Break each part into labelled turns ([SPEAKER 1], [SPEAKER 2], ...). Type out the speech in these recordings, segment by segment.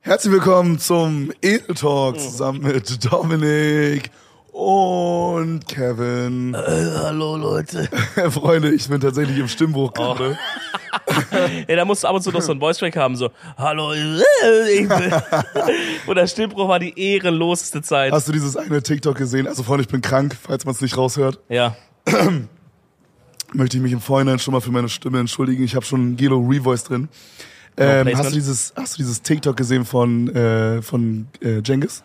[SPEAKER 1] Herzlich willkommen zum Edel Talk zusammen mit Dominik und Kevin.
[SPEAKER 2] Äh. Hallo Leute.
[SPEAKER 1] Freunde, ich bin tatsächlich im Stimmbruch gerade.
[SPEAKER 2] Ja, da musst du ab und zu noch so einen Voice-Track haben, so, hallo, äh, ich bin. Und der Stimmbruch war die ehrenloseste Zeit.
[SPEAKER 1] Hast du dieses eine TikTok gesehen? Also Freunde, ich bin krank, falls man es nicht raushört.
[SPEAKER 2] ja.
[SPEAKER 1] Möchte ich mich im Vorhinein schon mal für meine Stimme entschuldigen. Ich habe schon einen Gelo Revoice drin. Ähm,
[SPEAKER 2] Placement.
[SPEAKER 1] hast, du dieses, hast du dieses TikTok gesehen von, äh, von äh, Jengis?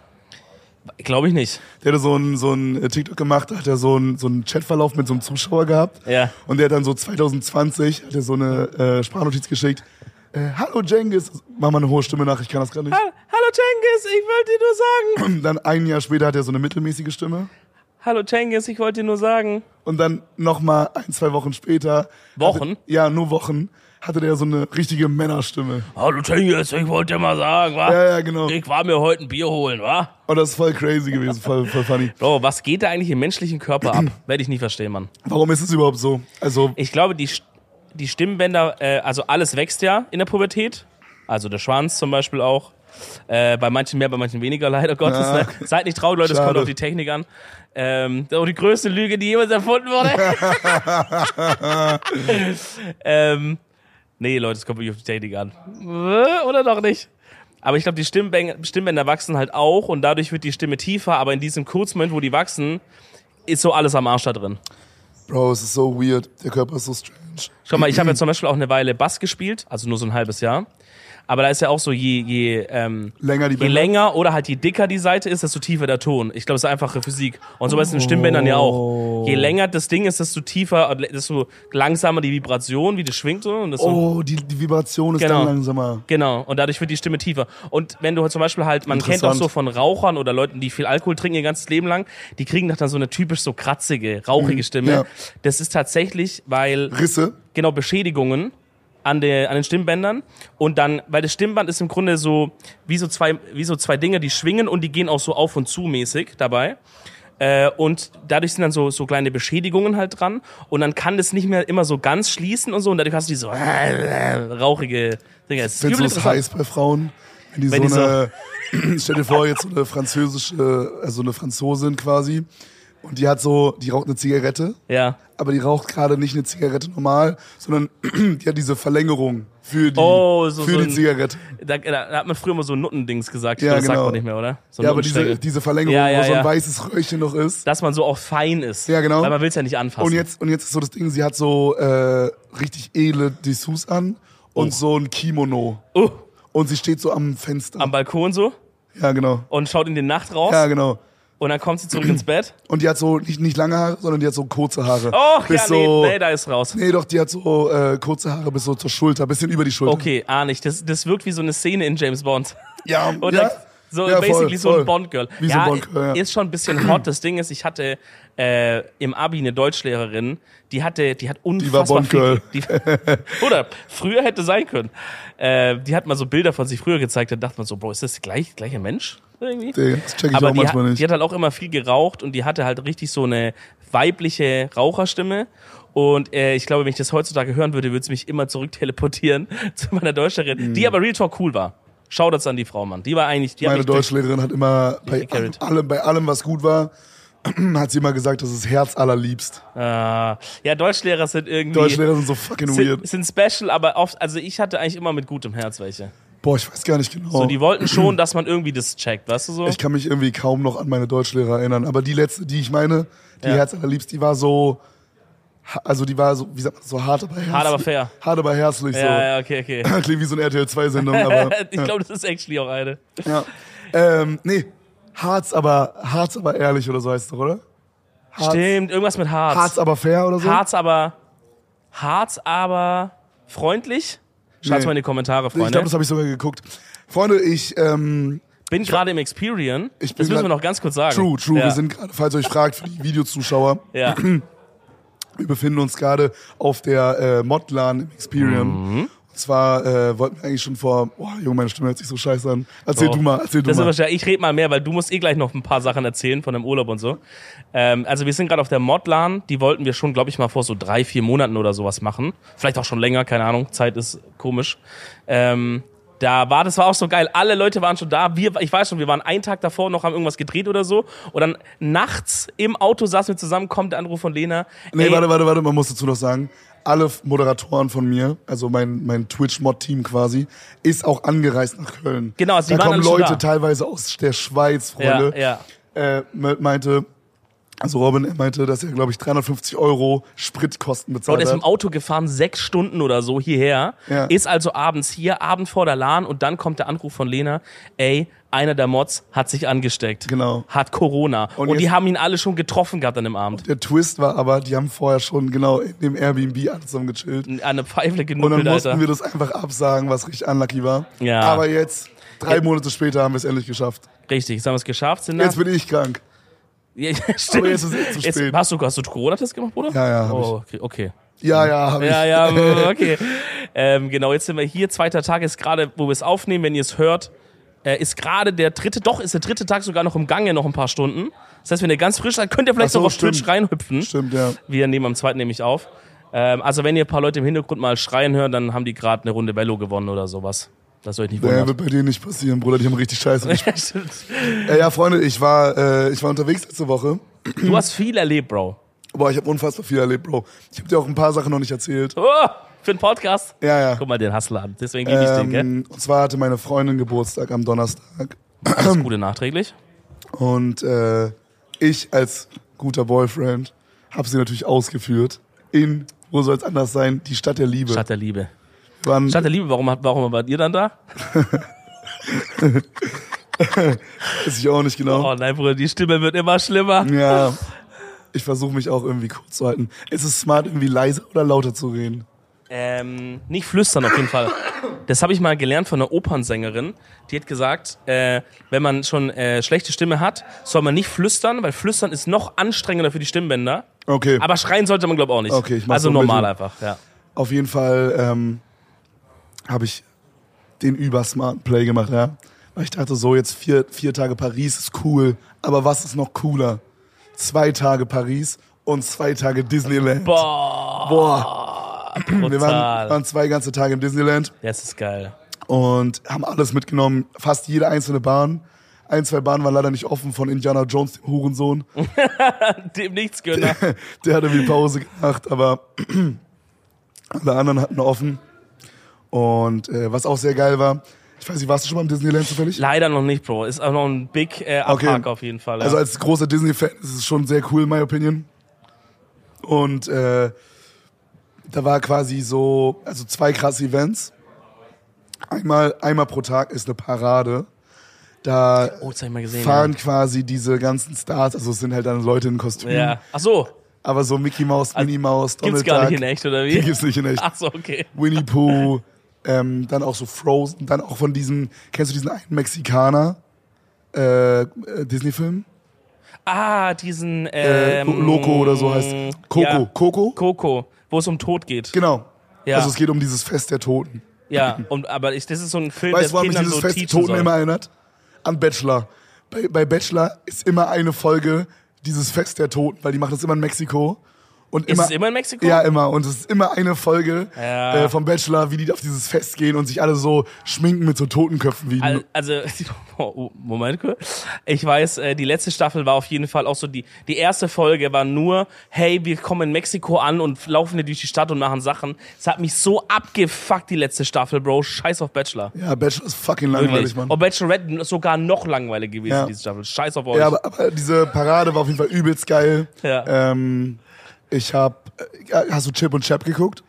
[SPEAKER 2] Glaube ich nicht.
[SPEAKER 1] Der hatte so einen so einen TikTok gemacht, da hat er so einen so einen Chatverlauf mit so einem Zuschauer gehabt.
[SPEAKER 2] Ja.
[SPEAKER 1] Und der hat dann so 2020 hat er so eine äh, Sprachnotiz geschickt. Äh, Hallo Jengis, mach mal eine hohe Stimme nach, ich kann das gerade nicht.
[SPEAKER 2] Hallo Cengiz, ich wollte dir nur sagen.
[SPEAKER 1] Dann ein Jahr später hat er so eine mittelmäßige Stimme.
[SPEAKER 2] Hallo Cengiz, ich wollte dir nur sagen.
[SPEAKER 1] Und dann nochmal ein, zwei Wochen später.
[SPEAKER 2] Wochen?
[SPEAKER 1] Hatte, ja, nur Wochen. Hatte der so eine richtige Männerstimme.
[SPEAKER 2] Hallo Cengiz, ich wollte dir mal sagen, wa?
[SPEAKER 1] Ja, ja, genau.
[SPEAKER 2] Ich war mir heute ein Bier holen, wa?
[SPEAKER 1] Und das ist voll crazy gewesen, voll, voll funny.
[SPEAKER 2] Bro, was geht da eigentlich im menschlichen Körper ab? Werde ich nicht verstehen, Mann.
[SPEAKER 1] Warum ist es überhaupt so? Also,
[SPEAKER 2] Ich glaube, die, St- die Stimmbänder, äh, also alles wächst ja in der Pubertät. Also der Schwanz zum Beispiel auch. Äh, bei manchen mehr, bei manchen weniger, leider Gottes.
[SPEAKER 1] Ja.
[SPEAKER 2] Ne? Seid nicht traurig, Leute, es
[SPEAKER 1] Schade.
[SPEAKER 2] kommt auf die Technik an. Ähm, das ist auch die größte Lüge, die jemals erfunden wurde. ähm, nee, Leute, es kommt wirklich auf die Technik an. Äh, Oder doch nicht? Aber ich glaube, die Stimmbäng- Stimmbänder wachsen halt auch und dadurch wird die Stimme tiefer, aber in diesem kurzen Moment, wo die wachsen, ist so alles am Arsch da drin.
[SPEAKER 1] Bro, es ist so weird. Der Körper ist so strange.
[SPEAKER 2] Schau mal, ich habe ja zum Beispiel auch eine Weile Bass gespielt, also nur so ein halbes Jahr. Aber da ist ja auch so, je, je, ähm,
[SPEAKER 1] Länger die
[SPEAKER 2] je
[SPEAKER 1] Bänder.
[SPEAKER 2] länger oder halt je dicker die Seite ist, desto tiefer der Ton. Ich glaube, es ist einfache Physik. Und so ist es in Stimmbändern ja auch.
[SPEAKER 1] Oh.
[SPEAKER 2] Je länger das Ding ist, desto tiefer, äh, desto langsamer die Vibration, wie das schwingt. so, Und desto,
[SPEAKER 1] Oh, die, die Vibration ist
[SPEAKER 2] Genau.
[SPEAKER 1] dann langsamer.
[SPEAKER 2] Genau, und dadurch wird die Stimme tiefer. Und wenn du zum Beispiel halt, man kennt
[SPEAKER 1] Interessant.
[SPEAKER 2] auch so von Rauchern oder Leuten, die viel Alkohol trinken ihr ganzes Leben lang, die kriegen doch dann so eine typisch so kratzige, rauchige Stimme.
[SPEAKER 1] Mhm. ja.
[SPEAKER 2] Das ist tatsächlich, weil
[SPEAKER 1] Risse. halt
[SPEAKER 2] genau Beschädigungen an, der, an den Stimmbändern und dann, weil das Stimmband ist im Grunde so wie so zwei, wie so zwei Dinge, die schwingen und die gehen auch so auf und zu mäßig dabei. Äh, und dadurch sind dann so, so kleine Beschädigungen halt dran und dann kann das nicht mehr immer so ganz schließen und so und dadurch hast du diese rauchige Dinger. Das
[SPEAKER 1] Findest
[SPEAKER 2] ist
[SPEAKER 1] du
[SPEAKER 2] übel
[SPEAKER 1] das
[SPEAKER 2] interessant.
[SPEAKER 1] heiß bei Frauen? Wenn die
[SPEAKER 2] Wenn
[SPEAKER 1] so eine, stell dir vor, jetzt so eine französische, also eine Franzosin quasi. Und die hat so, die raucht eine Zigarette,
[SPEAKER 2] Ja.
[SPEAKER 1] aber die raucht gerade nicht eine Zigarette normal, sondern die hat diese Verlängerung für die,
[SPEAKER 2] Oh, so-
[SPEAKER 1] für
[SPEAKER 2] so
[SPEAKER 1] die
[SPEAKER 2] ein-
[SPEAKER 1] Zigarette.
[SPEAKER 2] Da, da hat man früher immer so Nuttendings gesagt.
[SPEAKER 1] Ja,
[SPEAKER 2] das sagt
[SPEAKER 1] genau.
[SPEAKER 2] man nicht mehr, oder? So
[SPEAKER 1] Ja, aber diese,
[SPEAKER 2] Nuttenstängel.
[SPEAKER 1] diese Verlängerung,
[SPEAKER 2] Ja, ja,
[SPEAKER 1] wo so ein
[SPEAKER 2] ja.
[SPEAKER 1] weißes Röhrchen noch ist.
[SPEAKER 2] Dass man so auch fein ist.
[SPEAKER 1] Ja, genau.
[SPEAKER 2] Weil man will es ja nicht anfassen.
[SPEAKER 1] Und jetzt, und jetzt ist so das Ding, sie hat so äh, richtig edle Dessous an und
[SPEAKER 2] Oh.
[SPEAKER 1] so ein Kimono.
[SPEAKER 2] uh,
[SPEAKER 1] Und sie steht so am Fenster.
[SPEAKER 2] am Balkon so
[SPEAKER 1] ja, genau.
[SPEAKER 2] und schaut in die Nacht raus.
[SPEAKER 1] Ja, genau.
[SPEAKER 2] Und dann kommt sie zurück ins Bett.
[SPEAKER 1] Und die hat so nicht, nicht lange Haare, sondern die hat so kurze Haare.
[SPEAKER 2] Och, ja,
[SPEAKER 1] bis
[SPEAKER 2] nee,
[SPEAKER 1] so,
[SPEAKER 2] nee, da ist raus.
[SPEAKER 1] nee, doch, die hat so äh, kurze Haare bis so zur Schulter, bisschen über die Schulter.
[SPEAKER 2] Okay, ah nicht. Das, das wirkt wie so eine Szene in James Bond.
[SPEAKER 1] Ja,
[SPEAKER 2] Und
[SPEAKER 1] ja.
[SPEAKER 2] dann so
[SPEAKER 1] ja,
[SPEAKER 2] basically
[SPEAKER 1] voll,
[SPEAKER 2] so
[SPEAKER 1] voll.
[SPEAKER 2] ein Bond-Girl.
[SPEAKER 1] Wie so
[SPEAKER 2] ja,
[SPEAKER 1] ein Bond-Girl, ja.
[SPEAKER 2] ist schon ein bisschen hot. Das Ding ist, ich hatte äh, im Abi eine Deutschlehrerin, die hatte, die hat unfassbar
[SPEAKER 1] Bond-Girl.
[SPEAKER 2] viel. Die, oder früher hätte sein können. Äh, die hat mal so Bilder von sich früher gezeigt, da dachte man so, Bro, ist das gleich, gleiche Mensch? Irgendwie?
[SPEAKER 1] Digga, Das check ich
[SPEAKER 2] aber
[SPEAKER 1] auch
[SPEAKER 2] die,
[SPEAKER 1] manchmal
[SPEAKER 2] hat,
[SPEAKER 1] nicht.
[SPEAKER 2] die hat halt auch immer viel geraucht und die hatte halt richtig so eine weibliche Raucherstimme. Und äh, ich glaube, wenn ich das heutzutage hören würde, würde es mich immer zurück teleportieren zu meiner Deutschlerin, die aber Real Talk cool war. Shoutouts an die Frau, Mann. Die war eigentlich, die hat
[SPEAKER 1] Mhm. Meine
[SPEAKER 2] mich durch-
[SPEAKER 1] Deutschlehrerin hat immer bei
[SPEAKER 2] gecarried.
[SPEAKER 1] allem, bei allem, was gut war, hat sie immer gesagt, das ist Herz allerliebst.
[SPEAKER 2] Ah, ja, Deutschlehrer sind irgendwie.
[SPEAKER 1] Deutschlehrer sind so fucking
[SPEAKER 2] sind,
[SPEAKER 1] weird.
[SPEAKER 2] sind special, aber oft, also ich hatte eigentlich immer mit gutem Herz welche.
[SPEAKER 1] Boah, ich weiß gar nicht genau.
[SPEAKER 2] So, die wollten schon, dass man irgendwie das checkt, weißt du so?
[SPEAKER 1] ich kann mich irgendwie kaum noch an meine Deutschlehrer erinnern. Aber die letzte, die ich meine, die
[SPEAKER 2] Ja.
[SPEAKER 1] Herz allerliebst, die war so, ha- also die war so, wie sagt man, so hart aber herzlich.
[SPEAKER 2] aber fair.
[SPEAKER 1] Hart aber herzlich so.
[SPEAKER 2] ja, ja, okay, okay.
[SPEAKER 1] Klingt wie so eine RTL 2-Sendung, aber.
[SPEAKER 2] ich glaube, das ist actually auch eine.
[SPEAKER 1] ja. Ähm, nee. Harz aber, Harz aber ehrlich oder so heißt es doch, oder? Harz,
[SPEAKER 2] Stimmt, irgendwas mit Harz.
[SPEAKER 1] Harz aber fair oder so?
[SPEAKER 2] Harz aber, Harz aber freundlich? Schreibt's
[SPEAKER 1] Nee.
[SPEAKER 2] mal in die Kommentare,
[SPEAKER 1] ich
[SPEAKER 2] Freunde.
[SPEAKER 1] glaube, das habe ich sogar geguckt. Freunde, ich, ähm,
[SPEAKER 2] bin gerade im Experian.
[SPEAKER 1] Ich bin
[SPEAKER 2] das müssen wir
[SPEAKER 1] grad-
[SPEAKER 2] noch ganz kurz sagen.
[SPEAKER 1] true, true,
[SPEAKER 2] Ja.
[SPEAKER 1] wir sind gerade, falls ihr euch fragt, für die Videozuschauer,
[SPEAKER 2] Ja.
[SPEAKER 1] wir befinden uns gerade auf der äh, Modlan im Experian.
[SPEAKER 2] Mhm.
[SPEAKER 1] Und zwar äh, wollten wir eigentlich schon vor, boah, Junge, meine Stimme hört sich so scheiße an. Erzähl
[SPEAKER 2] Oh.
[SPEAKER 1] du mal, erzähl du
[SPEAKER 2] Das ist
[SPEAKER 1] mal.
[SPEAKER 2] aber schwer. Ich rede mal mehr, weil du musst eh gleich noch ein paar Sachen erzählen von deinem Urlaub und so. Ähm, also wir sind gerade auf der Modlan. Die wollten wir schon, glaube ich, mal vor so drei, vier Monaten oder sowas machen. Vielleicht auch schon länger, keine Ahnung. Zeit ist komisch. Ähm, Da war, das war auch so geil. Alle Leute waren schon da. Wir, ich weiß schon, wir waren einen Tag davor noch, haben irgendwas gedreht oder so. Und dann nachts im Auto saßen wir zusammen, kommt der Anruf von Lena.
[SPEAKER 1] Nee,
[SPEAKER 2] Ey,
[SPEAKER 1] warte, warte, warte, man muss dazu noch sagen, alle Moderatoren von mir, also mein, mein Twitch-Mod-Team quasi, ist auch angereist nach Köln.
[SPEAKER 2] Genau, also die
[SPEAKER 1] da kommen
[SPEAKER 2] waren alle schon
[SPEAKER 1] Leute
[SPEAKER 2] da.
[SPEAKER 1] teilweise aus der Schweiz, Freunde.
[SPEAKER 2] Ja, ja.
[SPEAKER 1] Äh, me- meinte, also Robin, er meinte, dass er, glaube ich, 350 Euro Spritkosten
[SPEAKER 2] Bro,
[SPEAKER 1] bezahlt
[SPEAKER 2] der ist im
[SPEAKER 1] hat.
[SPEAKER 2] Auto gefahren, sechs Stunden oder so hierher,
[SPEAKER 1] Ja.
[SPEAKER 2] ist also abends hier, Abend vor der LAN und dann kommt der Anruf von Lena, ey, einer der Mods hat sich angesteckt.
[SPEAKER 1] Genau.
[SPEAKER 2] Hat Corona. Und,
[SPEAKER 1] Und
[SPEAKER 2] die
[SPEAKER 1] jetzt-
[SPEAKER 2] haben ihn alle schon getroffen gehabt an dem Abend.
[SPEAKER 1] Der Twist war aber, die haben vorher schon genau in dem Airbnb alle zusammen gechillt.
[SPEAKER 2] An eine Pfeife
[SPEAKER 1] Und dann
[SPEAKER 2] genuckelt,
[SPEAKER 1] mussten
[SPEAKER 2] Alter.
[SPEAKER 1] wir das einfach absagen, was richtig unlucky war.
[SPEAKER 2] Ja.
[SPEAKER 1] Aber jetzt, drei
[SPEAKER 2] Ja.
[SPEAKER 1] Monate später, haben wir es endlich geschafft.
[SPEAKER 2] Richtig, jetzt haben wir es geschafft. Sind ne?
[SPEAKER 1] Jetzt bin ich krank.
[SPEAKER 2] ja, ja, stimmt.
[SPEAKER 1] aber jetzt ist es zu spät.
[SPEAKER 2] hast, du, hast du Corona-Test gemacht, Bruder?
[SPEAKER 1] Ja, ja, hab
[SPEAKER 2] Oh, okay, okay.
[SPEAKER 1] Ja, ja, hab ich.
[SPEAKER 2] Ja, ja, okay. ähm, genau, jetzt sind wir hier. Zweiter Tag ist gerade, wo wir es aufnehmen, wenn ihr es hört, äh, ist gerade der dritte, doch ist der dritte Tag sogar noch im Gange, noch ein paar Stunden. Das heißt, wenn ihr ganz frisch seid, könnt ihr vielleicht
[SPEAKER 1] Ach so,
[SPEAKER 2] noch auf
[SPEAKER 1] stimmt.
[SPEAKER 2] Twitch reinhüpfen.
[SPEAKER 1] Stimmt, ja.
[SPEAKER 2] Wir nehmen am zweiten nämlich auf. Ähm, also wenn ihr ein paar Leute im Hintergrund mal schreien hören, dann haben die gerade eine Runde Bello gewonnen oder sowas. Das soll ich nicht
[SPEAKER 1] Nee,
[SPEAKER 2] wundern.
[SPEAKER 1] wird bei dir nicht passieren, Bruder. Die haben richtig scheiße gespielt.
[SPEAKER 2] Stimmt.
[SPEAKER 1] äh, ja, Freunde, ich war, äh, ich war unterwegs letzte Woche.
[SPEAKER 2] du hast viel erlebt, Bro.
[SPEAKER 1] Boah, ich habe unfassbar viel erlebt, Bro. Ich habe dir auch ein paar Sachen noch nicht erzählt.
[SPEAKER 2] Oh, für den Podcast.
[SPEAKER 1] Ja, ja.
[SPEAKER 2] Guck mal den Hustler an. Deswegen liebe ich den, gell?
[SPEAKER 1] Ähm, und zwar hatte meine Freundin Geburtstag am Donnerstag.
[SPEAKER 2] Das Gute nachträglich.
[SPEAKER 1] Und äh, ich als guter Boyfriend habe sie natürlich ausgeführt. In, wo soll's anders sein, die Stadt der Liebe.
[SPEAKER 2] Stadt der Liebe.
[SPEAKER 1] Wir waren,
[SPEAKER 2] Stadt der Liebe, warum, hat- warum wart ihr dann da?
[SPEAKER 1] weiß ich auch nicht genau.
[SPEAKER 2] Oh nein, Bruder, die Stimme wird immer schlimmer.
[SPEAKER 1] Ja. Ich versuche mich auch irgendwie kurz zu halten. Ist es smart, irgendwie leiser oder lauter zu reden?
[SPEAKER 2] Ähm, nicht flüstern auf jeden Fall. Das habe ich mal gelernt von einer Opernsängerin. Die hat gesagt, äh, wenn man schon äh, schlechte Stimme hat, soll man nicht flüstern, weil flüstern ist noch anstrengender für die Stimmbänder.
[SPEAKER 1] Okay.
[SPEAKER 2] Aber schreien sollte man, glaube ich, auch nicht.
[SPEAKER 1] Okay, ich mach's
[SPEAKER 2] also
[SPEAKER 1] so
[SPEAKER 2] normal
[SPEAKER 1] mit.
[SPEAKER 2] einfach, ja.
[SPEAKER 1] Auf jeden Fall ähm, habe ich den übersmarten Play gemacht, ja. Weil ich dachte so, jetzt vier, vier Tage Paris ist cool, aber was ist noch cooler? Zwei Tage Paris und zwei Tage Disneyland.
[SPEAKER 2] Boah,
[SPEAKER 1] Boah. Wir waren,
[SPEAKER 2] brutal.
[SPEAKER 1] waren zwei ganze Tage im Disneyland
[SPEAKER 2] das ist geil.
[SPEAKER 1] und haben alles mitgenommen, fast jede einzelne Bahn. Ein, zwei Bahnen waren leider nicht offen von Indiana Jones, dem Hurensohn.
[SPEAKER 2] Dem nichts gönner.
[SPEAKER 1] Der hatte wie Pause gemacht, aber alle anderen hatten offen. Und äh, was auch sehr geil war, ich weiß nicht, warst du schon mal im Disneyland zufällig?
[SPEAKER 2] Leider noch nicht, Bro. Ist auch noch ein big äh, Abhack auf jeden Fall. Ja.
[SPEAKER 1] Also als großer Disney-Fan ist es schon sehr cool, in my opinion. Und äh, da war quasi so, also zwei krasse Events. Einmal, einmal pro Tag ist eine Parade. Da
[SPEAKER 2] oh, das hab ich mal gesehen.
[SPEAKER 1] fahren quasi diese ganzen Stars, also es sind halt dann Leute in Kostümen,
[SPEAKER 2] ja. ja. Ach so,
[SPEAKER 1] aber so Mickey Mouse, Minnie Mouse,
[SPEAKER 2] gibt's
[SPEAKER 1] Donald
[SPEAKER 2] gar nicht
[SPEAKER 1] Duck,
[SPEAKER 2] in echt, oder
[SPEAKER 1] die
[SPEAKER 2] wie?
[SPEAKER 1] gibt's nicht in echt.
[SPEAKER 2] Ach so, okay.
[SPEAKER 1] Winnie Pooh, ähm, dann auch so Frozen, dann auch von diesem, kennst du diesen einen Mexikaner äh, äh, Disney-Film?
[SPEAKER 2] Ah, diesen
[SPEAKER 1] Äh,
[SPEAKER 2] ähm,
[SPEAKER 1] Loco oder so heißt. Coco,
[SPEAKER 2] Ja,
[SPEAKER 1] Coco?
[SPEAKER 2] Coco, wo es um Tod geht.
[SPEAKER 1] Genau.
[SPEAKER 2] Ja.
[SPEAKER 1] Also es geht um dieses Fest der Toten.
[SPEAKER 2] Ja, und, aber ich, das ist so ein Film,
[SPEAKER 1] Weißt du,
[SPEAKER 2] der
[SPEAKER 1] woran mich
[SPEAKER 2] Kindern
[SPEAKER 1] dieses
[SPEAKER 2] so
[SPEAKER 1] Fest der
[SPEAKER 2] teachen
[SPEAKER 1] Toten
[SPEAKER 2] soll.
[SPEAKER 1] immer erinnert? An Bachelor. Bei, bei Bachelor ist immer eine Folge dieses Fest der Toten, weil die machen das immer in Mexiko. Und
[SPEAKER 2] Ist
[SPEAKER 1] immer,
[SPEAKER 2] es immer in Mexiko?
[SPEAKER 1] Ja, immer. Und es ist immer eine Folge
[SPEAKER 2] Ja.
[SPEAKER 1] äh, vom Bachelor, wie die auf dieses Fest gehen und sich alle so schminken mit so Totenköpfen wie
[SPEAKER 2] Al- Also, oh, Moment kurz. Ich weiß, äh, die letzte Staffel war auf jeden Fall auch so die, die erste Folge war nur, hey, wir kommen in Mexiko an und laufen hier durch die Stadt und machen Sachen. Es hat mich so abgefuckt, die letzte Staffel, Bro. Scheiß auf Bachelor.
[SPEAKER 1] Ja, Bachelor ist fucking langweilig,
[SPEAKER 2] Wirklich.
[SPEAKER 1] Mann.
[SPEAKER 2] Und Bachelorette ist sogar noch langweilig gewesen,
[SPEAKER 1] Ja.
[SPEAKER 2] diese Staffel. Scheiß auf euch.
[SPEAKER 1] Ja, aber, aber diese Parade war auf jeden Fall übelst geil.
[SPEAKER 2] Ja.
[SPEAKER 1] Ähm, ich hab. äh, Hast du Chip und Chap geguckt?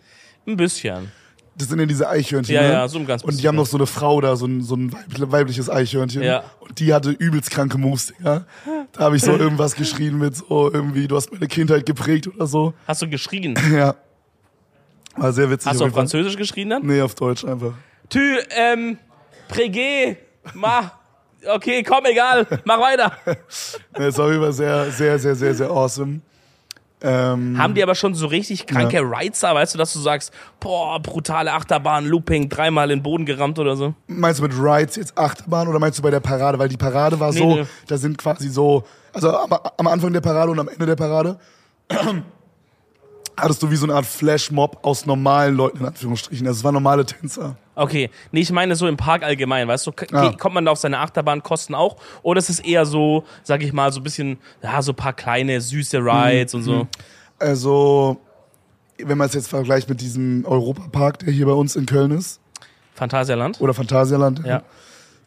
[SPEAKER 2] Ein bisschen.
[SPEAKER 1] Das sind ja diese Eichhörnchen.
[SPEAKER 2] Ja,
[SPEAKER 1] ne?
[SPEAKER 2] ja, so ein ganz
[SPEAKER 1] Und die
[SPEAKER 2] bisschen.
[SPEAKER 1] haben noch so eine Frau da, so ein, so ein weibli- weibliches Eichhörnchen.
[SPEAKER 2] Ja.
[SPEAKER 1] Und die hatte übelst kranke Moves, Digga. Da habe ich so irgendwas geschrien mit so irgendwie, du hast meine Kindheit geprägt oder so.
[SPEAKER 2] Hast du geschrien?
[SPEAKER 1] Ja. War sehr witzig.
[SPEAKER 2] Hast du auf
[SPEAKER 1] jeden Fall.
[SPEAKER 2] Französisch geschrien dann?
[SPEAKER 1] Nee, auf Deutsch einfach.
[SPEAKER 2] Tü, ähm, Prégé, ma. Okay, komm, egal, mach weiter.
[SPEAKER 1] Nee, es war auf jeden Fall sehr, sehr, sehr, sehr, sehr awesome. Ähm,
[SPEAKER 2] Haben die aber schon so richtig kranke
[SPEAKER 1] Ja.
[SPEAKER 2] Rider, weißt du, dass du sagst, boah, brutale Achterbahn, Looping, dreimal in den Boden gerammt oder so?
[SPEAKER 1] Meinst du mit Rides jetzt Achterbahn oder meinst du bei der Parade? Weil die Parade war
[SPEAKER 2] Nee,
[SPEAKER 1] so,
[SPEAKER 2] nee.
[SPEAKER 1] da sind quasi so, also am, am Anfang der Parade und am Ende der Parade hattest du wie so eine Art Flashmob aus normalen Leuten, in Anführungsstrichen. Also es waren normale Tänzer.
[SPEAKER 2] Okay, nee, ich meine so im Park allgemein, weißt du, k-
[SPEAKER 1] Ah.
[SPEAKER 2] kommt man da auf seine Achterbahnkosten auch? Oder ist es eher so, sag ich mal, so ein bisschen, ja, so ein paar kleine, süße Rides und
[SPEAKER 1] Mhm.
[SPEAKER 2] so?
[SPEAKER 1] Also, wenn man es jetzt vergleicht mit diesem Europapark, der hier bei uns in Köln ist,
[SPEAKER 2] Phantasialand?
[SPEAKER 1] oder Phantasialand,
[SPEAKER 2] Ja.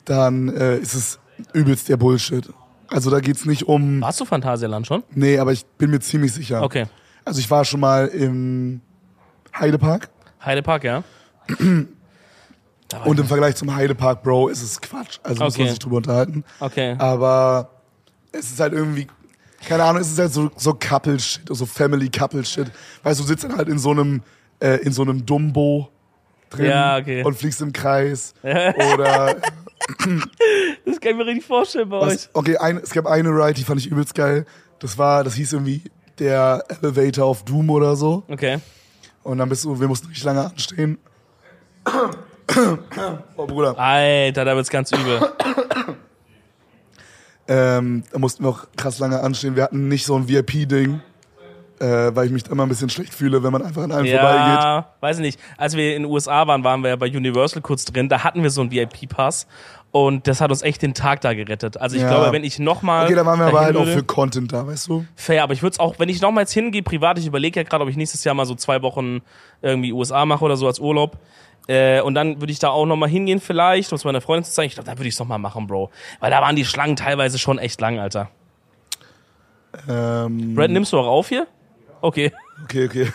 [SPEAKER 1] dann äh, ist es übelst der Bullshit. Also da geht's nicht um.
[SPEAKER 2] Warst du Phantasialand schon?
[SPEAKER 1] Nee, aber ich bin mir ziemlich sicher.
[SPEAKER 2] Ah. Okay.
[SPEAKER 1] Also ich war schon mal im Heidepark.
[SPEAKER 2] Heidepark, ja. Da war
[SPEAKER 1] Und
[SPEAKER 2] ich-
[SPEAKER 1] im Vergleich zum Heidepark, Bro, ist es Quatsch. Also muss man
[SPEAKER 2] Okay.
[SPEAKER 1] sich drüber unterhalten.
[SPEAKER 2] okay.
[SPEAKER 1] Ah. Aber es ist halt irgendwie, keine Ahnung, es ist halt so, so Couple-Shit, so Family-Couple-Shit. Weißt du, du sitzt dann halt in so einem, äh, in so einem Dumbo drin
[SPEAKER 2] Ja, okay.
[SPEAKER 1] und fliegst im Kreis. Oder
[SPEAKER 2] Das kann ich mir richtig vorstellen bei
[SPEAKER 1] was, okay, ein, es gab eine Ride, die fand ich übelst geil. Das war, das hieß irgendwie der Elevator of Doom oder so.
[SPEAKER 2] euch. Okay.
[SPEAKER 1] Und dann bist du, wir mussten richtig lange anstehen. Oh Bruder.
[SPEAKER 2] Alter, da wird's ganz übel.
[SPEAKER 1] Ähm, da mussten wir auch krass lange anstehen. Wir hatten nicht so ein VIP-Ding, äh, weil ich mich da immer ein bisschen schlecht fühle, wenn man einfach an einem vorbeigeht.
[SPEAKER 2] ja, weiß nicht. Als wir in den USA waren, waren wir ja bei Universal kurz drin, da hatten wir so einen VIP-Pass und das hat uns echt den Tag da gerettet. Also ich
[SPEAKER 1] Ja.
[SPEAKER 2] glaube, wenn ich nochmal.
[SPEAKER 1] Okay, da waren wir aber halt auch für Content da, weißt du?
[SPEAKER 2] Fair, aber ich würde es auch, wenn ich nochmal jetzt hingehe, privat, ich überlege ja gerade, ob ich nächstes Jahr mal so zwei Wochen irgendwie USA mache oder so als Urlaub. Äh, und dann würde ich da auch nochmal hingehen, vielleicht, um es meiner Freundin zu zeigen. Ich glaube, da würde ich es nochmal machen, Bro. Weil da waren die Schlangen teilweise schon echt lang, Alter.
[SPEAKER 1] Ähm,
[SPEAKER 2] Brad, nimmst du auch auf hier? Okay.
[SPEAKER 1] okay, okay.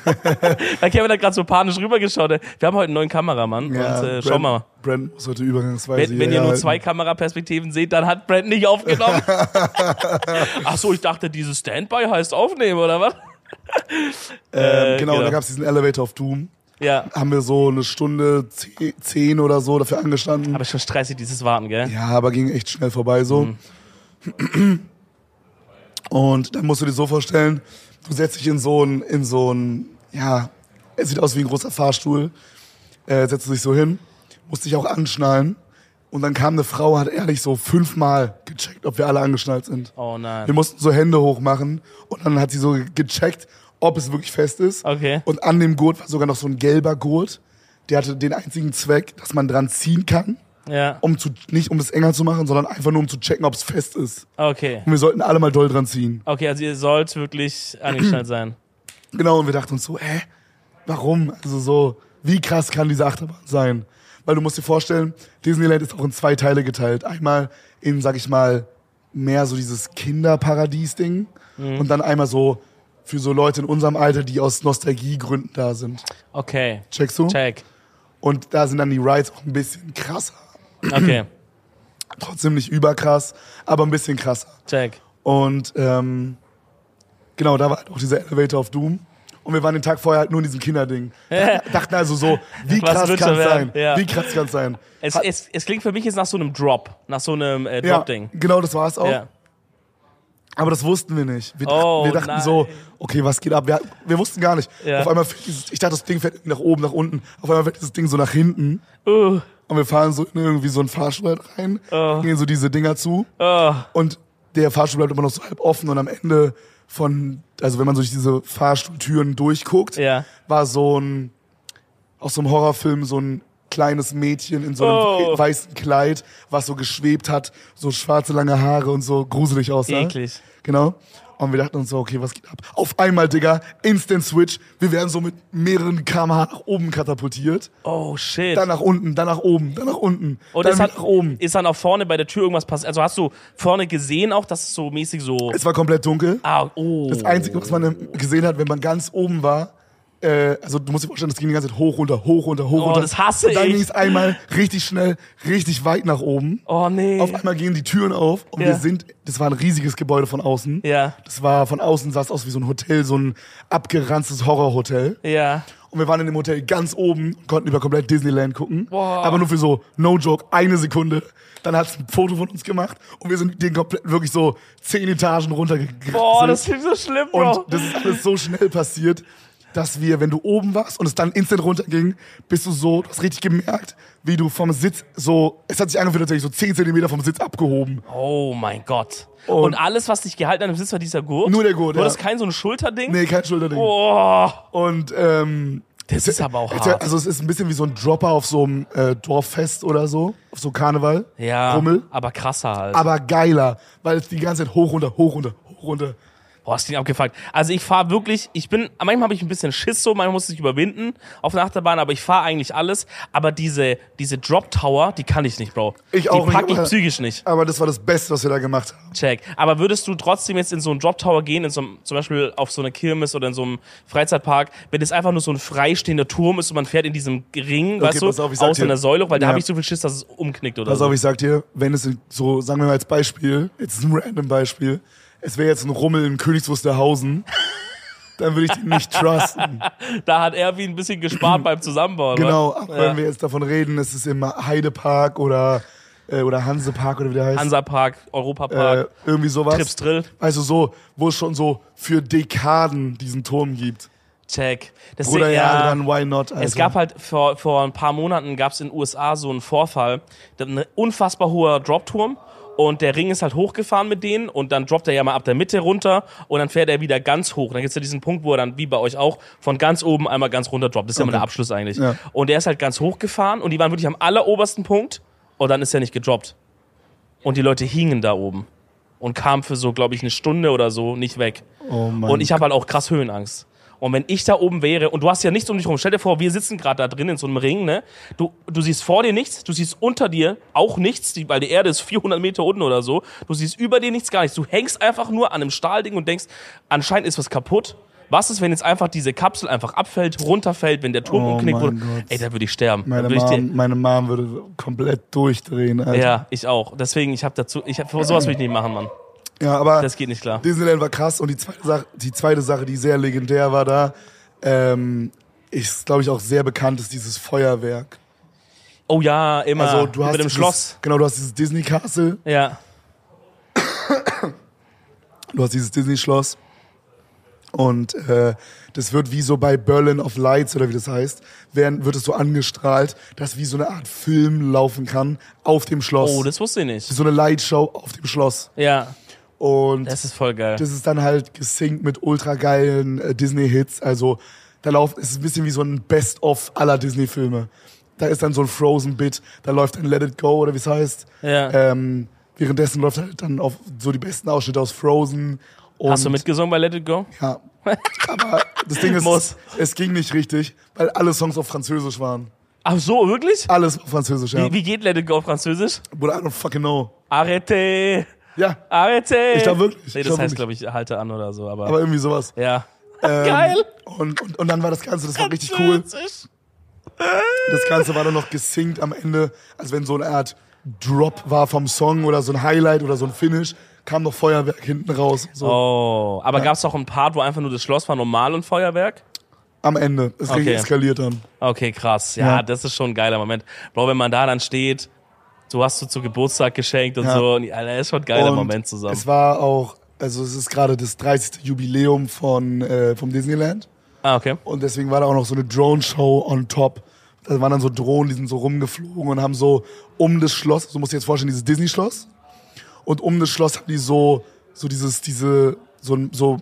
[SPEAKER 2] Weil Kevin hat gerade so panisch rübergeschaut. Wir haben heute einen neuen Kameramann. und äh, schau
[SPEAKER 1] Brent- Also,
[SPEAKER 2] mal.
[SPEAKER 1] Brent muss heute übergangsweise
[SPEAKER 2] Wenn, wenn ihr
[SPEAKER 1] hierher
[SPEAKER 2] nur
[SPEAKER 1] halten.
[SPEAKER 2] zwei Kameraperspektiven seht, dann hat Brent nicht aufgenommen. Ach so, ich dachte, dieses Standby heißt aufnehmen, oder was?
[SPEAKER 1] Ähm,
[SPEAKER 2] äh,
[SPEAKER 1] genau,
[SPEAKER 2] genau.
[SPEAKER 1] da gab's diesen Elevator of Doom.
[SPEAKER 2] Ja.
[SPEAKER 1] Haben wir so eine Stunde, zeh- zehn oder so dafür angestanden.
[SPEAKER 2] Aber schon stressig, dieses Warten, gell?
[SPEAKER 1] Ja, aber ging echt schnell vorbei so. Und dann musst du dir so vorstellen, du setzt dich in so ein, in so ein, ja, es sieht aus wie ein großer Fahrstuhl, äh, setzt du dich so hin, musst dich auch anschnallen. Und dann kam eine Frau, hat ehrlich so fünfmal gecheckt, ob wir alle angeschnallt sind.
[SPEAKER 2] Oh
[SPEAKER 1] Wir
[SPEAKER 2] nein.
[SPEAKER 1] mussten so Hände hoch machen und dann hat sie so gecheckt, ob es wirklich fest ist.
[SPEAKER 2] Okay.
[SPEAKER 1] Und an dem Gurt war sogar noch so ein gelber Gurt. Der hatte den einzigen Zweck, dass man dran ziehen kann
[SPEAKER 2] Ja.
[SPEAKER 1] um zu, nicht um es enger zu machen, sondern einfach nur um zu checken, ob es fest ist.
[SPEAKER 2] Okay.
[SPEAKER 1] Und wir sollten alle mal doll dran ziehen.
[SPEAKER 2] Okay, also ihr sollt wirklich angeschnallt sein.
[SPEAKER 1] Genau, und wir dachten uns so, hä? Warum? Also so, wie krass kann diese Achterbahn sein? Weil du musst dir vorstellen, Disneyland ist auch in zwei Teile geteilt. Einmal in, sag ich mal, mehr so dieses Kinderparadies-Ding und dann einmal so für so Leute in unserem Alter, die aus Nostalgiegründen da sind.
[SPEAKER 2] Okay.
[SPEAKER 1] Checkst du?
[SPEAKER 2] Check.
[SPEAKER 1] Und da sind dann die Rides auch ein bisschen krasser.
[SPEAKER 2] Okay.
[SPEAKER 1] Trotzdem nicht überkrass, aber ein bisschen krasser.
[SPEAKER 2] Check.
[SPEAKER 1] Und ähm, genau, da war halt auch dieser Elevator of Doom. Und wir waren den Tag vorher halt nur in diesem Kinderding. Dachten dachten also so, wie
[SPEAKER 2] Was
[SPEAKER 1] krass
[SPEAKER 2] wird
[SPEAKER 1] kann
[SPEAKER 2] schon
[SPEAKER 1] es
[SPEAKER 2] werden?
[SPEAKER 1] sein?
[SPEAKER 2] Ja.
[SPEAKER 1] Wie krass kann es sein?
[SPEAKER 2] Es,
[SPEAKER 1] Hat-
[SPEAKER 2] es, es klingt für mich jetzt nach so einem Drop. Nach so einem äh,
[SPEAKER 1] ja,
[SPEAKER 2] Drop-Ding.
[SPEAKER 1] genau, das war es auch.
[SPEAKER 2] Ja.
[SPEAKER 1] Aber das wussten wir nicht. Wir,
[SPEAKER 2] Oh,
[SPEAKER 1] dachten- wir dachten
[SPEAKER 2] nein.
[SPEAKER 1] so, okay, was geht ab? Wir, wir wussten gar nicht.
[SPEAKER 2] Ja.
[SPEAKER 1] Auf einmal, fährt dieses, ich dachte, das Ding fährt nach oben, nach unten. Auf einmal fährt dieses Ding so nach hinten.
[SPEAKER 2] Uh,
[SPEAKER 1] Und wir fahren so in irgendwie so einen Fahrstuhl halt rein,
[SPEAKER 2] Oh.
[SPEAKER 1] gehen so diese Dinger zu.
[SPEAKER 2] oh.
[SPEAKER 1] Und der Fahrstuhl bleibt immer noch so halb offen und am Ende von, also wenn man so durch diese Fahrstuhltüren durchguckt,
[SPEAKER 2] Oh, Ja.
[SPEAKER 1] war so ein, aus so einem Horrorfilm so ein kleines Mädchen in so einem
[SPEAKER 2] Oh.
[SPEAKER 1] we- weißen Kleid, was so geschwebt hat, so schwarze lange Haare und so gruselig aussah.
[SPEAKER 2] Eklig.
[SPEAKER 1] Genau. Und wir dachten uns so, okay, was geht ab? Auf einmal, Digga, Instant Switch. Wir werden so mit mehreren kmh nach oben katapultiert.
[SPEAKER 2] Oh shit.
[SPEAKER 1] Dann nach unten, dann nach oben, dann nach unten.
[SPEAKER 2] Und
[SPEAKER 1] dann
[SPEAKER 2] es
[SPEAKER 1] wieder nach
[SPEAKER 2] hat,
[SPEAKER 1] halt oben.
[SPEAKER 2] ist dann auch vorne bei der Tür irgendwas passiert? Also hast du vorne gesehen auch, dass es so mäßig so...
[SPEAKER 1] Es war komplett dunkel.
[SPEAKER 2] ah, oh.
[SPEAKER 1] Das Einzige, was man ähm, gesehen hat, wenn man ganz oben war, äh, also du musst dir vorstellen, das ging die ganze Zeit hoch, runter, hoch, runter, hoch,
[SPEAKER 2] Oh,
[SPEAKER 1] runter.
[SPEAKER 2] das hasse
[SPEAKER 1] Und dann
[SPEAKER 2] ich.
[SPEAKER 1] ging es einmal richtig schnell, richtig weit nach oben.
[SPEAKER 2] oh nee.
[SPEAKER 1] Auf einmal gehen die Türen auf und
[SPEAKER 2] Ja.
[SPEAKER 1] wir sind, das war ein riesiges Gebäude von außen.
[SPEAKER 2] Ja.
[SPEAKER 1] Das war von außen, sah es aus wie so ein Hotel, so ein abgeranztes Horrorhotel.
[SPEAKER 2] Ja.
[SPEAKER 1] Und wir waren in dem Hotel ganz oben und konnten über komplett Disneyland gucken.
[SPEAKER 2] Boah.
[SPEAKER 1] Aber nur für so, no joke, eine Sekunde. Dann hat's ein Foto von uns gemacht und wir sind den komplett wirklich so zehn Etagen runtergegangen.
[SPEAKER 2] Boah, das klingt so schlimm, Bro.
[SPEAKER 1] Und das ist alles so schnell passiert. dass wir, wenn du oben warst und es dann instant runterging, bist du so, du hast richtig gemerkt, wie du vom Sitz so, es hat sich angefühlt, als hätte ich so 10 Zentimeter vom Sitz abgehoben.
[SPEAKER 2] Oh mein Gott. Und,
[SPEAKER 1] Und-
[SPEAKER 2] alles, was dich gehalten hat im Sitz, war dieser Gurt?
[SPEAKER 1] Nur der Gurt,
[SPEAKER 2] War
[SPEAKER 1] ja.
[SPEAKER 2] das kein so ein Schulterding?
[SPEAKER 1] Nee, kein Schulterding.
[SPEAKER 2] Oh,
[SPEAKER 1] Und, ähm,
[SPEAKER 2] das ist aber auch
[SPEAKER 1] es-
[SPEAKER 2] hart.
[SPEAKER 1] Also es ist ein bisschen wie so ein Dropper auf so einem äh, Dorffest oder so, auf so Karneval.
[SPEAKER 2] ja,
[SPEAKER 1] Rummel.
[SPEAKER 2] aber krasser halt.
[SPEAKER 1] Aber geiler, weil es die ganze Zeit hoch runter, hoch runter, hoch runter.
[SPEAKER 2] Boah, hast ihn abgefuckt. Also ich fahre wirklich, ich bin, manchmal habe ich ein bisschen Schiss so, manchmal muss ich überwinden auf der Achterbahn, aber ich fahre eigentlich alles. Aber diese, diese Drop Tower, die kann ich nicht, Bro.
[SPEAKER 1] Ich auch
[SPEAKER 2] Die
[SPEAKER 1] nicht,
[SPEAKER 2] pack ich
[SPEAKER 1] aber-
[SPEAKER 2] psychisch nicht.
[SPEAKER 1] Aber das war das Beste, was wir da gemacht haben.
[SPEAKER 2] Check. Aber würdest du trotzdem jetzt in so einen Drop Tower gehen, in so einem, zum Beispiel auf so eine Kirmes oder in so einem Freizeitpark, wenn es einfach nur so ein freistehender Turm ist und man fährt in diesem Ring, weißt du,
[SPEAKER 1] pass auf, ich sag
[SPEAKER 2] aus
[SPEAKER 1] dir.
[SPEAKER 2] einer Säule, weil da
[SPEAKER 1] Ja.
[SPEAKER 2] habe ich so viel Schiss, dass es umknickt oder
[SPEAKER 1] Pass
[SPEAKER 2] so.
[SPEAKER 1] auf, ich sag dir, wenn es so, sagen wir mal als Beispiel, jetzt ist ein random Beispiel, es wäre jetzt ein Rummel in Königs Wusterhausen, dann würde ich den nicht trusten.
[SPEAKER 2] Da hat er wie ein bisschen gespart beim Zusammenbauen.
[SPEAKER 1] Genau,
[SPEAKER 2] wa?
[SPEAKER 1] aber
[SPEAKER 2] Ja.
[SPEAKER 1] wenn wir jetzt davon reden, es ist im Heidepark oder, äh, oder Hansepark oder wie der heißt.
[SPEAKER 2] Hansa Park, Europa
[SPEAKER 1] äh,
[SPEAKER 2] Park,
[SPEAKER 1] irgendwie sowas.
[SPEAKER 2] Trips Drill.
[SPEAKER 1] Also so, wo es schon so für Dekaden diesen Turm gibt.
[SPEAKER 2] Check. Das
[SPEAKER 1] Bruder,
[SPEAKER 2] Ding-
[SPEAKER 1] ja, dann why not? Also, Alter.
[SPEAKER 2] Es gab halt vor, vor ein paar Monaten gab es in den USA so einen Vorfall, Da- ein unfassbar hoher Dropturm und der Ring ist halt hochgefahren mit denen und dann droppt er ja mal ab der Mitte runter und dann fährt er wieder ganz hoch. Dann gibt's ja diesen Punkt, wo er dann, wie bei euch auch, von ganz oben einmal ganz runter droppt. Das ist ja immer der Abschluss eigentlich.
[SPEAKER 1] Ja.
[SPEAKER 2] Und der ist halt ganz hochgefahren und die waren wirklich am allerobersten Punkt und dann ist er nicht gedroppt. Und die Leute hingen da oben und kamen für so, glaube ich, eine Stunde oder so nicht weg.
[SPEAKER 1] oh Mann.
[SPEAKER 2] Und ich habe halt auch krass Höhenangst. Und wenn ich da oben wäre, und du hast ja nichts um dich rum, stell dir vor, wir sitzen gerade da drin in so einem Ring, ne? Du, du siehst vor dir nichts, du siehst unter dir auch nichts, die, weil die Erde ist 400 Meter unten oder so. Du siehst über dir nichts, gar nichts. Du hängst einfach nur an einem Stahlding und denkst, anscheinend ist was kaputt. Was ist, wenn jetzt einfach diese Kapsel einfach abfällt, runterfällt, wenn der Turm
[SPEAKER 1] Oh
[SPEAKER 2] umknickt
[SPEAKER 1] mein
[SPEAKER 2] wurde?
[SPEAKER 1] Gott.
[SPEAKER 2] Ey, da würde ich sterben.
[SPEAKER 1] meine,
[SPEAKER 2] da würde ich dir-
[SPEAKER 1] Mom, meine Mom würde komplett durchdrehen, Alter.
[SPEAKER 2] ja, ich auch. Deswegen, ich habe dazu, ich hab,
[SPEAKER 1] Äh.
[SPEAKER 2] sowas will ich nicht machen, Mann.
[SPEAKER 1] ja aber
[SPEAKER 2] Das geht nicht klar.
[SPEAKER 1] Disneyland war krass und die zweite Sache, die, zweite Sache, die sehr legendär war da, ähm, ist, glaube ich, auch sehr bekannt, ist dieses Feuerwerk.
[SPEAKER 2] Oh ja, immer.
[SPEAKER 1] Also du hast
[SPEAKER 2] mit dem
[SPEAKER 1] dieses,
[SPEAKER 2] Schloss.
[SPEAKER 1] Genau, du hast dieses Disney Castle,
[SPEAKER 2] Ja.
[SPEAKER 1] du hast dieses Disney Schloss. Und äh, das wird wie so bei Berlin of Lights oder wie das heißt, werden, wird es so angestrahlt, dass wie so eine Art Film laufen kann auf dem Schloss.
[SPEAKER 2] Oh, das wusste ich nicht.
[SPEAKER 1] so eine Lightshow auf dem Schloss.
[SPEAKER 2] Ja.
[SPEAKER 1] Und
[SPEAKER 2] Das ist voll geil.
[SPEAKER 1] das ist dann halt gesinkt mit ultra geilen äh, Disney-Hits. Also da läuft, es ist ein bisschen wie so ein Best-of aller Disney-Filme. Da ist dann so ein Frozen-Bit, da läuft dann Let It Go oder wie es heißt.
[SPEAKER 2] Ja.
[SPEAKER 1] Ähm, währenddessen läuft halt dann auf so die besten Ausschnitte aus Frozen. Und
[SPEAKER 2] Hast du mitgesungen bei Let It Go?
[SPEAKER 1] Ja. Aber das Ding ist,
[SPEAKER 2] Muss.
[SPEAKER 1] es, es ging nicht richtig, weil alle Songs auf Französisch waren.
[SPEAKER 2] Ach so, wirklich?
[SPEAKER 1] Alles auf Französisch, ja.
[SPEAKER 2] Wie, wie geht Let It Go auf Französisch?
[SPEAKER 1] Bruder, I don't fucking know.
[SPEAKER 2] Arrête!
[SPEAKER 1] Ja,
[SPEAKER 2] Arrête!
[SPEAKER 1] Ich glaub wirklich,
[SPEAKER 2] Nee,
[SPEAKER 1] ich
[SPEAKER 2] das
[SPEAKER 1] glaub
[SPEAKER 2] heißt, glaube ich, halte an oder so, aber.
[SPEAKER 1] aber irgendwie sowas.
[SPEAKER 2] ja.
[SPEAKER 1] Ähm,
[SPEAKER 2] Geil.
[SPEAKER 1] Und, und, und dann war das Ganze, das war richtig cool.
[SPEAKER 2] Französisch.
[SPEAKER 1] Das Ganze war dann noch gesinkt am Ende, als wenn so eine Art Drop war vom Song oder so ein Highlight oder so ein Finish, kam noch Feuerwerk hinten raus. So
[SPEAKER 2] Oh, aber gab es auch einen Part, wo einfach nur das Schloss war normal und Feuerwerk?
[SPEAKER 1] am Ende. Es ging
[SPEAKER 2] Okay.
[SPEAKER 1] eskaliert dann.
[SPEAKER 2] Okay, krass. Ja,
[SPEAKER 1] Ja.
[SPEAKER 2] das ist schon ein geiler Moment. Bro, wenn man da dann steht, du hast du zu Geburtstag geschenkt und
[SPEAKER 1] Ja.
[SPEAKER 2] so. Und, Alter, ist schon ein geiler
[SPEAKER 1] Und
[SPEAKER 2] Moment zusammen.
[SPEAKER 1] Es war auch, also es ist gerade das 30. Jubiläum von äh, vom Disneyland
[SPEAKER 2] Ah, okay.
[SPEAKER 1] und deswegen war da auch noch so eine Drone Show on top. Da waren dann so Drohnen, die sind so rumgeflogen und haben so um das Schloss, so musst du dir jetzt vorstellen, dieses Disney Schloss und um das Schloss haben die so so dieses diese so ein- so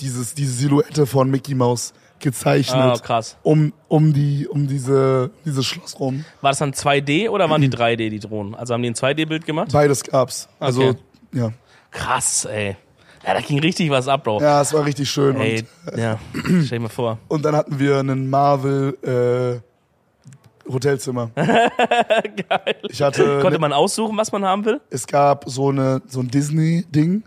[SPEAKER 1] dieses diese Silhouette von Mickey Mouse gezeichnet.
[SPEAKER 2] Ah, krass.
[SPEAKER 1] Um um die um diese dieses Schloss rum.
[SPEAKER 2] War das dann 2D oder waren die 3D, die Drohnen? Also haben die ein 2D-Bild gemacht?
[SPEAKER 1] Beides gab's. Also
[SPEAKER 2] Okay.
[SPEAKER 1] ja.
[SPEAKER 2] Krass, ey. Ja, da ging richtig was ab, Bro.
[SPEAKER 1] Ja, es war richtig schön und
[SPEAKER 2] Ey, ja, stell dir mal vor.
[SPEAKER 1] Und dann hatten wir einen Marvel äh, Hotelzimmer. Geil. Ich hatte,
[SPEAKER 2] Konnte man aussuchen, was man haben will?
[SPEAKER 1] es gab so eine so ein Disney Ding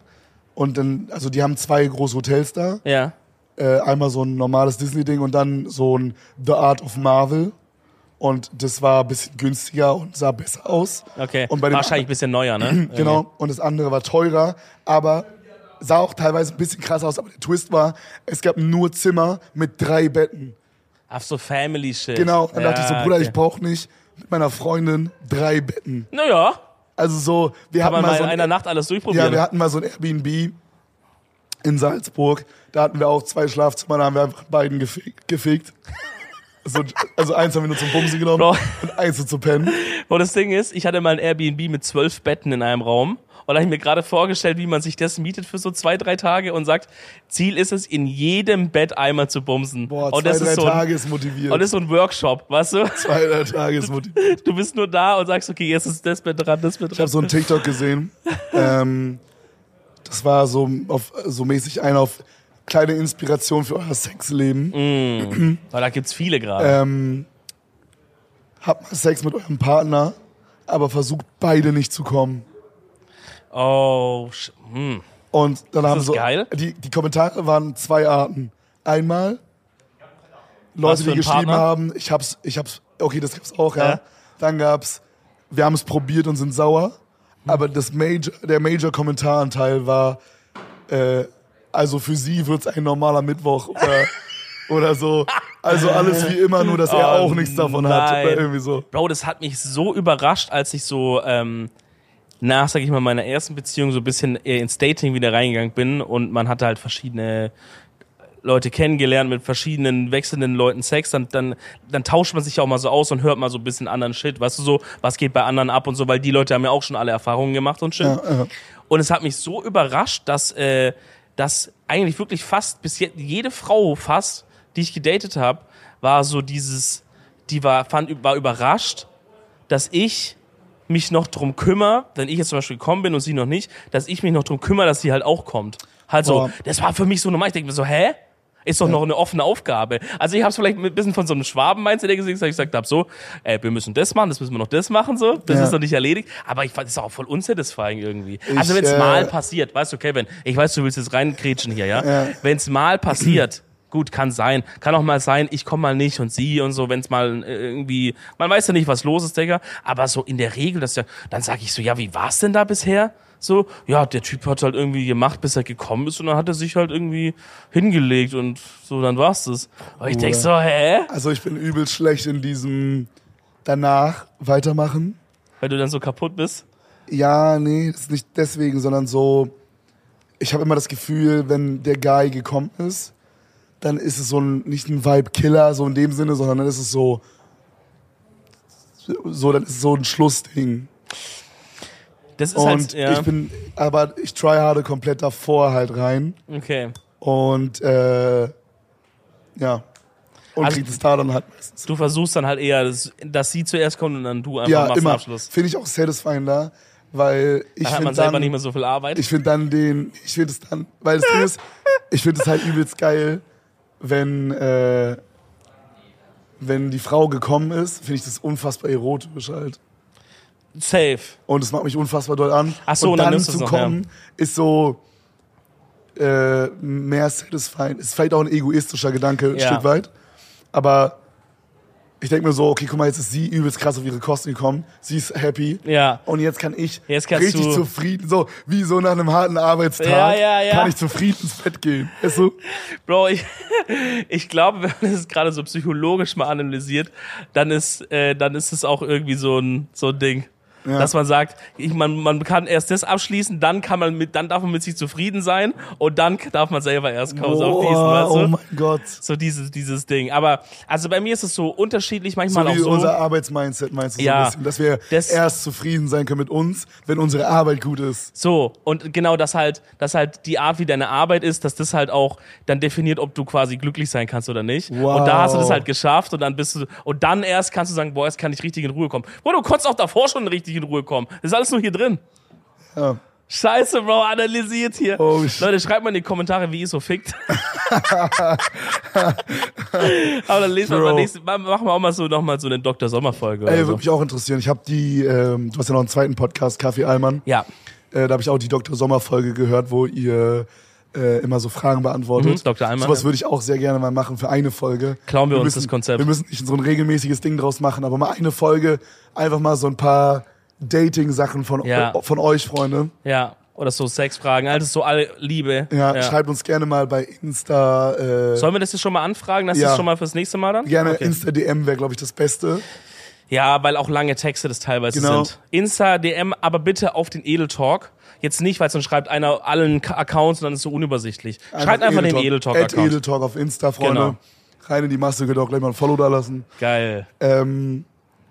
[SPEAKER 1] und dann, also die haben zwei große Hotels da.
[SPEAKER 2] Ja.
[SPEAKER 1] Äh, einmal so ein normales Disney Ding und dann so ein The Art of Marvel. Und das war ein bisschen günstiger und sah besser aus.
[SPEAKER 2] Okay.
[SPEAKER 1] Und bei dem
[SPEAKER 2] Wahrscheinlich ein bisschen neuer, ne?
[SPEAKER 1] Genau. Und das andere war teurer, aber sah auch teilweise ein bisschen krass aus. Aber der Twist war, es gab nur Zimmer mit drei Betten.
[SPEAKER 2] Ach so, Family Shit.
[SPEAKER 1] Genau, dann dachte ich so,
[SPEAKER 2] Ja,
[SPEAKER 1] Bruder,
[SPEAKER 2] okay.
[SPEAKER 1] ich brauche nicht mit meiner Freundin drei Betten.
[SPEAKER 2] Naja,
[SPEAKER 1] Also so, wir
[SPEAKER 2] kann
[SPEAKER 1] hatten
[SPEAKER 2] man
[SPEAKER 1] mal
[SPEAKER 2] mal
[SPEAKER 1] so
[SPEAKER 2] in einer
[SPEAKER 1] ein,
[SPEAKER 2] Nacht alles
[SPEAKER 1] ja,
[SPEAKER 2] durchprobieren.
[SPEAKER 1] wir hatten mal so ein Airbnb in Salzburg. Da hatten wir auch zwei Schlafzimmer, da haben wir einfach in beiden gefe- gefickt. Also, also eins haben wir nur zum Bumsen genommen
[SPEAKER 2] Bro.
[SPEAKER 1] und eins nur zu pennen.
[SPEAKER 2] Und das Ding ist, ich hatte mal ein Airbnb mit zwölf Betten in einem Raum. Und da habe ich mir gerade vorgestellt, wie man sich das mietet für so zwei, drei Tage und sagt, Ziel ist es, in jedem Bett einmal zu bumsen.
[SPEAKER 1] Boah, zwei,
[SPEAKER 2] und Oh, das
[SPEAKER 1] drei
[SPEAKER 2] ist so ein,
[SPEAKER 1] Tage ist motiviert.
[SPEAKER 2] Und das ist so ein Workshop, weißt du?
[SPEAKER 1] zwei, drei Tage ist motiviert.
[SPEAKER 2] Du bist nur da und sagst, okay, jetzt ist das Bett dran, das Bett
[SPEAKER 1] Ich
[SPEAKER 2] dran.
[SPEAKER 1] habe so einen TikTok gesehen. ähm, das war so, auf, so mäßig ein auf kleine Inspiration für euer Sexleben.
[SPEAKER 2] Mhm. Weil da gibt's viele gerade.
[SPEAKER 1] Ähm, habt mal Sex mit eurem Partner, aber versucht beide nicht zu kommen.
[SPEAKER 2] Oh, sch- hm.
[SPEAKER 1] Und dann haben
[SPEAKER 2] das
[SPEAKER 1] so
[SPEAKER 2] geil?
[SPEAKER 1] Die, die Kommentare waren zwei Arten. Einmal Leute,
[SPEAKER 2] für
[SPEAKER 1] die
[SPEAKER 2] ein
[SPEAKER 1] geschrieben
[SPEAKER 2] Partner?
[SPEAKER 1] haben, ich hab's, ich hab's, okay, das gab's auch, ja.
[SPEAKER 2] Ja. Hm.
[SPEAKER 1] Dann gab's, wir haben es probiert und sind sauer. Aber das Major, der Major-Kommentaranteil war, äh, also für sie wird's ein normaler Mittwoch oder, oder so. Also alles wie immer, nur dass er
[SPEAKER 2] Oh,
[SPEAKER 1] auch nichts davon hat.
[SPEAKER 2] nein.
[SPEAKER 1] Oder irgendwie so.
[SPEAKER 2] Bro, das hat mich so überrascht, als ich so ähm, nach, sag ich mal, meiner ersten Beziehung so ein bisschen eher ins Dating wieder reingegangen bin und man hatte halt verschiedene Leute kennengelernt, mit verschiedenen wechselnden Leuten Sex, dann, dann, dann tauscht man sich ja auch mal so aus und hört mal so ein bisschen anderen Shit, weißt du so, was geht bei anderen ab und so, weil die Leute haben ja auch schon alle Erfahrungen gemacht und Shit.
[SPEAKER 1] Ja, ja.
[SPEAKER 2] Und es hat mich so überrascht, dass, äh, dass eigentlich wirklich fast bis jetzt jede Frau fast, die ich gedatet habe, war so dieses, die war, fand, war überrascht, dass ich mich noch drum kümmere, wenn ich jetzt zum Beispiel gekommen bin und sie noch nicht, dass ich mich noch drum kümmere, dass sie halt auch kommt. Halt so,
[SPEAKER 1] Boah.
[SPEAKER 2] das war für mich so normal. Ich denke mir so, hä? Ist doch noch eine offene Aufgabe. Also ich habe es vielleicht mit- ein bisschen von so einem Schwaben-Mindset her gesehen, dass ich gesagt habe, so, ey, wir müssen das machen, das müssen wir noch das machen, so, das
[SPEAKER 1] Ja.
[SPEAKER 2] ist noch nicht erledigt. Aber ich fand es auch voll unsatisfying irgendwie.
[SPEAKER 1] Ich,
[SPEAKER 2] Also wenn es
[SPEAKER 1] äh,
[SPEAKER 2] mal passiert, weißt du, Kevin, ich weiß, du willst jetzt reinkrätschen hier, ja?
[SPEAKER 1] Ja.
[SPEAKER 2] Wenn es mal passiert, gut, kann sein. Kann auch mal sein, ich komme mal nicht und sie und so, wenn es mal äh, irgendwie, man weiß ja nicht, was los ist, Digga, aber so in der Regel, das ja, dann sage ich so, ja, wie war's denn da bisher? So, ja, der Typ hat halt irgendwie gemacht, bis er gekommen ist und dann hat er sich halt irgendwie hingelegt und so, dann war's das. Und ich denk so, hä?
[SPEAKER 1] Also ich bin übel schlecht in diesem danach weitermachen.
[SPEAKER 2] Weil du dann so kaputt bist.
[SPEAKER 1] Ja, nee, das ist nicht deswegen, sondern so, ich habe immer das Gefühl, wenn der Guy gekommen ist, dann ist es so ein, nicht ein Vibe-Killer, so in dem Sinne, sondern dann ist es so, so, dann ist es so ein Schlussding.
[SPEAKER 2] Das ist
[SPEAKER 1] Und
[SPEAKER 2] halt, ja,
[SPEAKER 1] ich bin, aber ich tryharde komplett davor halt rein
[SPEAKER 2] okay.
[SPEAKER 1] und, äh, ja. Und
[SPEAKER 2] Also-
[SPEAKER 1] kriegt es da dann halt meistens.
[SPEAKER 2] Du versuchst dann halt eher, dass, dass sie zuerst kommt und dann du einfach
[SPEAKER 1] Ja,
[SPEAKER 2] machst den
[SPEAKER 1] immer.
[SPEAKER 2] Abschluss.
[SPEAKER 1] Finde ich auch satisfying da, weil ich
[SPEAKER 2] Dann hat
[SPEAKER 1] finde
[SPEAKER 2] man selber nicht
[SPEAKER 1] dann,
[SPEAKER 2] mehr so viel Arbeit.
[SPEAKER 1] ich finde dann den, ich finde es dann, weil das Ding ist, ich finde es halt übelst geil, wenn, äh, wenn die Frau gekommen ist, finde ich das unfassbar erotisch halt.
[SPEAKER 2] Safe.
[SPEAKER 1] Und es macht mich unfassbar doll an.
[SPEAKER 2] Ach so,
[SPEAKER 1] und
[SPEAKER 2] und dann
[SPEAKER 1] dann,
[SPEAKER 2] nimmst du's
[SPEAKER 1] zu
[SPEAKER 2] noch,
[SPEAKER 1] kommen, ist so äh, mehr satisfying. Ist vielleicht auch ein egoistischer Gedanke, ein
[SPEAKER 2] Ja.
[SPEAKER 1] Stück weit. Aber ich denke mir so, okay, guck mal, jetzt ist sie übelst krass auf ihre Kosten gekommen. Sie ist happy.
[SPEAKER 2] Ja.
[SPEAKER 1] Und jetzt kann ich
[SPEAKER 2] Jetzt kannst
[SPEAKER 1] richtig
[SPEAKER 2] du-
[SPEAKER 1] zufrieden, so wie so nach einem harten Arbeitstag,
[SPEAKER 2] Ja, ja, ja.
[SPEAKER 1] kann ich zufrieden ins Bett gehen. Weißt du?
[SPEAKER 2] Bro, ich, ich glaube, wenn man das gerade so psychologisch mal analysiert, dann ist, äh, dann ist es auch irgendwie so ein, so ein Ding.
[SPEAKER 1] Ja.
[SPEAKER 2] Dass man sagt, ich, man, man kann erst das abschließen, dann kann man mit, dann darf man mit sich zufrieden sein und dann darf man selber erst kommen. so auf diesen,
[SPEAKER 1] Boah,
[SPEAKER 2] weißt du?
[SPEAKER 1] oh mein Gott.
[SPEAKER 2] so dieses, dieses Ding. Aber also bei mir ist es so unterschiedlich,
[SPEAKER 1] So
[SPEAKER 2] manchmal
[SPEAKER 1] wie
[SPEAKER 2] auch so.
[SPEAKER 1] unser Arbeitsmindset meinst du
[SPEAKER 2] Ja.
[SPEAKER 1] so ein bisschen, dass wir
[SPEAKER 2] Das-
[SPEAKER 1] erst zufrieden sein können mit uns, wenn unsere Arbeit gut ist.
[SPEAKER 2] So, und genau das halt, dass halt die Art, wie deine Arbeit ist, dass das halt auch dann definiert, ob du quasi glücklich sein kannst oder nicht.
[SPEAKER 1] Wow.
[SPEAKER 2] Und da hast du das halt geschafft und dann bist du, und dann erst kannst du sagen, boah, jetzt kann ich richtig in Ruhe kommen. Boah, du konntest auch davor schon richtig in Ruhe kommen. Das ist alles nur hier drin.
[SPEAKER 1] Ja.
[SPEAKER 2] Scheiße, Bro, analysiert hier.
[SPEAKER 1] Oh, shit.
[SPEAKER 2] Leute, schreibt mal in die Kommentare, wie ihr so fickt. Aber dann lesen wir
[SPEAKER 1] Bro.
[SPEAKER 2] mal nächste, mal- machen wir auch mal so nochmal so eine Dr. Sommer-Folge.
[SPEAKER 1] Ey,
[SPEAKER 2] oder so.
[SPEAKER 1] würde mich auch interessieren. Ich habe die, ähm, du hast ja noch einen zweiten Podcast, Kaffee Allmann.
[SPEAKER 2] Ja.
[SPEAKER 1] Äh, da habe ich auch die Dr. Sommer-Folge gehört, wo ihr äh, immer so Fragen beantwortet.
[SPEAKER 2] Mhm, Dr. Allmann,
[SPEAKER 1] Sowas
[SPEAKER 2] ja.
[SPEAKER 1] würde ich auch sehr gerne mal machen für eine Folge.
[SPEAKER 2] Klauen wir uns
[SPEAKER 1] müssen,
[SPEAKER 2] das Konzept.
[SPEAKER 1] Wir müssen nicht so ein regelmäßiges Ding draus machen, aber mal eine Folge, einfach mal so ein paar Dating-Sachen von,
[SPEAKER 2] Ja.
[SPEAKER 1] von euch, Freunde.
[SPEAKER 2] Ja. Oder so Sexfragen, alles so alle Liebe.
[SPEAKER 1] Ja, Schreibt uns gerne mal bei Insta. Äh,
[SPEAKER 2] Sollen wir das jetzt schon mal anfragen, dass
[SPEAKER 1] Ja.
[SPEAKER 2] das schon mal fürs nächste Mal dann?
[SPEAKER 1] gerne
[SPEAKER 2] Okay.
[SPEAKER 1] Insta-DM wäre, glaube ich, das Beste.
[SPEAKER 2] Ja, weil auch lange Texte das teilweise
[SPEAKER 1] Genau.
[SPEAKER 2] sind. Insta, DM, aber bitte auf den Edel Talk. Jetzt nicht, weil sonst schreibt einer allen K- Accounts und dann ist es so unübersichtlich. Schreibt einfach den Edel Talk
[SPEAKER 1] At
[SPEAKER 2] Account.
[SPEAKER 1] Edeltalk auf Insta, Freunde.
[SPEAKER 2] Genau.
[SPEAKER 1] Rein in die Masse, könnt ihr auch gleich mal ein Follow da lassen.
[SPEAKER 2] Geil.
[SPEAKER 1] Ähm,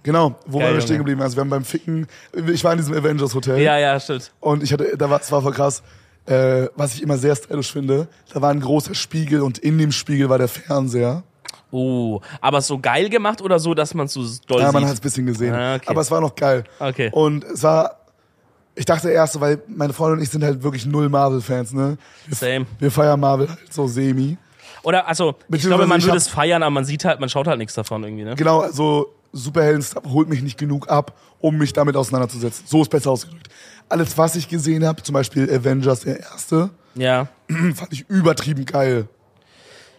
[SPEAKER 1] genau, wo waren wir
[SPEAKER 2] Junge.
[SPEAKER 1] stehen geblieben? Also wir haben beim Ficken, ich war in diesem Avengers Hotel
[SPEAKER 2] Ja, ja, stimmt.
[SPEAKER 1] und ich hatte, da war, es war voll krass, äh, was ich immer sehr stylisch finde, da war ein großer Spiegel und in dem Spiegel war der Fernseher.
[SPEAKER 2] Oh, aber so geil gemacht oder so, dass man es so doll
[SPEAKER 1] Ja,
[SPEAKER 2] sieht?
[SPEAKER 1] man hat es ein bisschen gesehen.
[SPEAKER 2] Ah, okay.
[SPEAKER 1] Aber es war noch geil.
[SPEAKER 2] Okay.
[SPEAKER 1] Und es war, ich dachte erst, so, weil meine Freundin und ich sind halt wirklich null Marvel-Fans, ne?
[SPEAKER 2] Same.
[SPEAKER 1] Wir feiern Marvel halt so semi.
[SPEAKER 2] Oder, also, ich
[SPEAKER 1] Beziehungsweise
[SPEAKER 2] glaube, man
[SPEAKER 1] ich
[SPEAKER 2] würde
[SPEAKER 1] hab-
[SPEAKER 2] es feiern, aber man sieht halt, man schaut halt nichts davon irgendwie, ne?
[SPEAKER 1] Genau, also Superhelden holt mich nicht genug ab, um mich damit auseinanderzusetzen. So ist besser ausgedrückt. Alles, was ich gesehen habe, zum Beispiel Avengers der erste,
[SPEAKER 2] Ja.
[SPEAKER 1] fand ich übertrieben geil.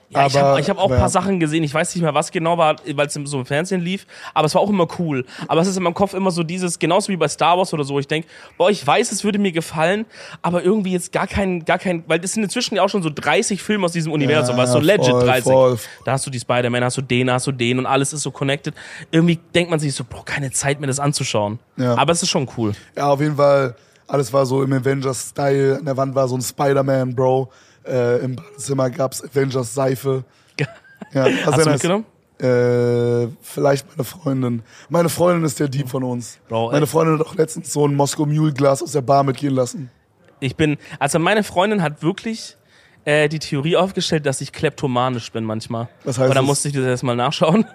[SPEAKER 2] Ja, ich
[SPEAKER 1] Aber-
[SPEAKER 2] habe ich hab auch
[SPEAKER 1] aber
[SPEAKER 2] ein paar
[SPEAKER 1] ja.
[SPEAKER 2] Sachen gesehen. Ich weiß nicht mehr, was genau war, weil es im- so im Fernsehen lief. Aber es war auch immer cool. Aber es ist in meinem Kopf immer so dieses, genauso wie bei Star Wars oder so. Ich denk, boah, ich weiß, es würde mir gefallen, aber irgendwie jetzt gar kein, gar kein, weil das sind inzwischen ja auch schon so 30 Filme aus diesem Universum, was so legit
[SPEAKER 1] voll,
[SPEAKER 2] 30.
[SPEAKER 1] voll.
[SPEAKER 2] Da hast du die Spider-Man, hast du den, hast du den und alles ist so connected. Irgendwie denkt man sich so, boah, keine Zeit, mir das anzuschauen.
[SPEAKER 1] Ja.
[SPEAKER 2] Aber es ist schon cool.
[SPEAKER 1] Ja, auf jeden Fall, alles war so im Avengers-Style. An der Wand war so ein Spider-Man, Bro. Äh, Im Badezimmer gab's Avengers-Seife. Ja, also
[SPEAKER 2] Hast du mitgenommen?
[SPEAKER 1] Äh, vielleicht meine Freundin. Meine Freundin ist der Dieb von uns.
[SPEAKER 2] Bro, ey.
[SPEAKER 1] meine Freundin hat auch letztens so ein Moscow Mule Glas aus der Bar mitgehen lassen.
[SPEAKER 2] Ich bin, also meine Freundin hat wirklich äh, die Theorie aufgestellt, dass ich kleptomanisch bin manchmal.
[SPEAKER 1] Was heißt
[SPEAKER 2] Und da
[SPEAKER 1] das?
[SPEAKER 2] musste ich das erstmal nachschauen.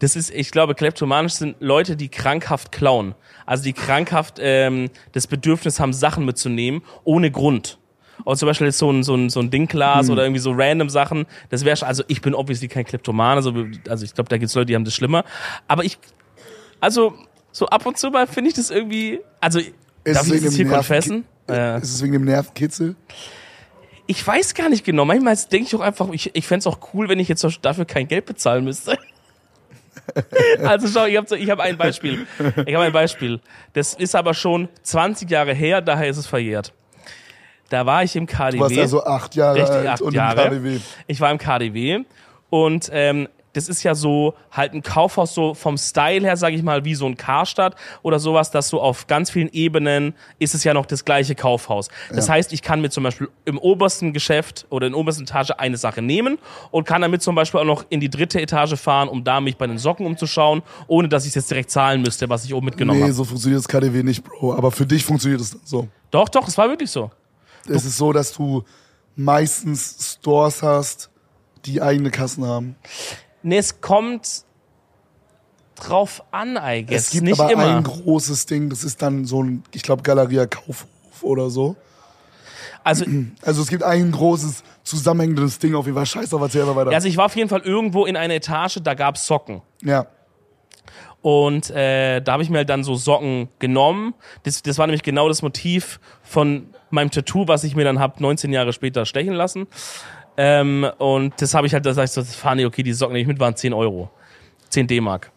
[SPEAKER 2] Das ist, ich glaube, kleptomanisch sind Leute, die krankhaft klauen. Also die krankhaft ähm, das Bedürfnis haben, Sachen mitzunehmen, ohne Grund. Oder zum Beispiel jetzt so ein, so ein, so ein Dinglas
[SPEAKER 1] Hm.
[SPEAKER 2] oder irgendwie so random Sachen. Das wäre, also ich bin obviously kein Kleptomane, also, also ich glaube, da gibt's Leute, die haben das schlimmer. Aber ich, also so ab und zu mal finde ich das irgendwie, also darf ich das Äh.
[SPEAKER 1] wegen
[SPEAKER 2] jetzt
[SPEAKER 1] dem
[SPEAKER 2] hier
[SPEAKER 1] Nerven-
[SPEAKER 2] confessen? Ja.
[SPEAKER 1] Ist es wegen dem Nervenkitzel?
[SPEAKER 2] Ich weiß gar nicht genau. Manchmal denke ich auch einfach, ich, ich fänd's auch cool, wenn ich jetzt dafür kein Geld bezahlen müsste. also schau, ich habe so, ich hab ein Beispiel. Ich habe ein Beispiel. Das ist aber schon 20 Jahre her, daher ist es verjährt. Da war ich im KDW.
[SPEAKER 1] Du warst also acht Jahre
[SPEAKER 2] Richtig,
[SPEAKER 1] alt
[SPEAKER 2] acht
[SPEAKER 1] und
[SPEAKER 2] Jahre.
[SPEAKER 1] im KDW.
[SPEAKER 2] Ich war im KDW und ähm, das ist ja so halt ein Kaufhaus so vom Style her, sage ich mal, wie so ein Karstadt oder sowas, dass so auf ganz vielen Ebenen ist es ja noch das gleiche Kaufhaus. Das
[SPEAKER 1] Ja.
[SPEAKER 2] heißt, ich kann mir zum Beispiel im obersten Geschäft oder in der obersten Etage eine Sache nehmen und kann damit zum Beispiel auch noch in die dritte Etage fahren, um da mich bei den Socken umzuschauen, ohne dass ich jetzt direkt zahlen müsste, was ich oben mitgenommen
[SPEAKER 1] Nee,
[SPEAKER 2] habe.
[SPEAKER 1] so funktioniert das KDW nicht, Bro. Aber für dich funktioniert es so.
[SPEAKER 2] Doch, doch, es war wirklich so.
[SPEAKER 1] Es ist so, dass du meistens Stores hast, die eigene Kassen haben.
[SPEAKER 2] Nee, es kommt drauf an, I guess.
[SPEAKER 1] es gibt
[SPEAKER 2] nicht
[SPEAKER 1] aber
[SPEAKER 2] immer.
[SPEAKER 1] ein großes Ding, das ist dann so ein, ich glaube, Galeria Kaufhof oder so.
[SPEAKER 2] Also,
[SPEAKER 1] Also es gibt ein großes zusammenhängendes Ding auf jeden Fall. Scheiß auf, erzähl mal weiter.
[SPEAKER 2] also ich war auf jeden Fall irgendwo in einer Etage, da gab's Socken.
[SPEAKER 1] ja.
[SPEAKER 2] Und äh, da habe ich mir halt dann so Socken genommen. Das, das war nämlich genau das Motiv von meinem Tattoo, was ich mir dann hab 19 Jahre später stechen lassen. Ähm, und das habe ich halt, da sag ich so, das war nicht okay, die Socken, die ich mit waren 10 Euro. 10 D-Mark.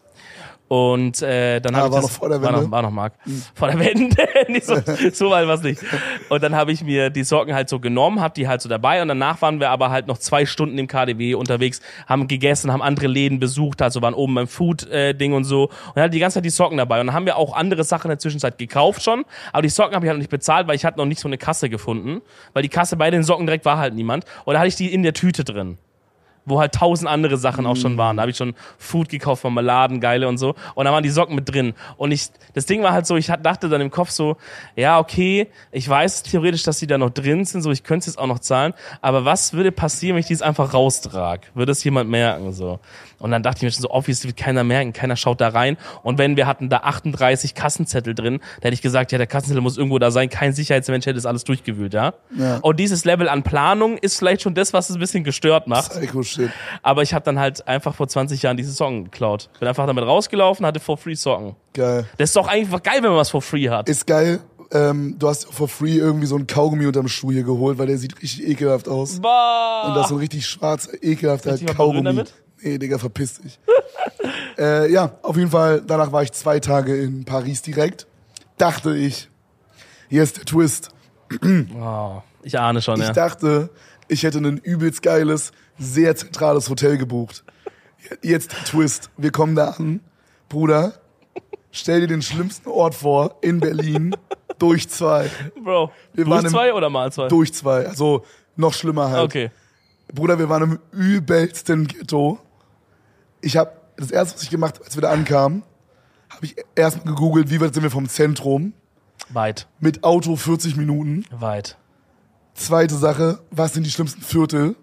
[SPEAKER 2] Und äh, dann
[SPEAKER 1] Ah,
[SPEAKER 2] habe ich
[SPEAKER 1] war
[SPEAKER 2] das,
[SPEAKER 1] noch vor der
[SPEAKER 2] War
[SPEAKER 1] Wende? Hm.
[SPEAKER 2] noch, war noch Mark. Vor der Wende. nicht so, so weit was nicht. Und dann habe ich mir die Socken halt so genommen, habe die halt so dabei und danach waren wir aber halt noch zwei Stunden im KDW unterwegs, haben gegessen, haben andere Läden besucht, also waren oben beim Food-Ding und so und hatte die ganze Zeit die Socken dabei. Und dann haben wir auch andere Sachen in der Zwischenzeit gekauft schon, aber die Socken habe ich halt noch nicht bezahlt, weil ich hatte noch nicht so eine Kasse gefunden, weil die Kasse bei den Socken direkt war halt niemand. Und da hatte ich die in der Tüte drin wo halt tausend andere Sachen auch schon waren. Da habe ich schon Food gekauft, Marmeladen, geile und so. Und da waren die Socken mit drin. Und ich, das Ding war halt so, ich hat- dachte dann im Kopf so, ja, okay, ich weiß theoretisch, dass die da noch drin sind, so ich könnte es jetzt auch noch zahlen. Aber was würde passieren, wenn ich dies einfach raustrag? Würde es jemand merken, so? Und dann dachte ich mir schon so, obviously wird keiner merken, keiner schaut da rein. Und wenn wir hatten da 38 Kassenzettel drin, da hätte ich gesagt, ja, der Kassenzettel muss irgendwo da sein, kein Sicherheitsmensch hätte das alles durchgewühlt, ja?
[SPEAKER 1] Ja.
[SPEAKER 2] Und dieses Level an Planung ist vielleicht schon das, was es ein bisschen gestört macht.
[SPEAKER 1] Psycho Shit.
[SPEAKER 2] Aber ich habe dann halt einfach vor 20 Jahren diese Socken geklaut. Bin einfach damit rausgelaufen, hatte for free Socken.
[SPEAKER 1] Geil.
[SPEAKER 2] Das ist doch einfach geil, wenn man was for free hat.
[SPEAKER 1] Ist geil. Ähm, du hast for free irgendwie so einen Kaugummi unterm Schuh hier geholt, weil der sieht richtig ekelhaft aus.
[SPEAKER 2] Boah.
[SPEAKER 1] Und das ist so ein richtig schwarzer, ekelhafter
[SPEAKER 2] Richtig mal
[SPEAKER 1] Kaugummi.
[SPEAKER 2] berühren damit?
[SPEAKER 1] Nee, Digga, verpiss dich. äh, ja, auf jeden Fall, danach war ich zwei Tage in Paris direkt. Dachte ich, hier ist der Twist.
[SPEAKER 2] oh, ich ahne schon,
[SPEAKER 1] Ich
[SPEAKER 2] ja.
[SPEAKER 1] dachte, ich hätte ein übelst geiles, sehr zentrales Hotel gebucht. Jetzt der Twist. Wir kommen da an, Bruder. Stell dir den schlimmsten Ort vor in Berlin durch zwei.
[SPEAKER 2] Bro,
[SPEAKER 1] Wir
[SPEAKER 2] durch
[SPEAKER 1] waren im-
[SPEAKER 2] zwei oder mal zwei?
[SPEAKER 1] Durch zwei. Also noch schlimmer halt.
[SPEAKER 2] Okay.
[SPEAKER 1] Bruder, wir waren im übelsten Ghetto. Ich habe das erste, was ich gemacht, als wir da ankamen, habe ich erstmal gegoogelt, wie weit sind wir vom Zentrum?
[SPEAKER 2] Weit,
[SPEAKER 1] Mit Auto 40 Minuten.
[SPEAKER 2] weit.
[SPEAKER 1] Zweite Sache, was sind die schlimmsten Viertel?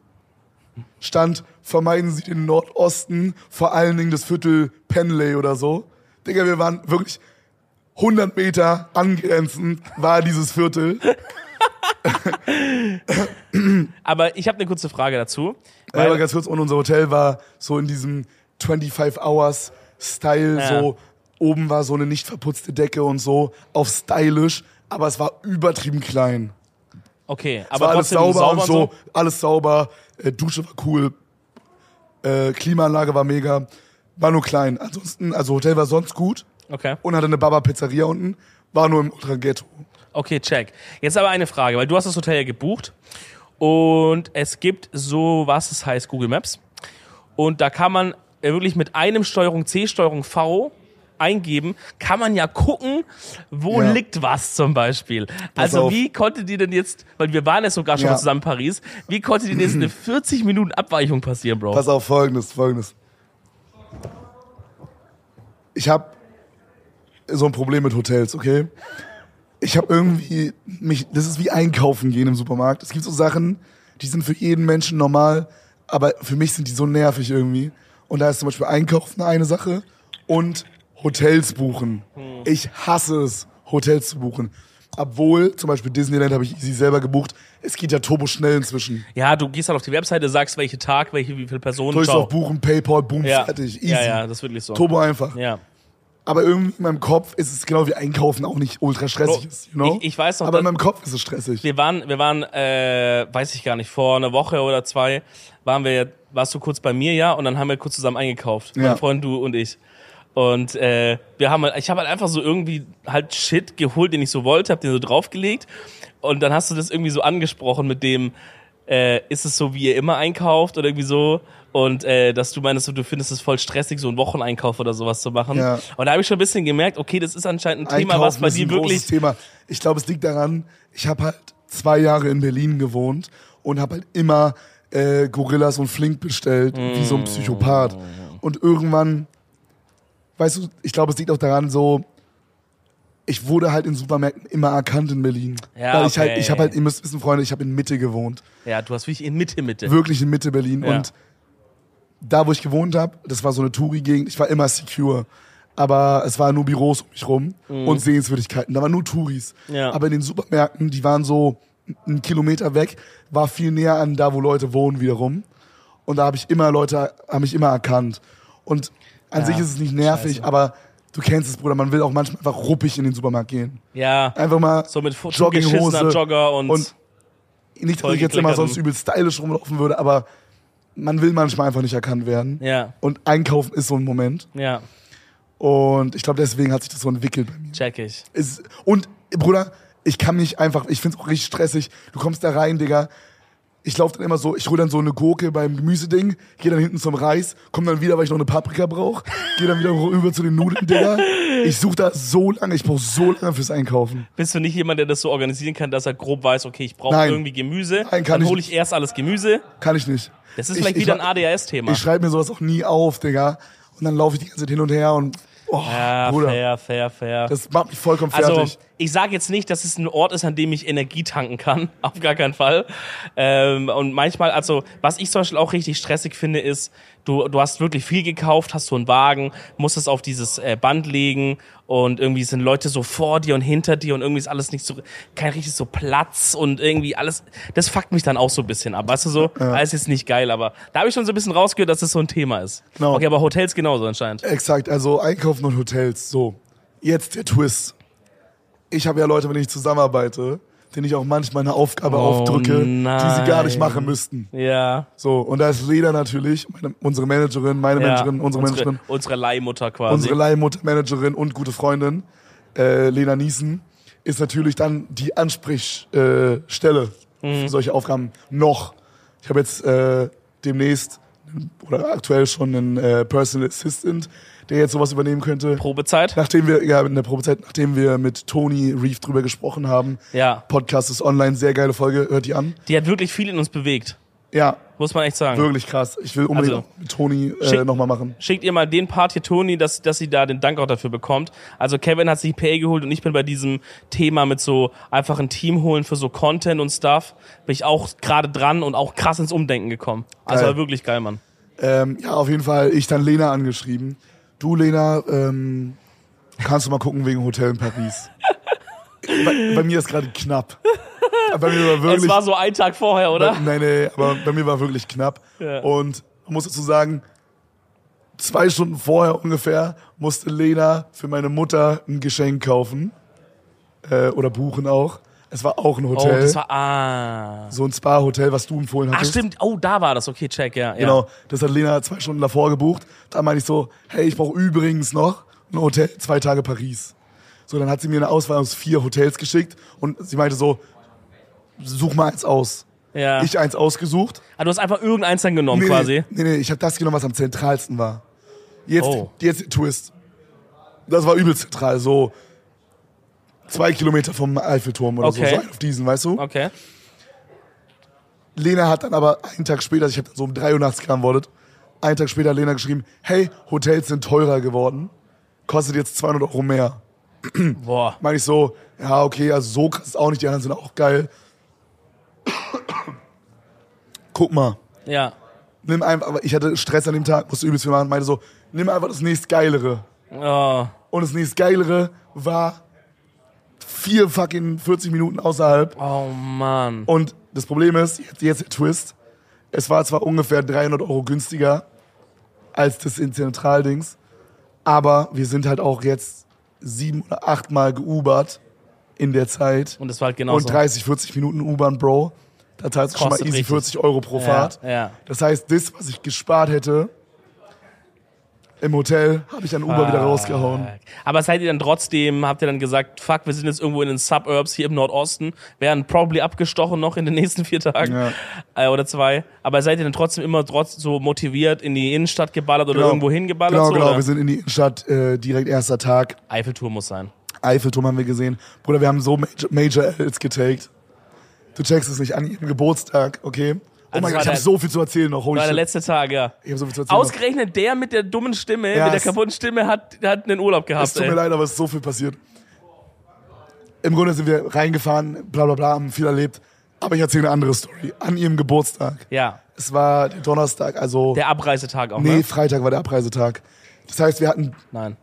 [SPEAKER 1] Stand, vermeiden Sie den Nordosten, vor allen Dingen das Viertel Penley oder so. Digga, wir waren wirklich 100 Meter angrenzend war dieses Viertel.
[SPEAKER 2] Aber ich habe eine kurze Frage dazu.
[SPEAKER 1] Ja,
[SPEAKER 2] Weil,
[SPEAKER 1] aber ganz kurz, und unser Hotel war so in diesem 25-Hours-Style,
[SPEAKER 2] Ja.
[SPEAKER 1] so oben war so eine nicht verputzte Decke und so, auf stylisch, aber es war übertrieben klein. Es
[SPEAKER 2] okay,
[SPEAKER 1] war
[SPEAKER 2] aber
[SPEAKER 1] alles
[SPEAKER 2] trotzdem
[SPEAKER 1] sauber,
[SPEAKER 2] sauber
[SPEAKER 1] und so, alles sauber, äh, Dusche war cool, äh, Klimaanlage war mega, war nur klein. Ansonsten, also Hotel war sonst gut
[SPEAKER 2] Okay.
[SPEAKER 1] und hatte eine Baba-Pizzeria unten, war nur im Ultra-Ghetto.
[SPEAKER 2] Okay, check. Jetzt aber eine Frage, weil du hast das Hotel ja gebucht und es gibt so was, das heißt Google Maps und da kann man äh, wirklich mit einem Steuerung C, Steuerung V eingeben, kann man ja gucken, wo
[SPEAKER 1] Ja.
[SPEAKER 2] liegt was zum Beispiel. also
[SPEAKER 1] auf.
[SPEAKER 2] wie konnte dir denn jetzt, weil wir waren jetzt sogar schon
[SPEAKER 1] Ja.
[SPEAKER 2] mal zusammen in Paris, wie konnte dir denn jetzt eine 40 Minuten Abweichung passieren, Bro?
[SPEAKER 1] Pass auf, folgendes, folgendes. Ich habe so ein Problem mit Hotels, okay? Ich habe irgendwie mich, das ist wie einkaufen gehen im Supermarkt. Es gibt so Sachen, die sind für jeden Menschen normal, aber für mich sind die so nervig irgendwie. Und da ist zum Beispiel einkaufen eine Sache und Hotels buchen.
[SPEAKER 2] Hm.
[SPEAKER 1] Ich hasse es, Hotels zu buchen. Obwohl, zum Beispiel Disneyland habe ich sie selber gebucht. Es geht ja turbo schnell inzwischen.
[SPEAKER 2] Ja, du gehst halt auf die Webseite, sagst, welche Tag, welche, wie viele Personen.
[SPEAKER 1] Drückst
[SPEAKER 2] ciao.
[SPEAKER 1] auf Buchen, Paypal, boom,
[SPEAKER 2] ja.
[SPEAKER 1] fertig. Easy.
[SPEAKER 2] ja, ja, das ist wirklich so.
[SPEAKER 1] Turbo einfach.
[SPEAKER 2] Ja.
[SPEAKER 1] Aber irgendwie in meinem Kopf ist es genau wie Einkaufen auch nicht ultra stressig
[SPEAKER 2] Bro,
[SPEAKER 1] ist. You know?
[SPEAKER 2] ich- ich weiß noch,
[SPEAKER 1] Aber in
[SPEAKER 2] dass-
[SPEAKER 1] meinem Kopf ist es stressig.
[SPEAKER 2] Wir waren, wir waren, äh, weiß ich gar nicht, vor einer Woche oder zwei waren wir, warst du kurz bei mir, ja, und dann haben wir kurz zusammen eingekauft.
[SPEAKER 1] Ja.
[SPEAKER 2] Mein Freund, du und ich. Und äh, wir haben, halt- ich habe halt einfach so irgendwie halt Shit geholt, den ich so wollte, hab den so draufgelegt. Und dann hast du das irgendwie so angesprochen mit dem, äh, ist es so, wie ihr immer einkauft oder irgendwie so. Und äh, dass du meinst, so, du findest es voll stressig, so einen Wocheneinkauf oder sowas zu machen.
[SPEAKER 1] Ja.
[SPEAKER 2] Und da habe ich schon ein bisschen gemerkt, okay, das ist anscheinend ein Thema, was bei
[SPEAKER 1] ist
[SPEAKER 2] dir
[SPEAKER 1] ein großes
[SPEAKER 2] wirklich
[SPEAKER 1] Thema. Ich glaube, es liegt daran, ich habe halt zwei Jahre in Berlin gewohnt und habe halt immer äh, Gorillas und Flink bestellt, wie
[SPEAKER 2] Mm.
[SPEAKER 1] so ein Psychopath. Und irgendwann, weißt du, ich glaube, es liegt auch daran, so, ich wurde halt in Supermärkten immer erkannt in Berlin.
[SPEAKER 2] Ja,
[SPEAKER 1] Weil ich halt,
[SPEAKER 2] okay.
[SPEAKER 1] ich habe halt, ihr müsst wissen, Freunde, ich habe in Mitte gewohnt.
[SPEAKER 2] Ja, du hast wirklich in Mitte, Mitte.
[SPEAKER 1] wirklich in Mitte Berlin.
[SPEAKER 2] Ja.
[SPEAKER 1] Und da, wo ich gewohnt habe, das war so eine Touri-Gegend, ich war immer secure. Aber es waren nur Büros um mich rum und Sehenswürdigkeiten. Da waren nur Touris.
[SPEAKER 2] Mhm. Ja.
[SPEAKER 1] Aber in den Supermärkten, die waren so einen Kilometer weg, war viel näher an da, wo Leute wohnen wiederum. Und da habe ich immer Leute, haben mich immer erkannt. Und an
[SPEAKER 2] Ja,
[SPEAKER 1] sich ist es nicht nervig,
[SPEAKER 2] scheiße.
[SPEAKER 1] aber du kennst es, Bruder, man will auch manchmal einfach ruppig in den Supermarkt gehen.
[SPEAKER 2] Ja.
[SPEAKER 1] Einfach mal
[SPEAKER 2] So mit Fu- zugeschissener
[SPEAKER 1] Jogginghose
[SPEAKER 2] Jogger und,
[SPEAKER 1] und nicht, dass ich jetzt immer
[SPEAKER 2] Vollgekleckerten.
[SPEAKER 1] sonst übel stylisch rumlaufen würde, aber man will manchmal einfach nicht erkannt werden.
[SPEAKER 2] ja,
[SPEAKER 1] Und einkaufen ist so ein Moment.
[SPEAKER 2] ja,
[SPEAKER 1] Und ich glaube, deswegen hat sich das so entwickelt bei mir.
[SPEAKER 2] check ich.
[SPEAKER 1] Es- und, Bruder, ich kann mich einfach, ich find's auch richtig stressig. Du kommst da rein, Digga. Ich laufe dann immer so, ich hole dann so eine Gurke beim Gemüseding, gehe dann hinten zum Reis, komm dann wieder, weil ich noch eine Paprika brauche, gehe dann wieder rüber zu den Nudeln, Digga. Ich suche da so lange, ich brauche so lange fürs Einkaufen.
[SPEAKER 2] Bist du nicht jemand, der das so organisieren kann, dass er grob weiß, okay, ich brauche
[SPEAKER 1] Nein.
[SPEAKER 2] irgendwie Gemüse,
[SPEAKER 1] Nein, kann
[SPEAKER 2] dann
[SPEAKER 1] ich
[SPEAKER 2] hole ich erst alles Gemüse.
[SPEAKER 1] Kann ich nicht.
[SPEAKER 2] Das ist
[SPEAKER 1] ich,
[SPEAKER 2] vielleicht
[SPEAKER 1] ich,
[SPEAKER 2] wieder
[SPEAKER 1] ma-
[SPEAKER 2] ein ADHS-Thema.
[SPEAKER 1] Ich schreibe mir sowas auch nie auf, Digga. Und dann laufe ich die ganze Zeit hin und her und oh,
[SPEAKER 2] Ja,
[SPEAKER 1] Bruder,
[SPEAKER 2] fair, fair, fair.
[SPEAKER 1] das macht mich vollkommen
[SPEAKER 2] also,
[SPEAKER 1] fertig.
[SPEAKER 2] ich sage jetzt nicht, dass es ein Ort ist, an dem ich Energie tanken kann. Auf gar keinen Fall. Ähm, und manchmal, also, was ich zum Beispiel auch richtig stressig finde, ist, du, du hast wirklich viel gekauft, hast so einen Wagen, musst es auf dieses äh, Band legen und irgendwie sind Leute so vor dir und hinter dir und irgendwie ist alles nicht so, kein richtig so Platz und irgendwie alles, das fuckt mich dann auch so ein bisschen ab, weißt du so? Alles ist jetzt nicht geil, aber da habe ich schon so ein bisschen rausgehört, dass das so ein Thema ist.
[SPEAKER 1] Genau.
[SPEAKER 2] Okay, aber Hotels genauso anscheinend.
[SPEAKER 1] Exakt, also Einkaufen und Hotels. So, jetzt der Twist. Ich habe ja Leute, mit denen ich zusammenarbeite, denen ich auch manchmal eine Aufgabe aufdrücke, die sie gar nicht
[SPEAKER 2] nein.
[SPEAKER 1] machen müssten.
[SPEAKER 2] Ja.
[SPEAKER 1] So, und da ist Leda natürlich, meine, unsere Managerin, meine Managerin, unsere, Managerin,
[SPEAKER 2] Unsere Leihmutter quasi.
[SPEAKER 1] unsere Leihmutter, Managerin und gute Freundin, äh, Lena Niesen, ist natürlich dann die
[SPEAKER 2] Mhm.
[SPEAKER 1] Ansprechstelle äh, Stelle für solche Aufgaben noch. Ich habe jetzt äh, demnächst oder aktuell schon einen äh, Personal Assistant, der jetzt sowas übernehmen könnte.
[SPEAKER 2] Probezeit.
[SPEAKER 1] Nachdem wir, ja, in der Probezeit, nachdem wir mit Toni Reef drüber gesprochen haben.
[SPEAKER 2] Ja.
[SPEAKER 1] Podcast ist online, sehr geile Folge, hört die an.
[SPEAKER 2] Die hat wirklich viel in uns bewegt.
[SPEAKER 1] Ja,
[SPEAKER 2] Muss man echt sagen.
[SPEAKER 1] wirklich krass. Ich will unbedingt
[SPEAKER 2] Also,
[SPEAKER 1] auch mit Toni äh,
[SPEAKER 2] schick-
[SPEAKER 1] nochmal machen.
[SPEAKER 2] Schickt ihr mal den Part hier Toni, dass, dass sie da den Dank auch dafür bekommt. Also Kevin hat sich PA geholt und ich bin bei diesem Thema mit so einfach ein Team holen für so Content und Stuff, bin ich auch gerade dran und auch krass ins Umdenken gekommen. Also
[SPEAKER 1] Geil.
[SPEAKER 2] war wirklich geil, Mann.
[SPEAKER 1] Ähm, ja, auf jeden Fall, ich dann Lena angeschrieben. Du, Lena, ähm, kannst du mal gucken wegen Hotel in Paris? bei, bei mir ist gerade knapp. Bei mir war wirklich
[SPEAKER 2] Es war so ein Tag vorher, oder?
[SPEAKER 1] Nein, nein, aber bei mir war wirklich knapp.
[SPEAKER 2] Ja.
[SPEAKER 1] Und man muss dazu sagen, zwei Stunden vorher ungefähr musste Lena für meine Mutter ein Geschenk kaufen. Äh, oder buchen auch. Es war auch ein
[SPEAKER 2] Oh,
[SPEAKER 1] Hotel.
[SPEAKER 2] das war. Ah.
[SPEAKER 1] so ein Spa-Hotel, was du empfohlen
[SPEAKER 2] Ach
[SPEAKER 1] hattest.
[SPEAKER 2] stimmt, oh, da war das. Okay, check, ja. ja.
[SPEAKER 1] Genau, das hat Lena zwei Stunden davor gebucht. Da meinte ich so, hey, ich brauche übrigens noch ein Hotel, zwei Tage Paris. So, dann hat sie mir eine Auswahl aus vier Hotels geschickt und sie meinte so, such mal eins aus.
[SPEAKER 2] Ja.
[SPEAKER 1] Ich eins ausgesucht.
[SPEAKER 2] ah, du hast einfach irgendeins dann genommen
[SPEAKER 1] nee,
[SPEAKER 2] quasi.
[SPEAKER 1] Nee, nee, ich habe das genommen, was am zentralsten war. Jetzt,
[SPEAKER 2] Oh.
[SPEAKER 1] jetzt der Twist. Das war übel zentral, so zwei Kilometer vom Eiffelturm oder
[SPEAKER 2] Okay.
[SPEAKER 1] so, so auf diesen, weißt du?
[SPEAKER 2] Okay.
[SPEAKER 1] Lena hat dann aber einen Tag später, ich habe dann so um 3 Uhr nachts geantwortet, einen Tag später hat Lena geschrieben, hey, Hotels sind teurer geworden, kostet jetzt 200 Euro mehr.
[SPEAKER 2] Boah.
[SPEAKER 1] Meine ich so, ja, okay, also so krass auch nicht, die anderen sind auch geil. Guck mal,
[SPEAKER 2] Ja.
[SPEAKER 1] nimm einfach, aber ich hatte Stress an dem Tag, musste übelst viel machen, meinte so, nimm einfach das nächstgeilere.
[SPEAKER 2] Oh.
[SPEAKER 1] Und das nächstgeilere war vier fucking 40 Minuten außerhalb.
[SPEAKER 2] Oh Mann.
[SPEAKER 1] Und das Problem ist, jetzt, jetzt der Twist, es war zwar ungefähr 300 Euro günstiger als das in Zentraldings, aber wir sind halt auch jetzt sieben oder achtmal geubert in der Zeit
[SPEAKER 2] Und das war halt genau
[SPEAKER 1] und
[SPEAKER 2] so.
[SPEAKER 1] 30, 40 Minuten U-Bahn, Bro. Da zahlst du schon mal
[SPEAKER 2] Kostet
[SPEAKER 1] easy
[SPEAKER 2] richtig.
[SPEAKER 1] 40 Euro pro
[SPEAKER 2] ja,
[SPEAKER 1] Fahrt.
[SPEAKER 2] ja.
[SPEAKER 1] Das heißt, das, was ich gespart hätte im Hotel, habe ich an Uber
[SPEAKER 2] Ah.
[SPEAKER 1] wieder rausgehauen.
[SPEAKER 2] Fuck. Aber seid ihr dann trotzdem, habt ihr dann gesagt, fuck, wir sind jetzt irgendwo in den Suburbs hier im Nordosten, werden probably abgestochen noch in den nächsten vier Tagen
[SPEAKER 1] Ja.
[SPEAKER 2] äh, oder zwei. Aber seid ihr dann trotzdem immer trotz so motiviert in die Innenstadt geballert oder irgendwo hingeballert?
[SPEAKER 1] Genau,
[SPEAKER 2] so,
[SPEAKER 1] genau.
[SPEAKER 2] oder?
[SPEAKER 1] Wir sind in die Innenstadt, äh, direkt erster Tag.
[SPEAKER 2] Eiffeltour muss sein.
[SPEAKER 1] Eiffelturm haben wir gesehen. Bruder, wir haben so Major, Major L's getaked. Du checkst es nicht an ihrem Geburtstag, okay? Oh
[SPEAKER 2] Also
[SPEAKER 1] mein Gott,
[SPEAKER 2] war
[SPEAKER 1] ich habe
[SPEAKER 2] der-
[SPEAKER 1] so viel zu erzählen noch. Holy
[SPEAKER 2] War der
[SPEAKER 1] shit.
[SPEAKER 2] letzte Tag, ja.
[SPEAKER 1] Ich habe so viel zu erzählen. noch.
[SPEAKER 2] Ausgerechnet der mit der dummen Stimme,
[SPEAKER 1] Ja,
[SPEAKER 2] mit der
[SPEAKER 1] es-
[SPEAKER 2] kaputten Stimme hat, hat einen Urlaub
[SPEAKER 1] Es
[SPEAKER 2] gehabt,
[SPEAKER 1] tut mir
[SPEAKER 2] ey.
[SPEAKER 1] leid, aber es ist so viel passiert. Im Grunde sind wir reingefahren, bla bla bla, haben viel erlebt. Aber ich erzähle eine andere Story. An ihrem Geburtstag.
[SPEAKER 2] Ja,
[SPEAKER 1] Es war der Donnerstag, also.
[SPEAKER 2] der Abreisetag auch,
[SPEAKER 1] nee,
[SPEAKER 2] ne?
[SPEAKER 1] Freitag war der Abreisetag. Das heißt, wir hatten.
[SPEAKER 2] Nein.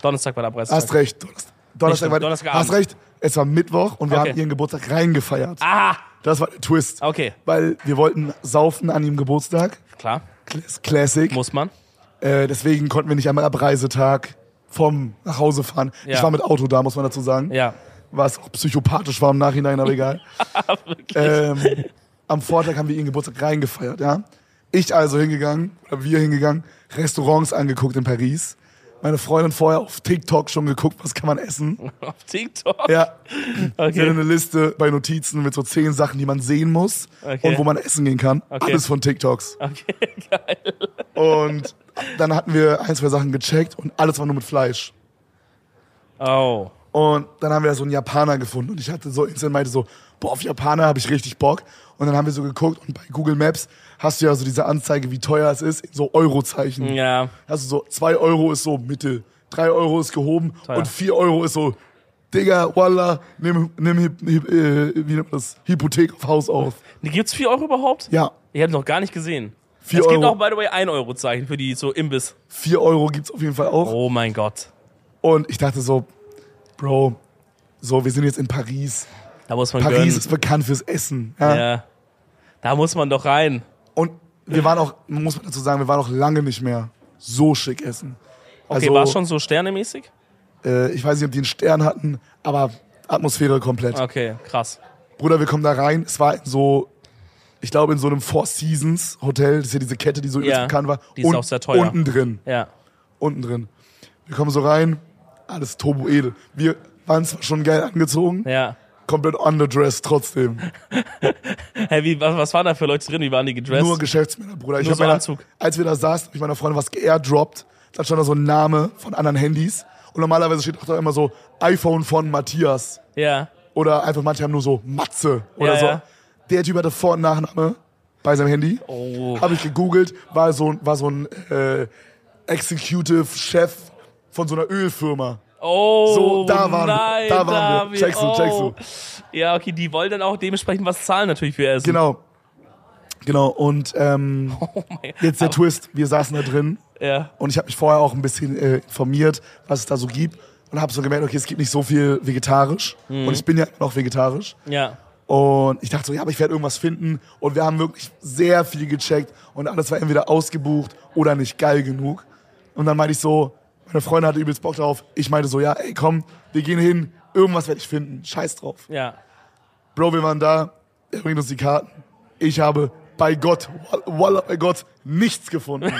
[SPEAKER 2] Donnerstag war der Abreisetag.
[SPEAKER 1] Hast recht. Donnerstag, Donnerstag war.
[SPEAKER 2] Donnerstagabend.
[SPEAKER 1] Hast recht. Es war Mittwoch und wir
[SPEAKER 2] Okay.
[SPEAKER 1] haben ihren Geburtstag reingefeiert.
[SPEAKER 2] Ah,
[SPEAKER 1] Das war der Twist.
[SPEAKER 2] okay,
[SPEAKER 1] weil wir wollten saufen an ihrem Geburtstag.
[SPEAKER 2] klar,
[SPEAKER 1] Cl- Classic.
[SPEAKER 2] muss man.
[SPEAKER 1] Äh, deswegen konnten wir nicht am Abreisetag vom nach Hause fahren.
[SPEAKER 2] Ja.
[SPEAKER 1] Ich war mit Auto da, muss man dazu sagen.
[SPEAKER 2] Ja,
[SPEAKER 1] Was auch psychopathisch war im Nachhinein, aber egal. ähm, am Vortag haben wir ihren Geburtstag reingefeiert, ja. Ich also hingegangen, oder wir hingegangen, Restaurants angeguckt in Paris. Meine Freundin vorher auf TikTok schon geguckt, was kann man essen.
[SPEAKER 2] auf TikTok.
[SPEAKER 1] Ja, Sie hatte
[SPEAKER 2] Okay.
[SPEAKER 1] eine Liste bei Notizen mit so zehn Sachen, die man sehen muss
[SPEAKER 2] Okay.
[SPEAKER 1] und wo man essen gehen kann.
[SPEAKER 2] Okay.
[SPEAKER 1] Alles von TikToks.
[SPEAKER 2] Okay, geil.
[SPEAKER 1] Und dann hatten wir ein, zwei Sachen gecheckt und alles war nur mit Fleisch.
[SPEAKER 2] Oh.
[SPEAKER 1] Und dann haben wir so einen Japaner gefunden und ich hatte so instant meinte so, boah, auf Japaner habe ich richtig Bock. Und dann haben wir so geguckt und bei Google Maps hast du ja so diese Anzeige, wie teuer es ist, in so Eurozeichen.
[SPEAKER 2] Ja,
[SPEAKER 1] Also so 2 Euro ist so Mittel, 3 Euro ist gehoben
[SPEAKER 2] Teuer.
[SPEAKER 1] und 4 Euro ist so, Digga, Wallah, nimm, nimm hip, hip, äh, wie nennt man das? Hypothek auf Haus auf.
[SPEAKER 2] gibt's 4 Euro überhaupt?
[SPEAKER 1] Ja,
[SPEAKER 2] Ich habe noch gar nicht gesehen.
[SPEAKER 1] Vier
[SPEAKER 2] es gibt
[SPEAKER 1] Euro.
[SPEAKER 2] auch, by the way, 1 Euro Zeichen für die so Imbiss.
[SPEAKER 1] 4 Euro gibt's auf jeden Fall auch.
[SPEAKER 2] Oh mein Gott.
[SPEAKER 1] Und ich dachte so, Bro, so, wir sind jetzt in Paris.
[SPEAKER 2] Da muss man
[SPEAKER 1] Paris
[SPEAKER 2] gönnen.
[SPEAKER 1] ist bekannt fürs Essen. Ja?
[SPEAKER 2] Ja. Da muss man doch rein.
[SPEAKER 1] Und wir waren auch, muss man dazu sagen, wir waren auch lange nicht mehr so schick essen. Also,
[SPEAKER 2] Okay, war schon so sternemäßig?
[SPEAKER 1] Äh, ich weiß nicht, ob die einen Stern hatten, aber Atmosphäre komplett.
[SPEAKER 2] Okay, krass.
[SPEAKER 1] Bruder, wir kommen da rein. Es war in so, ich glaube, in so einem Four Seasons Hotel. Das ist ja diese Kette, die so übelst
[SPEAKER 2] Ja,
[SPEAKER 1] bekannt war.
[SPEAKER 2] die ist
[SPEAKER 1] Und-
[SPEAKER 2] auch sehr teuer.
[SPEAKER 1] Unten drin.
[SPEAKER 2] Ja.
[SPEAKER 1] unten drin. Wir kommen so rein, alles turbo edel. Wir waren zwar schon geil angezogen,
[SPEAKER 2] Ja.
[SPEAKER 1] komplett underdressed trotzdem.
[SPEAKER 2] Hey, wie, was, was waren da für Leute drin? Wie waren die gedressed?
[SPEAKER 1] Nur Geschäftsmänner, Bruder. Ich
[SPEAKER 2] Nur
[SPEAKER 1] hab
[SPEAKER 2] so
[SPEAKER 1] meiner,
[SPEAKER 2] Anzug.
[SPEAKER 1] Als wir da saßen, hab ich meiner Freundin was geairdroppt. Dann stand da so ein Name von anderen Handys. Und normalerweise steht auch da immer so iPhone von Matthias.
[SPEAKER 2] ja.
[SPEAKER 1] Oder einfach manche haben nur so Matze oder
[SPEAKER 2] Ja,
[SPEAKER 1] so.
[SPEAKER 2] ja.
[SPEAKER 1] Der Typ hatte Vor- und Nachname bei seinem Handy.
[SPEAKER 2] Oh.
[SPEAKER 1] Habe ich gegoogelt, war so, ein- war so ein äh, Executive-Chef von so einer Ölfirma.
[SPEAKER 2] Oh,
[SPEAKER 1] So, da waren wir,
[SPEAKER 2] nein,
[SPEAKER 1] da waren wir. Checkst du,
[SPEAKER 2] oh.
[SPEAKER 1] checkst
[SPEAKER 2] Ja, okay, die wollen dann auch dementsprechend was zahlen natürlich für ihr Essen.
[SPEAKER 1] Genau. Genau, und ähm,
[SPEAKER 2] Oh mein
[SPEAKER 1] jetzt der Twist. Wir saßen da drin
[SPEAKER 2] Ja.
[SPEAKER 1] und ich habe mich vorher auch ein bisschen äh, informiert, was es da so gibt. Und habe so gemerkt, okay, es gibt nicht so viel vegetarisch.
[SPEAKER 2] Mhm.
[SPEAKER 1] Und ich bin ja noch vegetarisch.
[SPEAKER 2] Ja.
[SPEAKER 1] Und ich dachte so, ja, aber ich werde irgendwas finden. Und wir haben wirklich sehr viel gecheckt. Und alles war entweder ausgebucht oder nicht geil genug. Und dann meinte ich so, meine Freundin hatte übelst Bock drauf. Ich meinte so, ja, ey, komm, wir gehen hin. Irgendwas werde ich finden. Scheiß drauf.
[SPEAKER 2] Ja.
[SPEAKER 1] Bro, wir waren da. Er bringt uns die Karten. Ich habe bei Gott, wall- Wallah, bei Gott, nichts gefunden.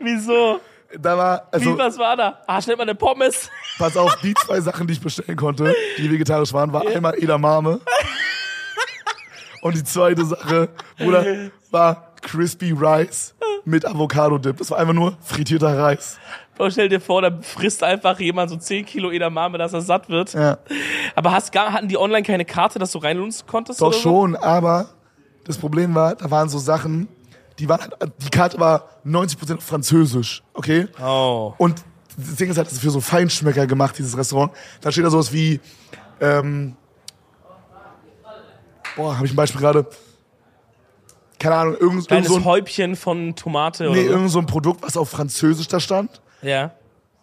[SPEAKER 2] Wieso?
[SPEAKER 1] da war,
[SPEAKER 2] Wie,
[SPEAKER 1] also,
[SPEAKER 2] was war da? Ah, schnell mal eine Pommes.
[SPEAKER 1] pass auf, die zwei Sachen, die ich bestellen konnte, die vegetarisch waren, war einmal Edamame. Und die zweite Sache, Bruder, war Crispy Rice mit Avocado-Dip. Das war einfach nur frittierter Reis.
[SPEAKER 2] Bro, stell dir vor, da frisst einfach jemand so 10 Kilo Edamame, dass er satt wird.
[SPEAKER 1] Ja.
[SPEAKER 2] Aber hast gar, hatten die online keine Karte, dass du reinlunzen konntest?
[SPEAKER 1] Doch
[SPEAKER 2] oder So?
[SPEAKER 1] schon, aber das Problem war, da waren so Sachen, die waren, die Karte war 90% auf französisch, okay?
[SPEAKER 2] Oh.
[SPEAKER 1] Und das Ding ist halt, das ist für so Feinschmecker gemacht, dieses Restaurant. Da steht da sowas wie, ähm, boah, habe ich ein Beispiel gerade? Keine Ahnung, irgend, irgend
[SPEAKER 2] Kleines
[SPEAKER 1] so ein,
[SPEAKER 2] Häubchen von Tomate
[SPEAKER 1] nee,
[SPEAKER 2] oder
[SPEAKER 1] irgend so ein Produkt, was auf Französisch da stand,
[SPEAKER 2] so. Ja.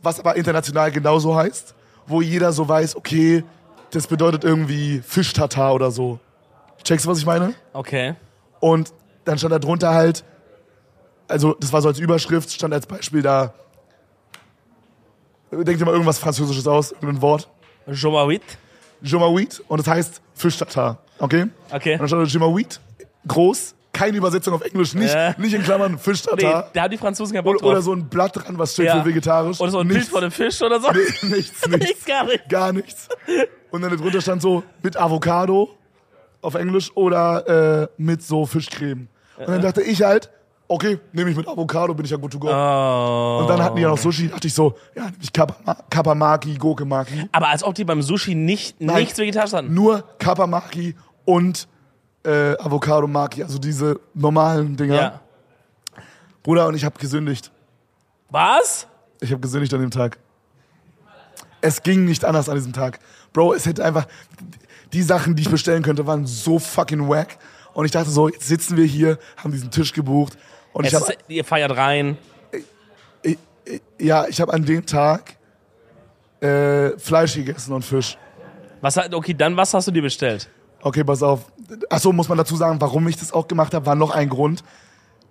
[SPEAKER 1] was aber international genauso heißt, wo jeder so weiß, okay, das bedeutet irgendwie Fischtatar oder so. Checkst du, was ich meine?
[SPEAKER 2] Okay.
[SPEAKER 1] Und dann stand da drunter halt, also das war so als Überschrift, stand als Beispiel da, denk dir mal irgendwas Französisches aus, irgendein Wort.
[SPEAKER 2] Jomawit.
[SPEAKER 1] Jumawit und das heißt Fischtatar, okay? Und
[SPEAKER 2] Okay.
[SPEAKER 1] dann stand da Jumawit, groß, keine Übersetzung auf Englisch, nicht,
[SPEAKER 2] Ja.
[SPEAKER 1] nicht in Klammern
[SPEAKER 2] Nee,
[SPEAKER 1] Fischtatar.
[SPEAKER 2] da haben die Franzosen keinen Bock
[SPEAKER 1] oder,
[SPEAKER 2] drauf.
[SPEAKER 1] oder so ein Blatt dran, was steht
[SPEAKER 2] Ja.
[SPEAKER 1] für vegetarisch.
[SPEAKER 2] Oder so ein Bild
[SPEAKER 1] nichts,
[SPEAKER 2] von einem Fisch oder so.
[SPEAKER 1] Nee, nichts, nichts,
[SPEAKER 2] Gar nicht.
[SPEAKER 1] gar nichts. Und dann drunter stand so mit Avocado auf Englisch oder äh, mit so Fischcreme. Und dann dachte ich halt, okay, nehme ich mit Avocado, bin ich ja gut to go.
[SPEAKER 2] Oh.
[SPEAKER 1] Und dann hatten die ja noch Sushi, dachte ich so, ja, nehme ich Kappa- Kappamaki, Gokemaki.
[SPEAKER 2] Oh. Aber als ob die beim Sushi nicht,
[SPEAKER 1] Nein.
[SPEAKER 2] nichts vegetarisch hatten.
[SPEAKER 1] Nur Kappamaki und äh, Avocado Maki, also diese normalen Dinger.
[SPEAKER 2] Ja.
[SPEAKER 1] Bruder, und ich habe gesündigt.
[SPEAKER 2] Was?
[SPEAKER 1] Ich habe gesündigt an dem Tag. Es ging nicht anders an diesem Tag. Bro, es hätte einfach. Die Sachen, die ich bestellen könnte, waren so fucking wack. Und ich dachte so, jetzt sitzen wir hier, haben diesen Tisch gebucht. Und
[SPEAKER 2] Es
[SPEAKER 1] ich habe.
[SPEAKER 2] ist, ihr feiert rein.
[SPEAKER 1] Ja, ich habe an dem Tag äh, Fleisch gegessen und Fisch.
[SPEAKER 2] Was, hat- okay, dann was hast du dir bestellt?
[SPEAKER 1] Okay, pass auf. Achso, muss man dazu sagen, warum ich das auch gemacht habe, war noch ein Grund.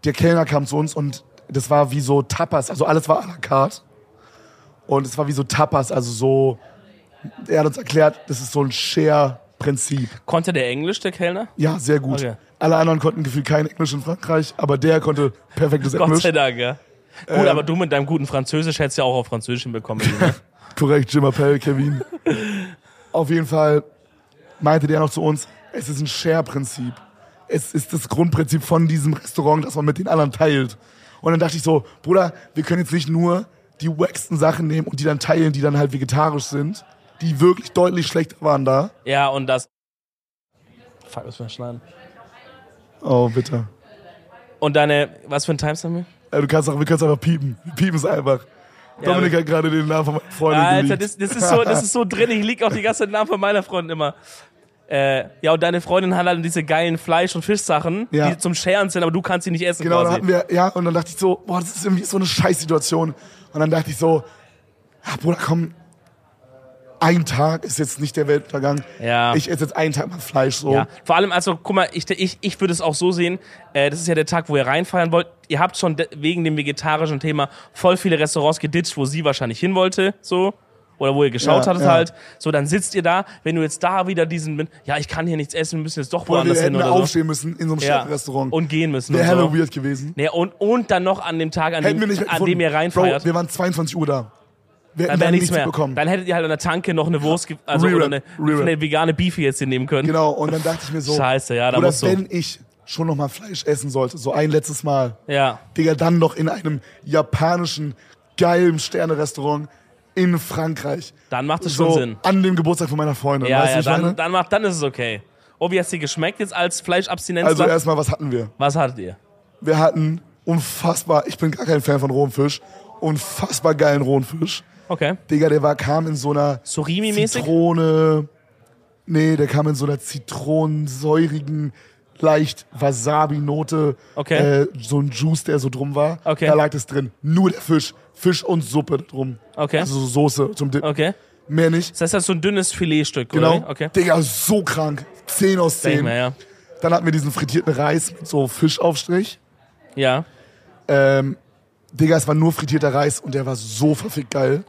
[SPEAKER 1] Der Kellner kam zu uns und das war wie so Tapas, also alles war à la carte. Und es war wie so Tapas, also so. Er hat uns erklärt, das ist so ein Share-Prinzip.
[SPEAKER 2] Konnte der Englisch, der Kellner?
[SPEAKER 1] Ja, sehr gut.
[SPEAKER 2] Okay.
[SPEAKER 1] Alle anderen konnten gefühlt kein Englisch in Frankreich, aber der konnte perfektes
[SPEAKER 2] Gott
[SPEAKER 1] Englisch. Ähm.
[SPEAKER 2] sei Dank, ja. Gut, aber du mit deinem guten Französisch hättest ja auch auf Französisch hinbekommen. ne?
[SPEAKER 1] Korrekt, Jim Appel, Kevin. Auf jeden Fall meinte der noch zu uns, es ist ein Share-Prinzip. Es ist das Grundprinzip von diesem Restaurant, dass man mit den anderen teilt. Und dann dachte ich so, Bruder, wir können jetzt nicht nur die wacksten Sachen nehmen und die dann teilen, die dann halt vegetarisch sind, die wirklich deutlich schlechter waren da.
[SPEAKER 2] ja, und das. Fuck, was für ein Schneiden.
[SPEAKER 1] Oh, bitte.
[SPEAKER 2] Und deine, was für ein Timestamp?
[SPEAKER 1] Äh, Du kannst auch, wir können es einfach piepen. Wir piepen es einfach. Dominik hat gerade den Namen von meiner Freundin
[SPEAKER 2] Alter,
[SPEAKER 1] geleakt.
[SPEAKER 2] das, das, ist so, das ist so drin. Ich lieg auch die ganze Zeit Namen von meiner Freundin immer. Äh, ja, und deine Freundin hat halt diese geilen Fleisch- und Fischsachen,
[SPEAKER 1] Ja.
[SPEAKER 2] die zum Scheren sind, aber du kannst sie nicht essen
[SPEAKER 1] Genau, dann
[SPEAKER 2] quasi.
[SPEAKER 1] hatten wir, ja, und dann dachte ich so, boah, das ist irgendwie so eine Scheißsituation. Und dann dachte ich so, ja, Bruder, komm, ein Tag ist jetzt nicht der Weltuntergang.
[SPEAKER 2] Ja.
[SPEAKER 1] Ich esse jetzt einen Tag mal Fleisch so.
[SPEAKER 2] Ja, vor allem, also, guck mal, ich, ich, ich würde es auch so sehen, äh, das ist ja der Tag, wo ihr reinfeiern wollt. Ihr habt schon de wegen dem vegetarischen Thema voll viele Restaurants geditcht, wo sie wahrscheinlich hin wollte, so. Oder wo ihr geschaut
[SPEAKER 1] Ja,
[SPEAKER 2] hattet
[SPEAKER 1] ja.
[SPEAKER 2] halt. So, dann sitzt ihr da, wenn du jetzt da wieder diesen, bin- ja, ich kann hier nichts essen, wir müssen jetzt doch
[SPEAKER 1] Oder wir
[SPEAKER 2] woanders hin
[SPEAKER 1] hätten da
[SPEAKER 2] oder so.
[SPEAKER 1] aufstehen müssen in so einem
[SPEAKER 2] Ja.
[SPEAKER 1] Stadtrestaurant.
[SPEAKER 2] Und gehen müssen.
[SPEAKER 1] Wäre
[SPEAKER 2] Und,
[SPEAKER 1] hella
[SPEAKER 2] so.
[SPEAKER 1] weird gewesen.
[SPEAKER 2] nee, und, und dann noch an dem Tag, an,
[SPEAKER 1] Hätten
[SPEAKER 2] dem,
[SPEAKER 1] wir nicht
[SPEAKER 2] an dem ihr
[SPEAKER 1] Bro,
[SPEAKER 2] reinfeiert.
[SPEAKER 1] wir waren 22 Uhr da. Wir hätten
[SPEAKER 2] dann wäre
[SPEAKER 1] dann
[SPEAKER 2] nichts
[SPEAKER 1] nichts
[SPEAKER 2] mehr.
[SPEAKER 1] bekommen.
[SPEAKER 2] Dann hättet ihr halt an der Tanke noch eine Wurst, ge- also
[SPEAKER 1] Rerun,
[SPEAKER 2] oder eine,
[SPEAKER 1] Rerun.
[SPEAKER 2] eine vegane Beefy jetzt hier nehmen können.
[SPEAKER 1] Genau, und dann dachte ich mir so,
[SPEAKER 2] Scheiße, ja, da
[SPEAKER 1] oder
[SPEAKER 2] musst du.
[SPEAKER 1] wenn ich schon nochmal Fleisch essen sollte, so ein letztes Mal,
[SPEAKER 2] Ja.
[SPEAKER 1] Digga, dann noch in einem japanischen, geilen Sterne-Restaurant in Frankreich.
[SPEAKER 2] Dann macht es
[SPEAKER 1] so
[SPEAKER 2] schon Sinn.
[SPEAKER 1] an dem Geburtstag von meiner Freundin.
[SPEAKER 2] Ja,
[SPEAKER 1] weißt du,
[SPEAKER 2] ja,
[SPEAKER 1] wie ich meine?
[SPEAKER 2] dann, dann, macht, dann ist es okay. Oh, wie hat's dir geschmeckt jetzt als Fleischabstinenz?
[SPEAKER 1] also erstmal, was hatten wir?
[SPEAKER 2] Was hattet ihr?
[SPEAKER 1] Wir hatten unfassbar, ich bin gar kein Fan von rohem Fisch, unfassbar geilen rohen Fisch.
[SPEAKER 2] Okay.
[SPEAKER 1] Digga, der war, kam in so einer
[SPEAKER 2] Surimi-mäßig?
[SPEAKER 1] Zitrone. Nee, der kam in so einer zitronensäurigen, leicht Wasabi-Note.
[SPEAKER 2] Okay.
[SPEAKER 1] Äh, so ein Juice, der so drum war.
[SPEAKER 2] Okay.
[SPEAKER 1] Da lag das drin. Nur der Fisch. Fisch und Suppe drum.
[SPEAKER 2] Okay.
[SPEAKER 1] Also so Soße zum Dip.
[SPEAKER 2] Okay.
[SPEAKER 1] Mehr nicht.
[SPEAKER 2] Das heißt, das ist so ein dünnes Filetstück,
[SPEAKER 1] Genau.
[SPEAKER 2] oder? wie? Okay.
[SPEAKER 1] Digga, so krank. 10 aus
[SPEAKER 2] Denk
[SPEAKER 1] 10.
[SPEAKER 2] mal, ja.
[SPEAKER 1] Dann hatten wir diesen frittierten Reis mit so Fischaufstrich.
[SPEAKER 2] Ja.
[SPEAKER 1] Ähm, Digga, es war nur frittierter Reis und der war so verfickt geil.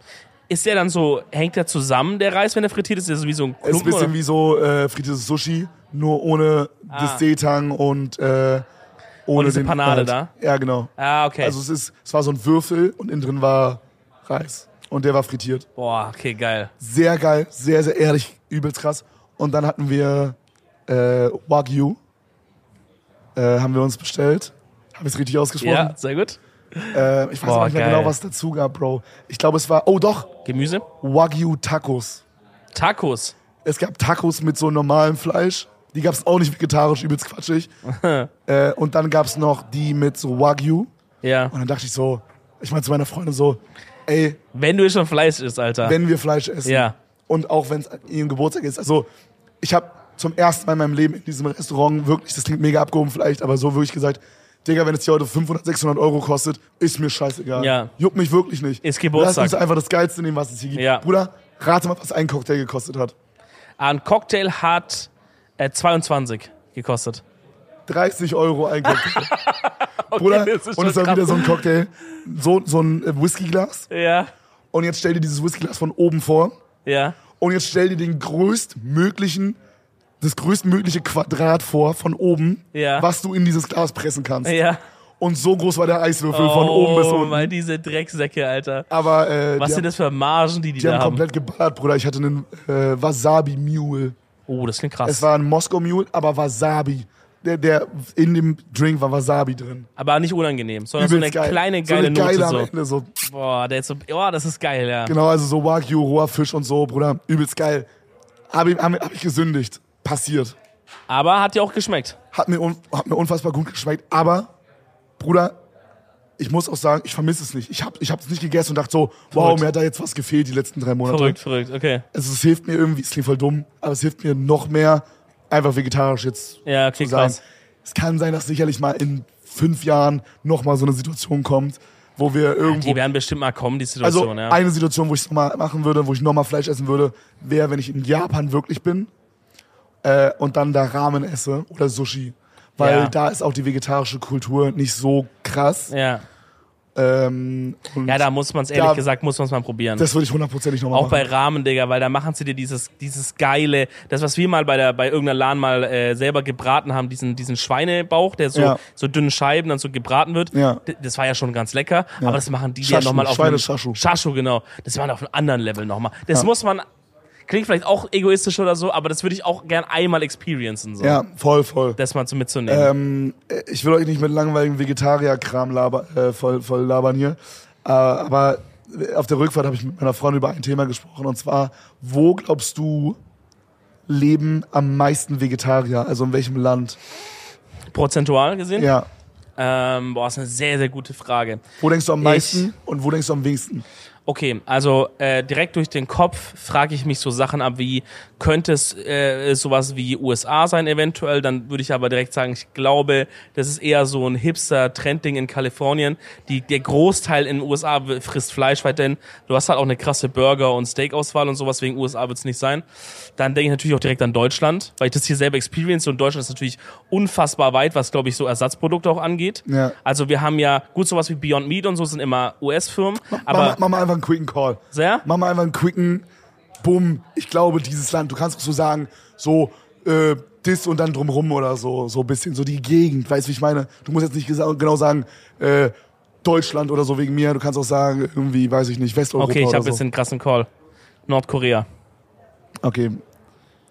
[SPEAKER 2] Ist der dann so, hängt der zusammen, der Reis, wenn der frittiert ist? Ist der wie so ein
[SPEAKER 1] Es ist ein
[SPEAKER 2] Klumpen?
[SPEAKER 1] bisschen
[SPEAKER 2] Oder?
[SPEAKER 1] wie so äh, frittiertes Sushi, nur ohne
[SPEAKER 2] Ah.
[SPEAKER 1] das Seetang und äh, ohne
[SPEAKER 2] diese
[SPEAKER 1] den
[SPEAKER 2] Panade
[SPEAKER 1] Inhalt.
[SPEAKER 2] da?
[SPEAKER 1] Ja, genau.
[SPEAKER 2] Ah, okay.
[SPEAKER 1] Also es ist, es war so ein Würfel und innen drin war Reis und der war frittiert.
[SPEAKER 2] Boah, okay, geil.
[SPEAKER 1] Sehr geil, sehr sehr ehrlich, übelst krass. Und dann hatten wir äh, Wagyu, äh, haben wir uns bestellt. Habe ich es richtig ausgesprochen?
[SPEAKER 2] Ja, sehr gut.
[SPEAKER 1] Äh, ich weiß
[SPEAKER 2] Boah,
[SPEAKER 1] aber nicht mehr
[SPEAKER 2] geil.
[SPEAKER 1] genau, was dazu gab, Bro. Ich glaube, es war, oh doch,
[SPEAKER 2] Gemüse.
[SPEAKER 1] Wagyu Tacos.
[SPEAKER 2] Tacos.
[SPEAKER 1] Es gab Tacos mit so normalem Fleisch. Die gab es auch nicht vegetarisch, übelst quatschig. äh, und dann gab es noch die mit so Wagyu.
[SPEAKER 2] Ja.
[SPEAKER 1] Und dann dachte ich so, ich meine zu meiner Freundin so, ey,
[SPEAKER 2] Wenn du schon Fleisch isst, Alter.
[SPEAKER 1] wenn wir Fleisch essen
[SPEAKER 2] Ja.
[SPEAKER 1] und auch wenn es an ihrem Geburtstag ist. Also ich habe zum ersten Mal in meinem Leben in diesem Restaurant wirklich, das klingt mega abgehoben vielleicht, aber so wirklich gesagt, Digga, wenn es hier heute 500, 600 Euro kostet, ist mir scheißegal.
[SPEAKER 2] Ja.
[SPEAKER 1] Juckt mich wirklich nicht.
[SPEAKER 2] Ist Geburtstag.
[SPEAKER 1] Lass uns einfach das Geilste nehmen, was es hier gibt.
[SPEAKER 2] Ja.
[SPEAKER 1] Bruder, rate mal, was ein Cocktail gekostet hat.
[SPEAKER 2] Ein Cocktail hat äh, 22 gekostet.
[SPEAKER 1] 30 Euro ein Cocktail. Bruder,
[SPEAKER 2] das ist
[SPEAKER 1] und es
[SPEAKER 2] schon
[SPEAKER 1] war wieder
[SPEAKER 2] krass.
[SPEAKER 1] so ein Cocktail, so, so ein äh, Whiskyglas.
[SPEAKER 2] Ja,
[SPEAKER 1] Und jetzt stell dir dieses Whiskyglas von oben vor.
[SPEAKER 2] ja.
[SPEAKER 1] Und jetzt stell dir den größtmöglichen, das größtmögliche Quadrat vor von oben,
[SPEAKER 2] Ja.
[SPEAKER 1] was du in dieses Glas pressen kannst.
[SPEAKER 2] Ja.
[SPEAKER 1] Und so groß war der Eiswürfel von oben bis unten.
[SPEAKER 2] Mal diese Drecksäcke, Alter.
[SPEAKER 1] Aber äh,
[SPEAKER 2] Was
[SPEAKER 1] die, haben,
[SPEAKER 2] sind das für Margen, die
[SPEAKER 1] die
[SPEAKER 2] die, da
[SPEAKER 1] haben
[SPEAKER 2] haben?
[SPEAKER 1] komplett geballert, Bruder. Ich hatte einen äh, Wasabi-Mule.
[SPEAKER 2] Oh, das klingt
[SPEAKER 1] Es
[SPEAKER 2] krass.
[SPEAKER 1] war ein Moskau-Mule, aber Wasabi. Der, der in dem Drink war Wasabi drin.
[SPEAKER 2] Aber nicht unangenehm, sondern so eine
[SPEAKER 1] Übelst geil.
[SPEAKER 2] kleine,
[SPEAKER 1] so
[SPEAKER 2] geile
[SPEAKER 1] eine geile am
[SPEAKER 2] Note. So.
[SPEAKER 1] Ende, so
[SPEAKER 2] Boah, der ist so, oh, das ist geil, ja.
[SPEAKER 1] Genau, also so Wagyu, roher Fisch und so, Bruder. Übelst geil. Hab ich, hab, ich- hab ich gesündigt. Passiert.
[SPEAKER 2] Aber hat dir auch geschmeckt.
[SPEAKER 1] Hat mir, un, hat mir unfassbar gut geschmeckt. Aber, Bruder, ich muss auch sagen, ich vermisse es nicht. Ich hab ich hab's nicht gegessen und dachte so, wow,
[SPEAKER 2] Verrückt.
[SPEAKER 1] mir hat da jetzt was gefehlt die letzten drei Monate.
[SPEAKER 2] Verrückt, verrückt, okay.
[SPEAKER 1] Also es hilft mir irgendwie, es klingt voll dumm, aber es hilft mir noch mehr, einfach vegetarisch jetzt
[SPEAKER 2] Ja,
[SPEAKER 1] zu
[SPEAKER 2] klingt
[SPEAKER 1] sein.
[SPEAKER 2] krass.
[SPEAKER 1] Es kann sein, dass sicherlich mal in fünf Jahren nochmal so eine Situation kommt, wo wir irgendwo
[SPEAKER 2] Die werden bestimmt mal kommen, die Situation,
[SPEAKER 1] Also
[SPEAKER 2] ja.
[SPEAKER 1] eine Situation, wo ich es nochmal machen würde, wo ich nochmal Fleisch essen würde, wäre, wenn ich in Japan wirklich bin äh, und dann da Ramen esse oder Sushi. Weil
[SPEAKER 2] Ja.
[SPEAKER 1] da ist auch die vegetarische Kultur nicht so krass.
[SPEAKER 2] Ja.
[SPEAKER 1] Ähm, und
[SPEAKER 2] ja, da muss man es ehrlich
[SPEAKER 1] Da-
[SPEAKER 2] gesagt, muss man es mal probieren.
[SPEAKER 1] das würde ich hundertprozentig nochmal
[SPEAKER 2] Auch
[SPEAKER 1] machen.
[SPEAKER 2] bei Rahmen, Digga, weil da machen sie dir dieses, dieses geile, das, was wir mal bei der, bei irgendeiner Lahn mal äh, selber gebraten haben, diesen, diesen Schweinebauch, der so,
[SPEAKER 1] Ja.
[SPEAKER 2] so dünnen Scheiben dann so gebraten wird.
[SPEAKER 1] Ja.
[SPEAKER 2] D- Das war ja schon ganz lecker, aber das machen die ja
[SPEAKER 1] Shashu,
[SPEAKER 2] nochmal auf
[SPEAKER 1] Schweine-Shashu.
[SPEAKER 2] Schaschu, genau. Das machen auf einem anderen Level nochmal. Das muss man, klingt vielleicht auch egoistisch oder so, aber das würde ich auch gern einmal experiencen, so.
[SPEAKER 1] ja, voll, voll.
[SPEAKER 2] Das mal so mitzunehmen.
[SPEAKER 1] Ähm, äh, ich will euch nicht mit langweiligen Vegetarier-Kram laber, äh, voll, voll labern hier. Äh, aber äh, auf der Rückfahrt habe ich mit meiner Freundin über ein Thema gesprochen und zwar, wo glaubst du leben am meisten Vegetarier? Also in welchem Land?
[SPEAKER 2] Prozentual gesehen.
[SPEAKER 1] Äh. Ja.
[SPEAKER 2] Ähm, boah, ist eine sehr, sehr gute Frage.
[SPEAKER 1] Wo denkst du am
[SPEAKER 2] Ich-
[SPEAKER 1] meisten und wo denkst du am wenigsten?
[SPEAKER 2] Okay, also äh, direkt durch den Kopf frage ich mich so Sachen ab wie, könnte es äh, sowas wie USA sein eventuell? Dann würde ich aber direkt sagen, ich glaube, das ist eher so ein Hipster-Trendding in Kalifornien. Die, der Großteil in den USA w- frisst Fleisch weiterhin. Du hast halt auch eine krasse Burger- und Steak-Auswahl und sowas, wegen USA wird es nicht sein. Dann denke ich natürlich auch direkt an Deutschland, weil ich das hier selber experience und Deutschland ist natürlich unfassbar weit, was glaube ich so Ersatzprodukte auch angeht.
[SPEAKER 1] Ja.
[SPEAKER 2] Also wir haben ja, gut, sowas wie Beyond Meat und so sind immer US-Firmen, aber...
[SPEAKER 1] Mach, mal- mach mal einfach einen quicken Call.
[SPEAKER 2] Sehr?
[SPEAKER 1] Mach mal einfach einen quicken, bumm, ich glaube dieses Land. Du kannst auch so sagen, so, äh, das und dann drumrum oder so, so ein bisschen, so die Gegend, weißt du, wie ich meine? Du musst jetzt nicht gesa- genau sagen, äh, Deutschland oder so wegen mir. Du kannst auch sagen, irgendwie, weiß ich nicht, Westeuropa
[SPEAKER 2] Okay, ich
[SPEAKER 1] oder
[SPEAKER 2] habe
[SPEAKER 1] so.
[SPEAKER 2] jetzt den krassen Call. Nordkorea.
[SPEAKER 1] Okay,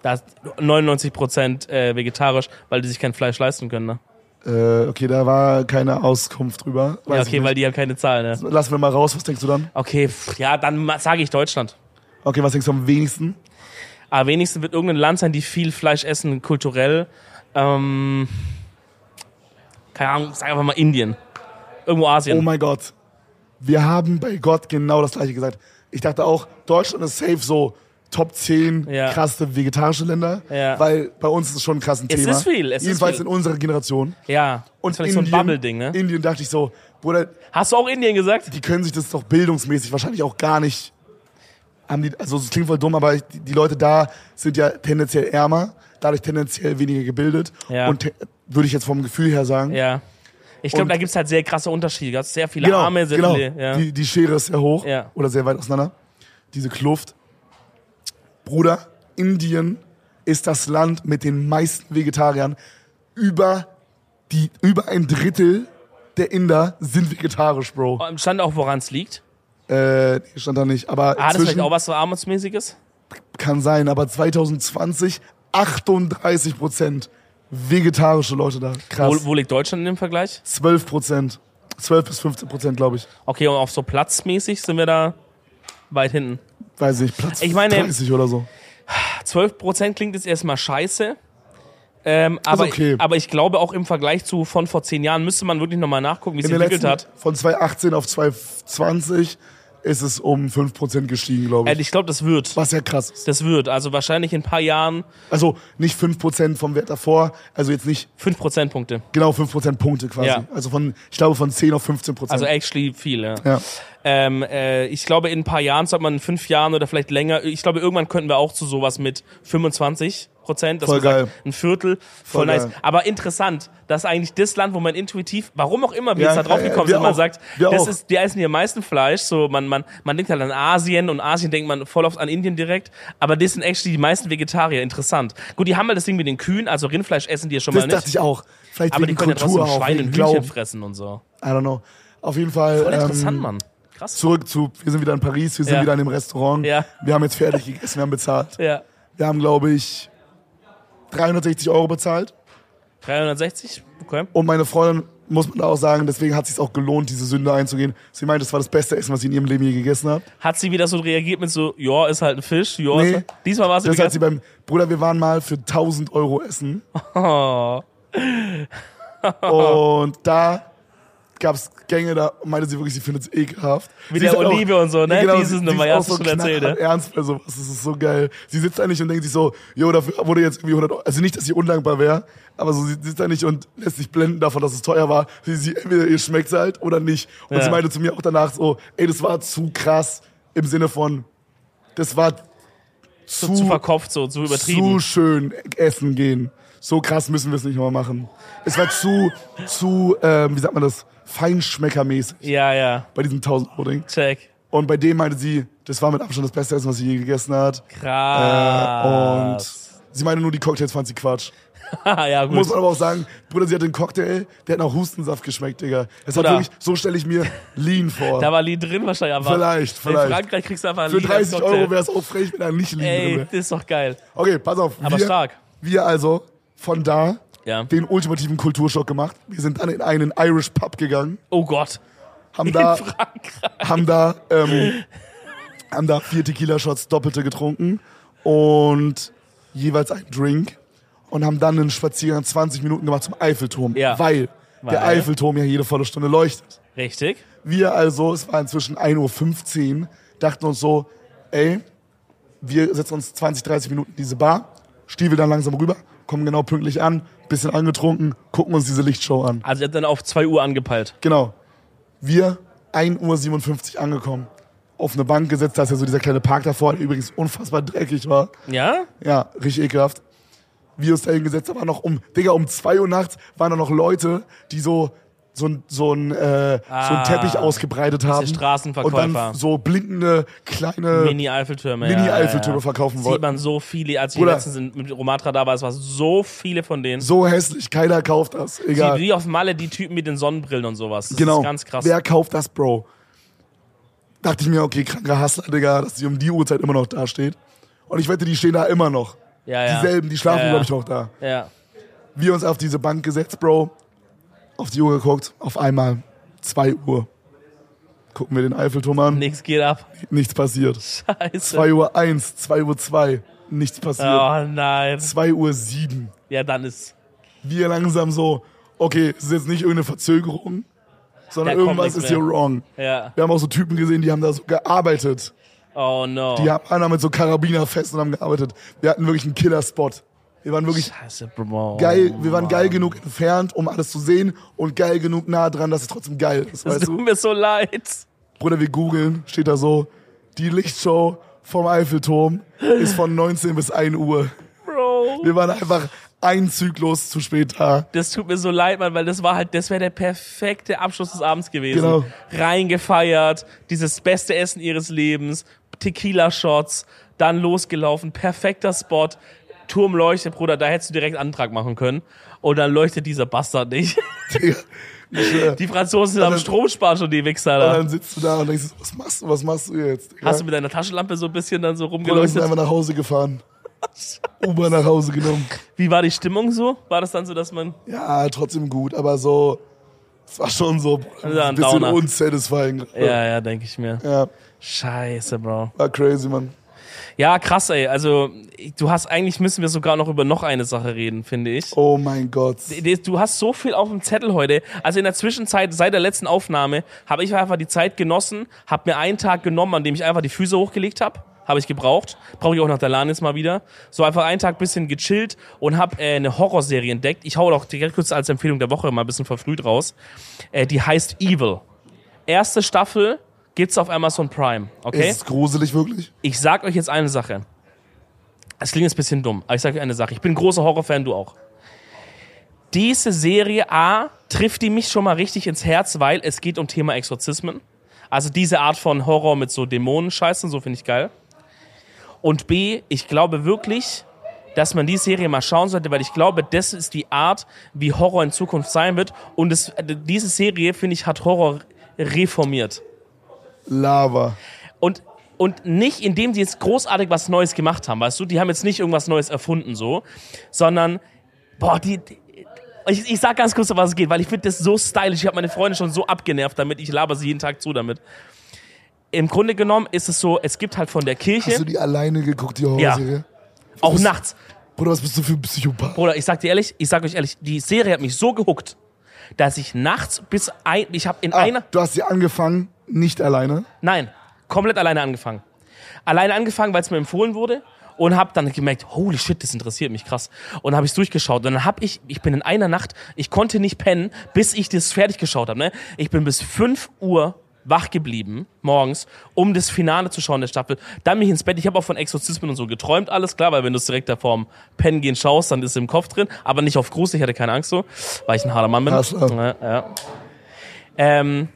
[SPEAKER 2] Da ist 99% äh, vegetarisch, weil die sich kein Fleisch leisten können, ne?
[SPEAKER 1] äh, okay, da war keine Auskunft drüber.
[SPEAKER 2] Ja,
[SPEAKER 1] Weiß ich
[SPEAKER 2] okay, weil
[SPEAKER 1] nicht.
[SPEAKER 2] die haben keine Zahlen, ne?
[SPEAKER 1] Lassen wir mal raus, was denkst du dann?
[SPEAKER 2] Okay, pff, ja, dann sage ich Deutschland.
[SPEAKER 1] Okay, was denkst du am wenigsten?
[SPEAKER 2] Aber wenigstens wird irgendein Land sein, die viel Fleisch essen, kulturell. Ähm, keine Ahnung, sag einfach mal Indien. Irgendwo
[SPEAKER 1] Oh
[SPEAKER 2] Asien.
[SPEAKER 1] mein Gott. Wir haben bei Gott genau das gleiche gesagt. Ich dachte auch, Deutschland ist safe so Top 10
[SPEAKER 2] Ja.
[SPEAKER 1] krasse vegetarische Länder,
[SPEAKER 2] Ja.
[SPEAKER 1] weil bei uns ist es schon ein krasses
[SPEAKER 2] Es
[SPEAKER 1] Thema.
[SPEAKER 2] ist viel, es ist
[SPEAKER 1] Jedenfalls
[SPEAKER 2] viel.
[SPEAKER 1] in unserer Generation.
[SPEAKER 2] ja.
[SPEAKER 1] Und
[SPEAKER 2] ist vielleicht so ein Bubble-Ding, ne?
[SPEAKER 1] Indien dachte ich so, Bruder,
[SPEAKER 2] Hast du auch Indien gesagt?
[SPEAKER 1] die können sich das doch bildungsmäßig wahrscheinlich auch gar nicht. Haben die, also es klingt voll dumm, aber die, die Leute da sind ja tendenziell ärmer, dadurch tendenziell weniger gebildet.
[SPEAKER 2] Ja.
[SPEAKER 1] Und te- würde ich jetzt vom Gefühl her sagen.
[SPEAKER 2] Ja. Ich glaube,
[SPEAKER 1] Und-
[SPEAKER 2] da gibt's halt sehr krasse Unterschiede. Du hast sehr viele Arme, sehr
[SPEAKER 1] genau.
[SPEAKER 2] viele. Ja.
[SPEAKER 1] Die, die Schere ist sehr hoch
[SPEAKER 2] Ja.
[SPEAKER 1] oder sehr weit auseinander. Diese Kluft. Bruder, Indien ist das Land mit den meisten Vegetariern. Über, die, über ein Drittel der Inder sind vegetarisch, Bro.
[SPEAKER 2] Stand auch, woran's liegt.
[SPEAKER 1] Äh, nee, stand da nicht. Aber
[SPEAKER 2] Hat Oh. Ah, das vielleicht
[SPEAKER 1] inzwischen
[SPEAKER 2] auch was so Armutsmäßiges?
[SPEAKER 1] kann sein. Aber 2020 38 Prozent vegetarische Leute da.
[SPEAKER 2] Wo,
[SPEAKER 1] Krass.
[SPEAKER 2] wo liegt Deutschland in dem Vergleich?
[SPEAKER 1] 12 Prozent. 12 bis 15 Prozent, glaube ich.
[SPEAKER 2] Okay, und auf so platzmäßig sind wir da weit hinten.
[SPEAKER 1] Weiß nicht, Platz
[SPEAKER 2] Ich meine-
[SPEAKER 1] 30 oder so.
[SPEAKER 2] 12% klingt jetzt erstmal scheiße. Ähm, aber,
[SPEAKER 1] okay.
[SPEAKER 2] aber ich glaube auch im Vergleich zu von vor zehn Jahren müsste man wirklich nochmal nachgucken, wie es
[SPEAKER 1] In der
[SPEAKER 2] entwickelt
[SPEAKER 1] letzten,
[SPEAKER 2] hat.
[SPEAKER 1] Von 2018 auf 2020 ist es um 5% gestiegen, glaube
[SPEAKER 2] Äh,
[SPEAKER 1] ich.
[SPEAKER 2] Ich glaube, das wird.
[SPEAKER 1] Was ja krass ist.
[SPEAKER 2] Das wird. Also wahrscheinlich in ein paar Jahren
[SPEAKER 1] Also nicht 5% vom Wert davor, also jetzt nicht
[SPEAKER 2] 5 Prozentpunkte.
[SPEAKER 1] genau 5% Punkte quasi.
[SPEAKER 2] Ja.
[SPEAKER 1] Also von, ich glaube von 10 auf 15%.
[SPEAKER 2] Also actually viel, ja.
[SPEAKER 1] ja.
[SPEAKER 2] Ähm, äh, ich glaube, in ein paar Jahren, sollte man in fünf Jahren oder vielleicht länger, ich glaube, irgendwann könnten wir auch zu sowas mit 25 Prozent, das
[SPEAKER 1] Voll geil.
[SPEAKER 2] ein Viertel, voll,
[SPEAKER 1] Voll
[SPEAKER 2] nice.
[SPEAKER 1] geil.
[SPEAKER 2] Aber interessant, dass eigentlich das Land, wo man intuitiv, warum auch immer wir
[SPEAKER 1] Ja,
[SPEAKER 2] jetzt da drauf
[SPEAKER 1] ja, ja,
[SPEAKER 2] gekommen
[SPEAKER 1] wir
[SPEAKER 2] sind, man
[SPEAKER 1] auch.
[SPEAKER 2] sagt,
[SPEAKER 1] Wir
[SPEAKER 2] das
[SPEAKER 1] auch.
[SPEAKER 2] ist, die essen hier am meisten Fleisch, so man, man, man denkt halt an Asien und Asien denkt man voll oft an Indien direkt, aber das sind actually die meisten Vegetarier, interessant. Gut, die haben halt das Ding mit den Kühen, also Rindfleisch essen die ja schon
[SPEAKER 1] Das
[SPEAKER 2] mal nicht,
[SPEAKER 1] dachte ich auch. Vielleicht
[SPEAKER 2] aber die
[SPEAKER 1] wegen
[SPEAKER 2] können ja
[SPEAKER 1] Kultur
[SPEAKER 2] trotzdem
[SPEAKER 1] auch,
[SPEAKER 2] Schweine
[SPEAKER 1] wegen
[SPEAKER 2] und Hühnchen
[SPEAKER 1] Glauben. Ähm,
[SPEAKER 2] fressen und so.
[SPEAKER 1] I don't know. Auf jeden Fall.
[SPEAKER 2] Voll interessant,
[SPEAKER 1] ähm,
[SPEAKER 2] Mann. Krass.
[SPEAKER 1] Zurück zu, wir sind wieder in Paris, wir sind
[SPEAKER 2] Ja.
[SPEAKER 1] wieder in dem Restaurant.
[SPEAKER 2] Ja.
[SPEAKER 1] Wir haben jetzt fertig gegessen, wir haben bezahlt.
[SPEAKER 2] Ja.
[SPEAKER 1] Wir haben, glaube ich, 360 Euro bezahlt.
[SPEAKER 2] 360? Okay.
[SPEAKER 1] Und meine Freundin, muss man da auch sagen, deswegen hat es sich auch gelohnt, diese Sünde einzugehen. Sie meint, das war das beste Essen, was sie in ihrem Leben je gegessen hat.
[SPEAKER 2] Hat sie wieder so reagiert mit so, ja, ist halt ein Fisch, ja.
[SPEAKER 1] Nee.
[SPEAKER 2] ist halt- Diesmal war es
[SPEAKER 1] Das hat sie
[SPEAKER 2] begeistert.
[SPEAKER 1] beim Bruder, wir waren mal für 1000 Euro essen.
[SPEAKER 2] Oh.
[SPEAKER 1] Und da gab es Gänge, da meinte sie wirklich, sie findet es ekelhaft.
[SPEAKER 2] Mit
[SPEAKER 1] Sie
[SPEAKER 2] der
[SPEAKER 1] ist halt
[SPEAKER 2] Olive und so, ne? Dieses
[SPEAKER 1] sie- sie
[SPEAKER 2] Nummer,
[SPEAKER 1] ist
[SPEAKER 2] ja,
[SPEAKER 1] auch
[SPEAKER 2] hast du schon
[SPEAKER 1] knallhart
[SPEAKER 2] erzählt, ne?
[SPEAKER 1] Ernst bei sowas, das ist so geil. Sie sitzt da nicht und denkt sich so, jo, dafür wurde jetzt irgendwie 100 Euro. Also nicht, dass sie undankbar wäre, aber so, sie sitzt da nicht und lässt sich blenden davon, dass es teuer war. Sie, sie entweder ihr schmeckt's halt oder nicht. Und
[SPEAKER 2] Ja.
[SPEAKER 1] sie meinte zu mir auch danach so, ey, das war zu krass im Sinne von, das war zu,
[SPEAKER 2] Zu verkopft, so, zu
[SPEAKER 1] zu
[SPEAKER 2] übertrieben.
[SPEAKER 1] schön essen gehen. So krass müssen wir es nicht nochmal machen. Es war zu, zu, ähm, wie sagt man das, feinschmeckermäßig
[SPEAKER 2] ja, ja.
[SPEAKER 1] bei diesem 1000 euro ding
[SPEAKER 2] Check.
[SPEAKER 1] Und bei dem meinte sie, das war mit Abstand das beste Essen, was sie je gegessen hat. Äh, und
[SPEAKER 2] Krass.
[SPEAKER 1] sie meinte nur, die Cocktails fand sie Quatsch.
[SPEAKER 2] und ja, gut.
[SPEAKER 1] Muss man aber auch sagen, Bruder, sie hat den Cocktail, der hat nach Hustensaft geschmeckt, Digga. Das hat
[SPEAKER 2] Bruder.
[SPEAKER 1] wirklich, so stelle ich mir Lean vor.
[SPEAKER 2] da war Lied drin wahrscheinlich, aber
[SPEAKER 1] Vielleicht,
[SPEAKER 2] in
[SPEAKER 1] vielleicht.
[SPEAKER 2] Frankreich kriegst du einfach
[SPEAKER 1] Für
[SPEAKER 2] Lied als
[SPEAKER 1] 30
[SPEAKER 2] Cocktail.
[SPEAKER 1] Euro wäre es auch frech, wenn da nicht Lean drin
[SPEAKER 2] Ey,
[SPEAKER 1] wäre.
[SPEAKER 2] das ist doch geil.
[SPEAKER 1] Okay, pass auf.
[SPEAKER 2] Aber
[SPEAKER 1] wir,
[SPEAKER 2] stark.
[SPEAKER 1] Wir also von da
[SPEAKER 2] Ja.
[SPEAKER 1] den ultimativen Kulturschock gemacht. Wir sind dann in einen Irish Pub gegangen,
[SPEAKER 2] Oh Gott.
[SPEAKER 1] haben
[SPEAKER 2] In
[SPEAKER 1] da,
[SPEAKER 2] Frankreich.
[SPEAKER 1] haben da, ähm, haben da vier Tequila-Shots doppelte getrunken und jeweils einen Drink und haben dann einen Spaziergang 20 Minuten gemacht zum Eiffelturm,
[SPEAKER 2] Ja.
[SPEAKER 1] weil,
[SPEAKER 2] Weil?
[SPEAKER 1] der Eiffelturm ja jede volle Stunde leuchtet.
[SPEAKER 2] Richtig.
[SPEAKER 1] Wir also, es war inzwischen 1.15 Uhr, dachten uns so, ey, wir setzen uns 20, 30 Minuten in diese Bar, stiefel dann langsam rüber, kommen genau pünktlich an, bisschen angetrunken, gucken uns diese Lichtshow an.
[SPEAKER 2] Also ihr habt dann auf 2 Uhr angepeilt.
[SPEAKER 1] Genau. Wir 1.57 Uhr angekommen, auf eine Bank gesetzt, da ist ja so dieser kleine Park davor, der übrigens unfassbar dreckig war.
[SPEAKER 2] Ja?
[SPEAKER 1] Ja, richtig ekelhaft. Wir uns da hingesetzt, da waren noch um, Digga, um 2 Uhr nachts waren da noch Leute, die so so ein, so ein, äh, so
[SPEAKER 2] Ah,
[SPEAKER 1] ein Teppich ausgebreitet haben.
[SPEAKER 2] Straßenverkäufer.
[SPEAKER 1] Und dann so blinkende kleine
[SPEAKER 2] Mini-Eiffeltürme. ja,
[SPEAKER 1] Äh, Mini-Eiffeltürme
[SPEAKER 2] ja, ja.
[SPEAKER 1] verkaufen
[SPEAKER 2] Sieht
[SPEAKER 1] wollten.
[SPEAKER 2] man so viele, als ich
[SPEAKER 1] Bruder.
[SPEAKER 2] letztens in- mit Romatra da war, es waren so viele von denen.
[SPEAKER 1] so hässlich, keiner kauft das. Egal.
[SPEAKER 2] Die, wie auf Malle, die Typen mit den Sonnenbrillen und sowas. Das
[SPEAKER 1] genau.
[SPEAKER 2] ist ganz krass.
[SPEAKER 1] Wer kauft das, Bro? Dachte ich mir, okay, kranker Hassler, Digga, dass die um die Uhrzeit immer noch da steht. Und ich wette, die stehen da immer noch.
[SPEAKER 2] ja, ja.
[SPEAKER 1] Dieselben, die schlafen,
[SPEAKER 2] ja,
[SPEAKER 1] glaube ich, auch da.
[SPEAKER 2] Ja.
[SPEAKER 1] Wir uns auf diese Bank gesetzt, Bro. Auf die Uhr geguckt, auf einmal 2 Uhr. Gucken wir den Eiffelturm an,
[SPEAKER 2] Nix geht ab.
[SPEAKER 1] nichts passiert.
[SPEAKER 2] Scheiße.
[SPEAKER 1] 2 Uhr 1, 2 Uhr 2, nichts passiert.
[SPEAKER 2] Oh nein.
[SPEAKER 1] 2 Uhr 7,
[SPEAKER 2] Ja, dann ist.
[SPEAKER 1] wir langsam so, okay, es ist jetzt nicht irgendeine Verzögerung, sondern
[SPEAKER 2] Da kommt
[SPEAKER 1] irgendwas
[SPEAKER 2] nichts
[SPEAKER 1] ist hier
[SPEAKER 2] mehr.
[SPEAKER 1] wrong.
[SPEAKER 2] Ja.
[SPEAKER 1] Wir haben auch so Typen gesehen, die haben da so gearbeitet.
[SPEAKER 2] Oh no.
[SPEAKER 1] Die haben einer mit so Karabiner fest und haben gearbeitet. Wir hatten wirklich einen Killer-Spot. Wir waren wirklich
[SPEAKER 2] Scheiße, Bro.
[SPEAKER 1] geil, wir waren geil genug entfernt, um alles zu sehen und geil genug nah dran, dass es trotzdem geil ist.
[SPEAKER 2] Es
[SPEAKER 1] Weißt
[SPEAKER 2] tut
[SPEAKER 1] du?
[SPEAKER 2] mir so leid.
[SPEAKER 1] Bruder, wir googeln, steht da so, die Lichtshow vom Eiffelturm ist von 19 bis 1 Uhr.
[SPEAKER 2] Bro.
[SPEAKER 1] Wir waren einfach ein Zyklus zu spät da.
[SPEAKER 2] Das tut mir so leid, Mann, weil das war halt, das wäre der perfekte Abschluss des Abends gewesen.
[SPEAKER 1] Genau.
[SPEAKER 2] Reingefeiert, dieses beste Essen ihres Lebens, Tequila-Shots, dann losgelaufen, perfekter Spot, Turm leuchtet, Bruder, da hättest du direkt Antrag machen können. Und dann leuchtet dieser Bastard nicht.
[SPEAKER 1] Digga. Ich, äh,
[SPEAKER 2] Die Franzosen sind am
[SPEAKER 1] dann-
[SPEAKER 2] Stromsparen schon, die Wichser
[SPEAKER 1] und
[SPEAKER 2] da.
[SPEAKER 1] dann sitzt du da und denkst, was machst du, was machst du jetzt? Digga?
[SPEAKER 2] Hast du mit deiner Taschenlampe so ein bisschen dann so
[SPEAKER 1] Bruder, wir sind
[SPEAKER 2] rumgeleuchtet?
[SPEAKER 1] einfach nach Hause gefahren.
[SPEAKER 2] Oh,
[SPEAKER 1] U-Bahn nach Hause genommen.
[SPEAKER 2] Wie war die Stimmung so? War das dann so, dass man,
[SPEAKER 1] Ja, trotzdem gut, aber so, es war schon so
[SPEAKER 2] Also ein
[SPEAKER 1] ein bisschen
[SPEAKER 2] Downer.
[SPEAKER 1] unsatisfying.
[SPEAKER 2] ja, ja, denke ich mir.
[SPEAKER 1] ja,
[SPEAKER 2] Scheiße, Bro.
[SPEAKER 1] war crazy, Mann.
[SPEAKER 2] Ja, krass, ey. Also, du hast eigentlich müssen wir sogar noch über noch eine Sache reden, finde ich.
[SPEAKER 1] Oh mein Gott.
[SPEAKER 2] Du hast so viel auf dem Zettel heute. Also in der Zwischenzeit, seit der letzten Aufnahme, habe ich einfach die Zeit genossen, habe mir einen Tag genommen, an dem ich einfach die Füße hochgelegt habe. Habe ich gebraucht. Brauche ich auch nach der LAN jetzt mal wieder. So einfach einen Tag bisschen gechillt und habe äh, eine Horrorserie entdeckt. Ich hau doch direkt kurz als Empfehlung der Woche mal ein bisschen verfrüht raus. Äh, die heißt Evil. Erste Staffel gibt's auf Amazon Prime. Okay?
[SPEAKER 1] Ist es gruselig wirklich?
[SPEAKER 2] Ich sag euch jetzt eine Sache. Es klingt jetzt ein bisschen dumm, aber ich sag euch eine Sache. Ich bin ein großer Horrorfan, du auch. Diese Serie A trifft die mich schon mal richtig ins Herz, weil es geht um Thema Exorzismen. Also diese Art von Horror mit so Dämonenscheißen, so finde ich geil. Und B, ich glaube wirklich, dass man die Serie mal schauen sollte, weil ich glaube, das ist die Art, wie Horror in Zukunft sein wird. Und es, diese Serie, finde ich, hat Horror reformiert.
[SPEAKER 1] Lava.
[SPEAKER 2] Und, und nicht, indem die jetzt großartig was Neues gemacht haben, weißt du? Die haben jetzt nicht irgendwas Neues erfunden, so, sondern, boah, die. die ich, ich sag ganz kurz, um was es geht, weil ich finde das so stylisch. Ich habe meine Freunde schon so abgenervt damit. Ich laber sie jeden Tag zu damit. Im Grunde genommen ist es so, es gibt halt von der
[SPEAKER 1] Hast du
[SPEAKER 2] Kirche,
[SPEAKER 1] die alleine geguckt, die Horrorserie?
[SPEAKER 2] auch
[SPEAKER 1] bist-
[SPEAKER 2] nachts,
[SPEAKER 1] Bruder, was bist du für ein Psychopath?
[SPEAKER 2] Bruder, ich sag dir ehrlich, ich sag euch ehrlich, die Serie hat mich so gehuckt, dass ich nachts bis ein, ich habe in
[SPEAKER 1] Ah,
[SPEAKER 2] einer,
[SPEAKER 1] du hast sie angefangen, nicht alleine.
[SPEAKER 2] Nein, komplett alleine angefangen. Alleine angefangen, weil es mir empfohlen wurde und habe dann gemerkt, holy shit, das interessiert mich krass. Und habe ich durchgeschaut. Und dann habe ich, ich bin in einer Nacht, ich konnte nicht pennen, bis ich das fertig geschaut habe. Ne? Ich bin bis 5 Uhr wach geblieben morgens, um das Finale zu schauen der Staffel. Dann bin ich ins Bett. Ich habe auch von Exorzismen und so geträumt, alles klar, weil wenn du es direkt da vorm Pennen gehen schaust, dann ist es im Kopf drin. Aber nicht auf Gruß, ich hatte keine Angst so, weil ich ein harter Mann bin.
[SPEAKER 1] Hassler.
[SPEAKER 2] Ja, ja. Ähm,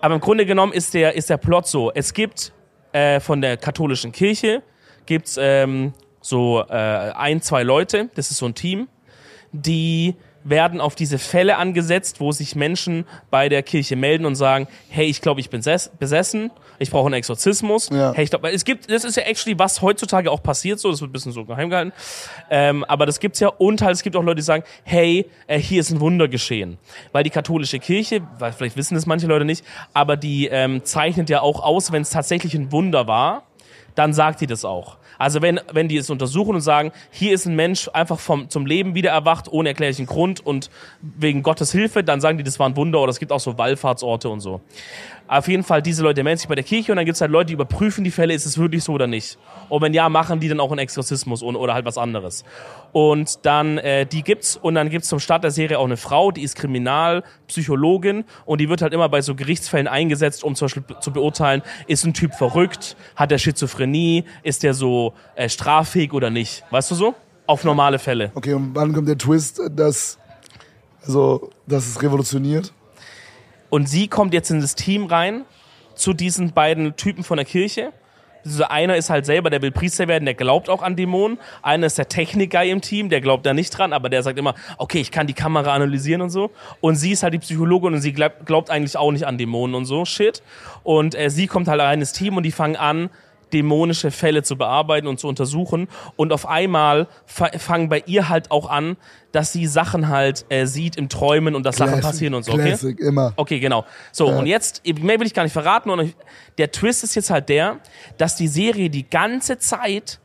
[SPEAKER 2] aber im Grunde genommen ist der, ist der Plot so. Es gibt äh, von der katholischen Kirche gibt's ähm, so äh, ein, zwei Leute, das ist so ein Team, die werden auf diese Fälle angesetzt, wo sich Menschen bei der Kirche melden und sagen, hey, ich glaube, ich bin ses- besessen, ich brauche einen Exorzismus.
[SPEAKER 1] Ja.
[SPEAKER 2] Hey, ich glaube, es gibt, das ist ja actually, was heutzutage auch passiert, so, das wird ein bisschen so geheim gehalten. Ähm, aber das gibt's ja und halt, es gibt auch Leute, die sagen, hey, äh, hier ist ein Wunder geschehen. Weil die katholische Kirche, weil vielleicht wissen das manche Leute nicht, aber die ähm, zeichnet ja auch aus, wenn es tatsächlich ein Wunder war, dann sagt die das auch. Also wenn, wenn die es untersuchen und sagen, hier ist ein Mensch einfach vom, zum Leben wieder erwacht, ohne erklärlichen Grund und wegen Gottes Hilfe, dann sagen die, das war ein Wunder oder es gibt auch so Wallfahrtsorte und so. Auf jeden Fall, diese Leute melden sich bei der Kirche und dann gibt es halt Leute, die überprüfen die Fälle, ist es wirklich so oder nicht. Und wenn ja, machen die dann auch einen Exorzismus und, oder halt was anderes. Und dann, äh, die gibt's und dann gibt's zum Start der Serie auch eine Frau, die ist Kriminalpsychologin und die wird halt immer bei so Gerichtsfällen eingesetzt, um zum Beispiel be- zu beurteilen, ist ein Typ verrückt, hat der Schizophrenie, ist der so äh, straffähig oder nicht. Weißt du so? Auf normale Fälle.
[SPEAKER 1] Okay, und wann kommt der Twist, dass, also, dass es revolutioniert?
[SPEAKER 2] Und sie kommt jetzt in das Team rein zu diesen beiden Typen von der Kirche. Also einer ist halt selber, der will Priester werden, der glaubt auch an Dämonen. Einer ist der Techniker im Team, der glaubt da nicht dran, aber der sagt immer, okay, ich kann die Kamera analysieren und so. Und sie ist halt die Psychologin und sie glaub, glaubt eigentlich auch nicht an Dämonen und so, shit. Und äh, sie kommt halt rein ins Team und die fangen an, dämonische Fälle zu bearbeiten und zu untersuchen. Und auf einmal fa- fangen bei ihr halt auch an, dass sie Sachen halt äh, sieht im Träumen und dass Sachen passieren und so, okay?
[SPEAKER 1] Classic, immer.
[SPEAKER 2] Okay, genau. So, und jetzt, mehr will ich gar nicht verraten. Und der Twist ist jetzt halt der, dass die Serie die ganze Zeit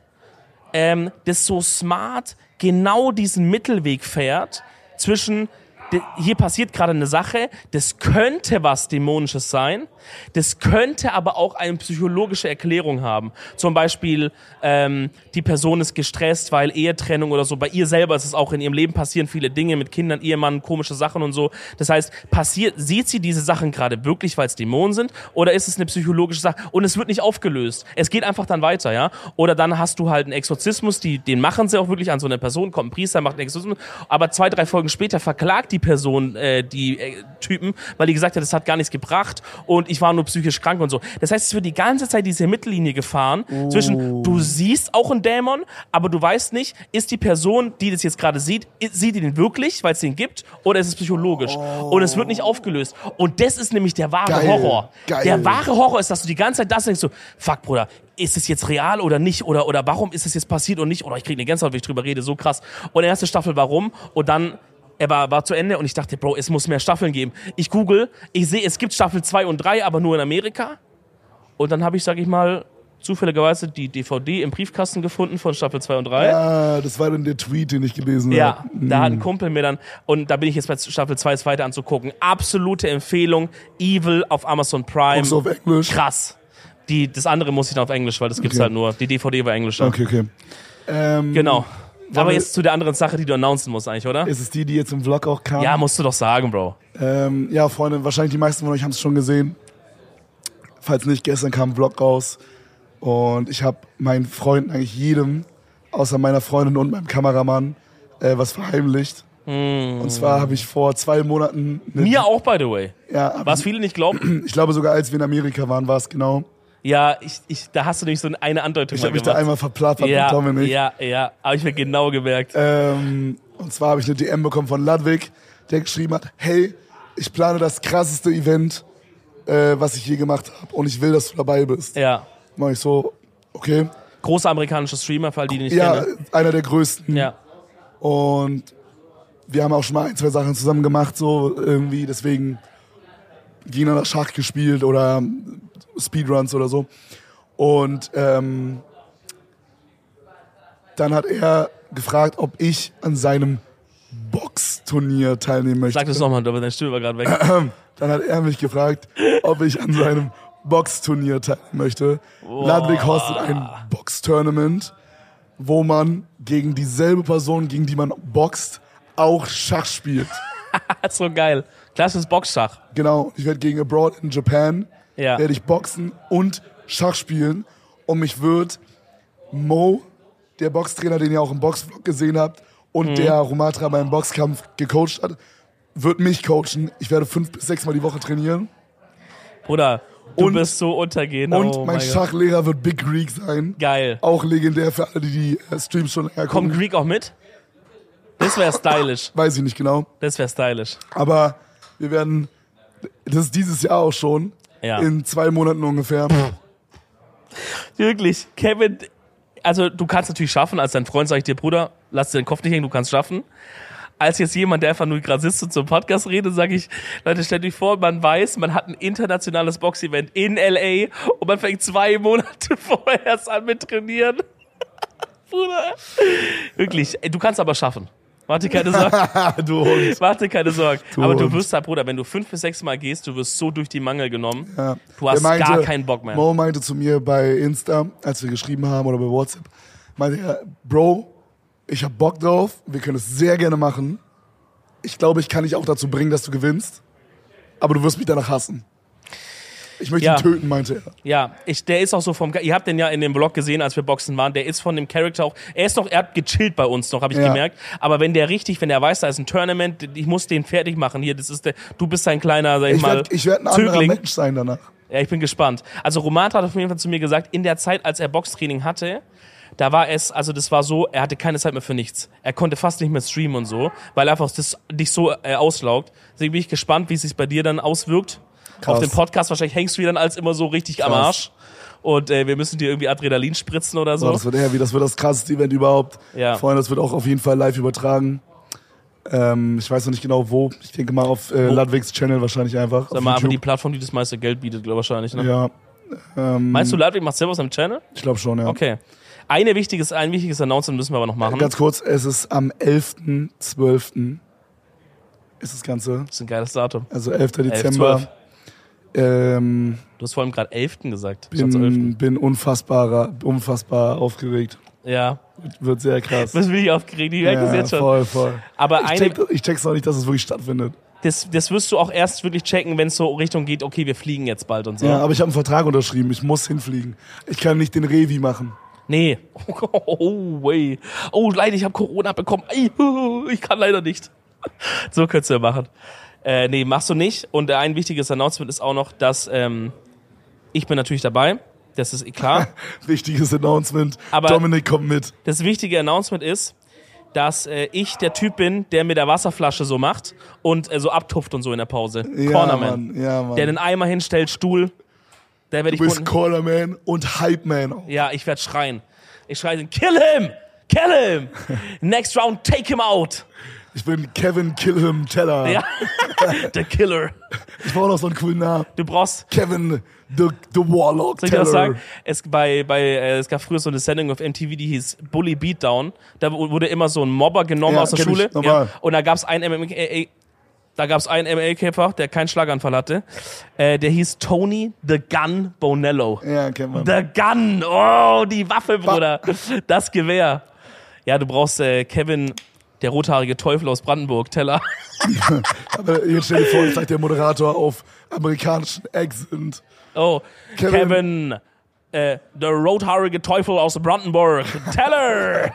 [SPEAKER 2] ähm, das so smart genau diesen Mittelweg fährt zwischen de- hier passiert gerade eine Sache, das könnte was Dämonisches sein, das könnte aber auch eine psychologische Erklärung haben. Zum Beispiel, ähm, die Person ist gestresst, weil Ehetrennung oder so, bei ihr selber ist es auch in ihrem Leben passieren viele Dinge mit Kindern, Ehemann, komische Sachen und so. Das heißt, passiert, sieht sie diese Sachen gerade wirklich, weil es Dämonen sind, oder ist es eine psychologische Sache? Und es wird nicht aufgelöst. Es geht einfach dann weiter, ja? Oder dann hast du halt einen Exorzismus, die, den machen sie auch wirklich an so eine Person, kommt ein Priester, macht einen Exorzismus, aber zwei, drei Folgen später verklagt die Person äh, die äh, Typen, weil die gesagt hat, das hat gar nichts gebracht und ich war nur psychisch krank und so. Das heißt, es wird die ganze Zeit diese Mittellinie gefahren
[SPEAKER 1] Oh.
[SPEAKER 2] zwischen, du siehst auch einen Dämon, aber du weißt nicht, ist die Person, die das jetzt gerade sieht, i- sieht die den wirklich, weil es den gibt, oder ist es psychologisch? Und es wird nicht aufgelöst. Und das ist nämlich der wahre
[SPEAKER 1] Geil.
[SPEAKER 2] Horror.
[SPEAKER 1] Geil.
[SPEAKER 2] Der wahre Horror ist, dass du die ganze Zeit das denkst, so, fuck, Bruder, ist es jetzt real oder nicht? Oder, oder warum ist es jetzt passiert und nicht? Oder ich kriege eine Gänsehaut, wenn ich drüber rede, so krass. Und erste Staffel, warum? Und dann, er war, war zu Ende und ich dachte, Bro, es muss mehr Staffeln geben. Ich google, ich sehe, es gibt Staffel 2 und 3, aber nur in Amerika. Und dann habe ich, sag ich mal, zufälligerweise die DVD im Briefkasten gefunden von Staffel 2 und 3.
[SPEAKER 1] Ah, das war dann der Tweet, den ich gelesen
[SPEAKER 2] Ja,
[SPEAKER 1] habe.
[SPEAKER 2] da hat ein Kumpel mir dann, und da bin ich jetzt bei Staffel 2 ist weiter anzugucken. Absolute Empfehlung, Evil auf Amazon Prime.
[SPEAKER 1] Auch so auf Englisch.
[SPEAKER 2] Ähm, Krass. Die, das andere muss ich dann auf Englisch, weil das gibt's
[SPEAKER 1] Okay.
[SPEAKER 2] halt nur. Die DVD war Englisch. ne?
[SPEAKER 1] Okay, okay. Ähm,
[SPEAKER 2] Genau. Aber
[SPEAKER 1] wir-
[SPEAKER 2] jetzt zu der anderen Sache, die du announcen musst eigentlich, oder?
[SPEAKER 1] Ist es die, die jetzt im Vlog auch kam?
[SPEAKER 2] Ja, musst du doch sagen, Bro.
[SPEAKER 1] Ähm, ja, Freunde, wahrscheinlich die meisten von euch haben es schon gesehen. Falls nicht, gestern kam ein Vlog raus und ich habe meinen Freunden, eigentlich jedem, außer meiner Freundin und meinem Kameramann, äh, was verheimlicht.
[SPEAKER 2] Hm.
[SPEAKER 1] Und zwar habe ich vor zwei Monaten... eine-
[SPEAKER 2] Mir auch, by the way.
[SPEAKER 1] ja, hab
[SPEAKER 2] Was viele nicht glauben.
[SPEAKER 1] ich, ich glaube sogar, als wir in Amerika waren, war es genau.
[SPEAKER 2] Ja, ich, ich, da hast du nämlich so eine Andeutung
[SPEAKER 1] Ich
[SPEAKER 2] mal
[SPEAKER 1] habe mich da einmal verplappert mit
[SPEAKER 2] ja,
[SPEAKER 1] Dominik.
[SPEAKER 2] ja, ja, habe ich mir genau gemerkt.
[SPEAKER 1] Ähm, und zwar habe ich eine DM bekommen von Ludwig, der geschrieben hat, hey, ich plane das krasseste Event, äh, was ich je gemacht habe und ich will, dass du dabei bist.
[SPEAKER 2] Ja.
[SPEAKER 1] Mach ich so, okay.
[SPEAKER 2] Großer amerikanischer Streamer, für all die, die nicht
[SPEAKER 1] ja,
[SPEAKER 2] kennen.
[SPEAKER 1] einer der größten.
[SPEAKER 2] Ja.
[SPEAKER 1] Und wir haben auch schon mal ein, zwei Sachen zusammen gemacht, so irgendwie, deswegen gegeneinander Schach gespielt oder ähm, Speedruns oder so. Und ähm, dann hat er gefragt, ob ich an seinem Boxturnier teilnehmen möchte.
[SPEAKER 2] Sag das nochmal, aber deine Stimme war gerade weg.
[SPEAKER 1] Dann hat er mich gefragt, ob ich an seinem Boxturnier teilnehmen möchte. Ludwig hostet ein Boxtournament, wo man gegen dieselbe Person, gegen die man boxt, auch Schach spielt.
[SPEAKER 2] so geil. Klassisches Boxschach.
[SPEAKER 1] Genau, ich werde gegen Abroad in Japan,
[SPEAKER 2] Ja.
[SPEAKER 1] werde ich boxen und Schach spielen. Und mich wird Mo, der Boxtrainer, den ihr auch im Boxvlog gesehen habt, und der Romatra beim Boxkampf gecoacht hat, wird mich coachen. Ich werde fünf bis sechs Mal die Woche trainieren.
[SPEAKER 2] Bruder, du
[SPEAKER 1] Und-
[SPEAKER 2] bist so untergehen.
[SPEAKER 1] Und
[SPEAKER 2] oh
[SPEAKER 1] mein
[SPEAKER 2] Gott.
[SPEAKER 1] Schachlehrer wird Big Greek sein.
[SPEAKER 2] Geil.
[SPEAKER 1] Auch legendär für alle, die die äh, Streams schon länger
[SPEAKER 2] Kommt
[SPEAKER 1] gucken.
[SPEAKER 2] Greek auch mit? Das wäre stylisch.
[SPEAKER 1] Weiß ich nicht genau.
[SPEAKER 2] Das wäre stylisch.
[SPEAKER 1] Aber wir werden, das ist dieses Jahr auch schon,
[SPEAKER 2] Ja.
[SPEAKER 1] in zwei Monaten ungefähr.
[SPEAKER 2] Wirklich, Kevin, also du kannst natürlich schaffen, als dein Freund sage ich dir, Bruder, lass dir den Kopf nicht hängen, du kannst schaffen. Als jetzt jemand, der einfach nur gerade sitzt und zum Podcast redet, sage ich, Leute, stellt euch vor, man weiß, man hat ein internationales Boxevent in L.A. und man fängt zwei Monate vorher erst an mit Trainieren. Bruder, wirklich, ey, du kannst aber schaffen. Mach dir keine Sorgen.
[SPEAKER 1] du Hund.
[SPEAKER 2] Mach dir keine Sorgen. Aber du
[SPEAKER 1] Hund.
[SPEAKER 2] wirst halt, Bruder, wenn du fünf bis sechs Mal gehst, du wirst so durch die Mangel genommen.
[SPEAKER 1] Ja.
[SPEAKER 2] Du hast
[SPEAKER 1] Der meinte-
[SPEAKER 2] gar keinen Bock mehr.
[SPEAKER 1] Mo meinte zu mir bei Insta, als wir geschrieben haben oder bei WhatsApp, meinte er, Bro, ich hab Bock drauf, wir können es sehr gerne machen. Ich glaube, ich kann dich auch dazu bringen, dass du gewinnst, aber du wirst mich danach hassen. Ich möchte
[SPEAKER 2] Ja.
[SPEAKER 1] ihn töten, meinte er.
[SPEAKER 2] Ja, ich, der ist auch so vom. Ihr habt den ja in dem Vlog gesehen, als wir Boxen waren. Der ist von dem Charakter auch. Er ist noch, er hat gechillt bei uns noch, habe ich
[SPEAKER 1] Ja.
[SPEAKER 2] gemerkt. Aber wenn der richtig, wenn der weiß, da ist ein Tournament, ich muss den fertig machen hier. Das ist der. Du bist ein kleiner, sag ich,
[SPEAKER 1] Ich
[SPEAKER 2] mal.
[SPEAKER 1] werde werd ein anderer
[SPEAKER 2] Zögling.
[SPEAKER 1] Mensch sein danach.
[SPEAKER 2] Ja, ich bin gespannt. Also Romat hat auf jeden Fall zu mir gesagt, in der Zeit, als er Boxtraining hatte, da war es, also das war so, er hatte keine Zeit mehr für nichts. Er konnte fast nicht mehr streamen und so, weil einfach das dich so äh, auslaugt. Deswegen bin ich gespannt, wie es sich bei dir dann auswirkt.
[SPEAKER 1] Krass.
[SPEAKER 2] Auf dem Podcast wahrscheinlich hängst du dir dann als immer so richtig am
[SPEAKER 1] Krass.
[SPEAKER 2] Arsch. Und äh, wir müssen dir irgendwie Adrenalin spritzen oder so.
[SPEAKER 1] Boah, Oh, das wird heavy, das wird das krasseste Event überhaupt.
[SPEAKER 2] Ja.
[SPEAKER 1] Freunde, das wird auch auf jeden Fall live übertragen. Ähm, ich weiß noch nicht genau wo. Ich denke mal auf äh, Ludwigs Channel wahrscheinlich einfach.
[SPEAKER 2] Sag
[SPEAKER 1] auf
[SPEAKER 2] mal, aber die
[SPEAKER 1] YouTube.
[SPEAKER 2] Plattform, die das meiste Geld bietet, glaube ich wahrscheinlich. Ne?
[SPEAKER 1] ja, ähm,
[SPEAKER 2] Meinst du, Ludwig macht selber auf seinem Channel?
[SPEAKER 1] ich glaube schon, ja.
[SPEAKER 2] Okay. Mhm. Eine wichtiges, ein wichtiges Announcement müssen wir aber noch machen.
[SPEAKER 1] Ganz kurz, es ist am 11.12. ist das Ganze.
[SPEAKER 2] das ist ein geiles Datum.
[SPEAKER 1] Also 11.
[SPEAKER 2] 11,
[SPEAKER 1] Dezember.
[SPEAKER 2] 12.
[SPEAKER 1] ähm,
[SPEAKER 2] Du hast vor allem gerade 11. gesagt. statt 12..
[SPEAKER 1] bin, bin unfassbarer, unfassbar aufgeregt.
[SPEAKER 2] Ja,
[SPEAKER 1] Wird sehr krass.
[SPEAKER 2] das bin ich aufgeregt, ich merke es
[SPEAKER 1] ja,
[SPEAKER 2] jetzt schon.
[SPEAKER 1] voll, voll.
[SPEAKER 2] Aber
[SPEAKER 1] Ich,
[SPEAKER 2] eine,
[SPEAKER 1] check, ich check's noch nicht, dass es wirklich stattfindet.
[SPEAKER 2] das, das wirst du auch erst wirklich checken, wenn es so Richtung geht, okay, wir fliegen jetzt bald und so.
[SPEAKER 1] Ja, aber ich habe einen Vertrag unterschrieben. Ich muss hinfliegen. Ich kann nicht den Revi machen.
[SPEAKER 2] Nee. Oh, wei. Oh, leider, ich habe Corona bekommen. Ei, Ich kann leider nicht. So könntest du ja machen. Äh, nee, machst du nicht. Und ein wichtiges Announcement ist auch noch, dass ähm, ich bin natürlich dabei. Das ist eh klar.
[SPEAKER 1] Wichtiges Announcement.
[SPEAKER 2] Aber-
[SPEAKER 1] Dominik kommt mit.
[SPEAKER 2] Das wichtige Announcement ist, dass äh, ich der Typ bin, der mit der Wasserflasche so macht und äh, so abtupft und so in der Pause.
[SPEAKER 1] Ja,
[SPEAKER 2] Cornerman.
[SPEAKER 1] Mann. Ja, Mann.
[SPEAKER 2] der einen Eimer hinstellt, Stuhl. Da werde ich
[SPEAKER 1] du bist
[SPEAKER 2] unten-
[SPEAKER 1] Cornerman und Hype Man. auch.
[SPEAKER 2] Ja, ich werde schreien. Ich schreie den Kill him! Kill him! Next round, take him out!
[SPEAKER 1] Ich bin Kevin Kilham Teller.
[SPEAKER 2] Ja. Der Killer.
[SPEAKER 1] Ich brauche noch so einen coolen Namen.
[SPEAKER 2] Du brauchst.
[SPEAKER 1] Kevin the, the Warlock
[SPEAKER 2] Soll ich
[SPEAKER 1] Teller.
[SPEAKER 2] dir was sagen? Es, bei, bei, äh, es gab früher so eine Sendung auf MTV, die hieß Bully Beatdown. Da wu- wurde immer so ein Mobber genommen
[SPEAKER 1] Ja,
[SPEAKER 2] aus der
[SPEAKER 1] kenn ich,
[SPEAKER 2] Schule.
[SPEAKER 1] normal.
[SPEAKER 2] Und da gab's einen MMA, äh, da gab's einen MMA-Kämpfer, der keinen Schlaganfall hatte. Äh, der hieß Tony the Gun Bonello.
[SPEAKER 1] Ja, kennt man.
[SPEAKER 2] The Gun. Oh, die Waffe, Bruder. Das Gewehr. Ja, du brauchst äh, Kevin, der rothaarige Teufel aus Brandenburg, Teller.
[SPEAKER 1] Aber jetzt stell dir vor, jetzt sagt der Moderator auf amerikanischen Accent.
[SPEAKER 2] Oh, Kevin,
[SPEAKER 1] Kevin.
[SPEAKER 2] äh, der rothaarige Teufel aus Brandenburg, Teller.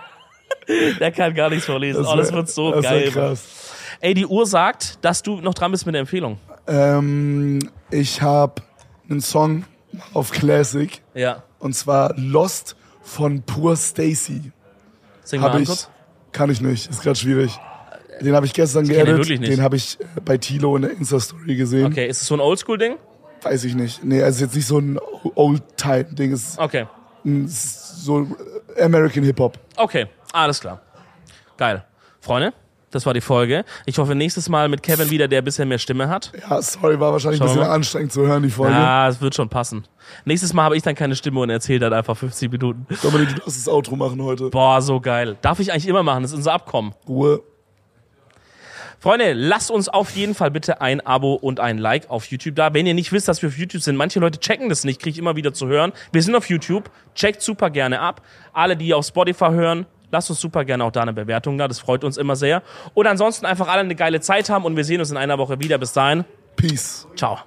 [SPEAKER 2] der kann gar nichts vorlesen. oh, das
[SPEAKER 1] wär-
[SPEAKER 2] wird so
[SPEAKER 1] das wär
[SPEAKER 2] geil.
[SPEAKER 1] krass.
[SPEAKER 2] Ey, die Uhr sagt, dass du noch dran bist mit der Empfehlung.
[SPEAKER 1] Ähm, ich habe einen Song auf Classic
[SPEAKER 2] Ja.
[SPEAKER 1] und zwar Lost von Pur Stacy.
[SPEAKER 2] Sing mal
[SPEAKER 1] Habe
[SPEAKER 2] an
[SPEAKER 1] ich.
[SPEAKER 2] kurz.
[SPEAKER 1] Kann ich nicht, ist gerade schwierig. Den habe ich gestern
[SPEAKER 2] kenn den
[SPEAKER 1] geedit,
[SPEAKER 2] wirklich nicht.
[SPEAKER 1] den habe ich äh, bei Tilo in der Insta-Story gesehen.
[SPEAKER 2] Okay, ist es so ein Oldschool-Ding?
[SPEAKER 1] Weiß ich nicht. Nee, also jetzt nicht so ein Old-Time-Ding, es ist
[SPEAKER 2] Okay.
[SPEAKER 1] ein- es ist so American Hip-Hop.
[SPEAKER 2] Okay, alles klar. Geil. Freunde, das war die Folge. Ich hoffe, nächstes Mal mit Kevin wieder, der ein bisschen mehr Stimme hat.
[SPEAKER 1] Ja, sorry, war wahrscheinlich
[SPEAKER 2] Schauen
[SPEAKER 1] ein
[SPEAKER 2] wir
[SPEAKER 1] bisschen
[SPEAKER 2] mal.
[SPEAKER 1] anstrengend zu hören, die Folge.
[SPEAKER 2] Ja, es wird schon passen. Nächstes Mal habe ich dann keine Stimme und erzähle dann einfach 50 Minuten.
[SPEAKER 1] Dominik, du darfst das Outro machen heute.
[SPEAKER 2] Boah, so geil. Darf ich eigentlich immer machen, das ist unser Abkommen.
[SPEAKER 1] Ruhe.
[SPEAKER 2] Freunde, lasst uns auf jeden Fall bitte ein Abo und ein Like auf YouTube da. Wenn ihr nicht wisst, dass wir auf YouTube sind, manche Leute checken das nicht, kriege ich immer wieder zu hören. Wir sind auf YouTube, checkt super gerne ab. Alle, die auf Spotify hören, lasst uns super gerne auch da eine Bewertung da, das freut uns immer sehr. Und ansonsten einfach alle eine geile Zeit haben und wir sehen uns in einer Woche wieder. Bis dahin,
[SPEAKER 1] Peace.
[SPEAKER 2] ciao.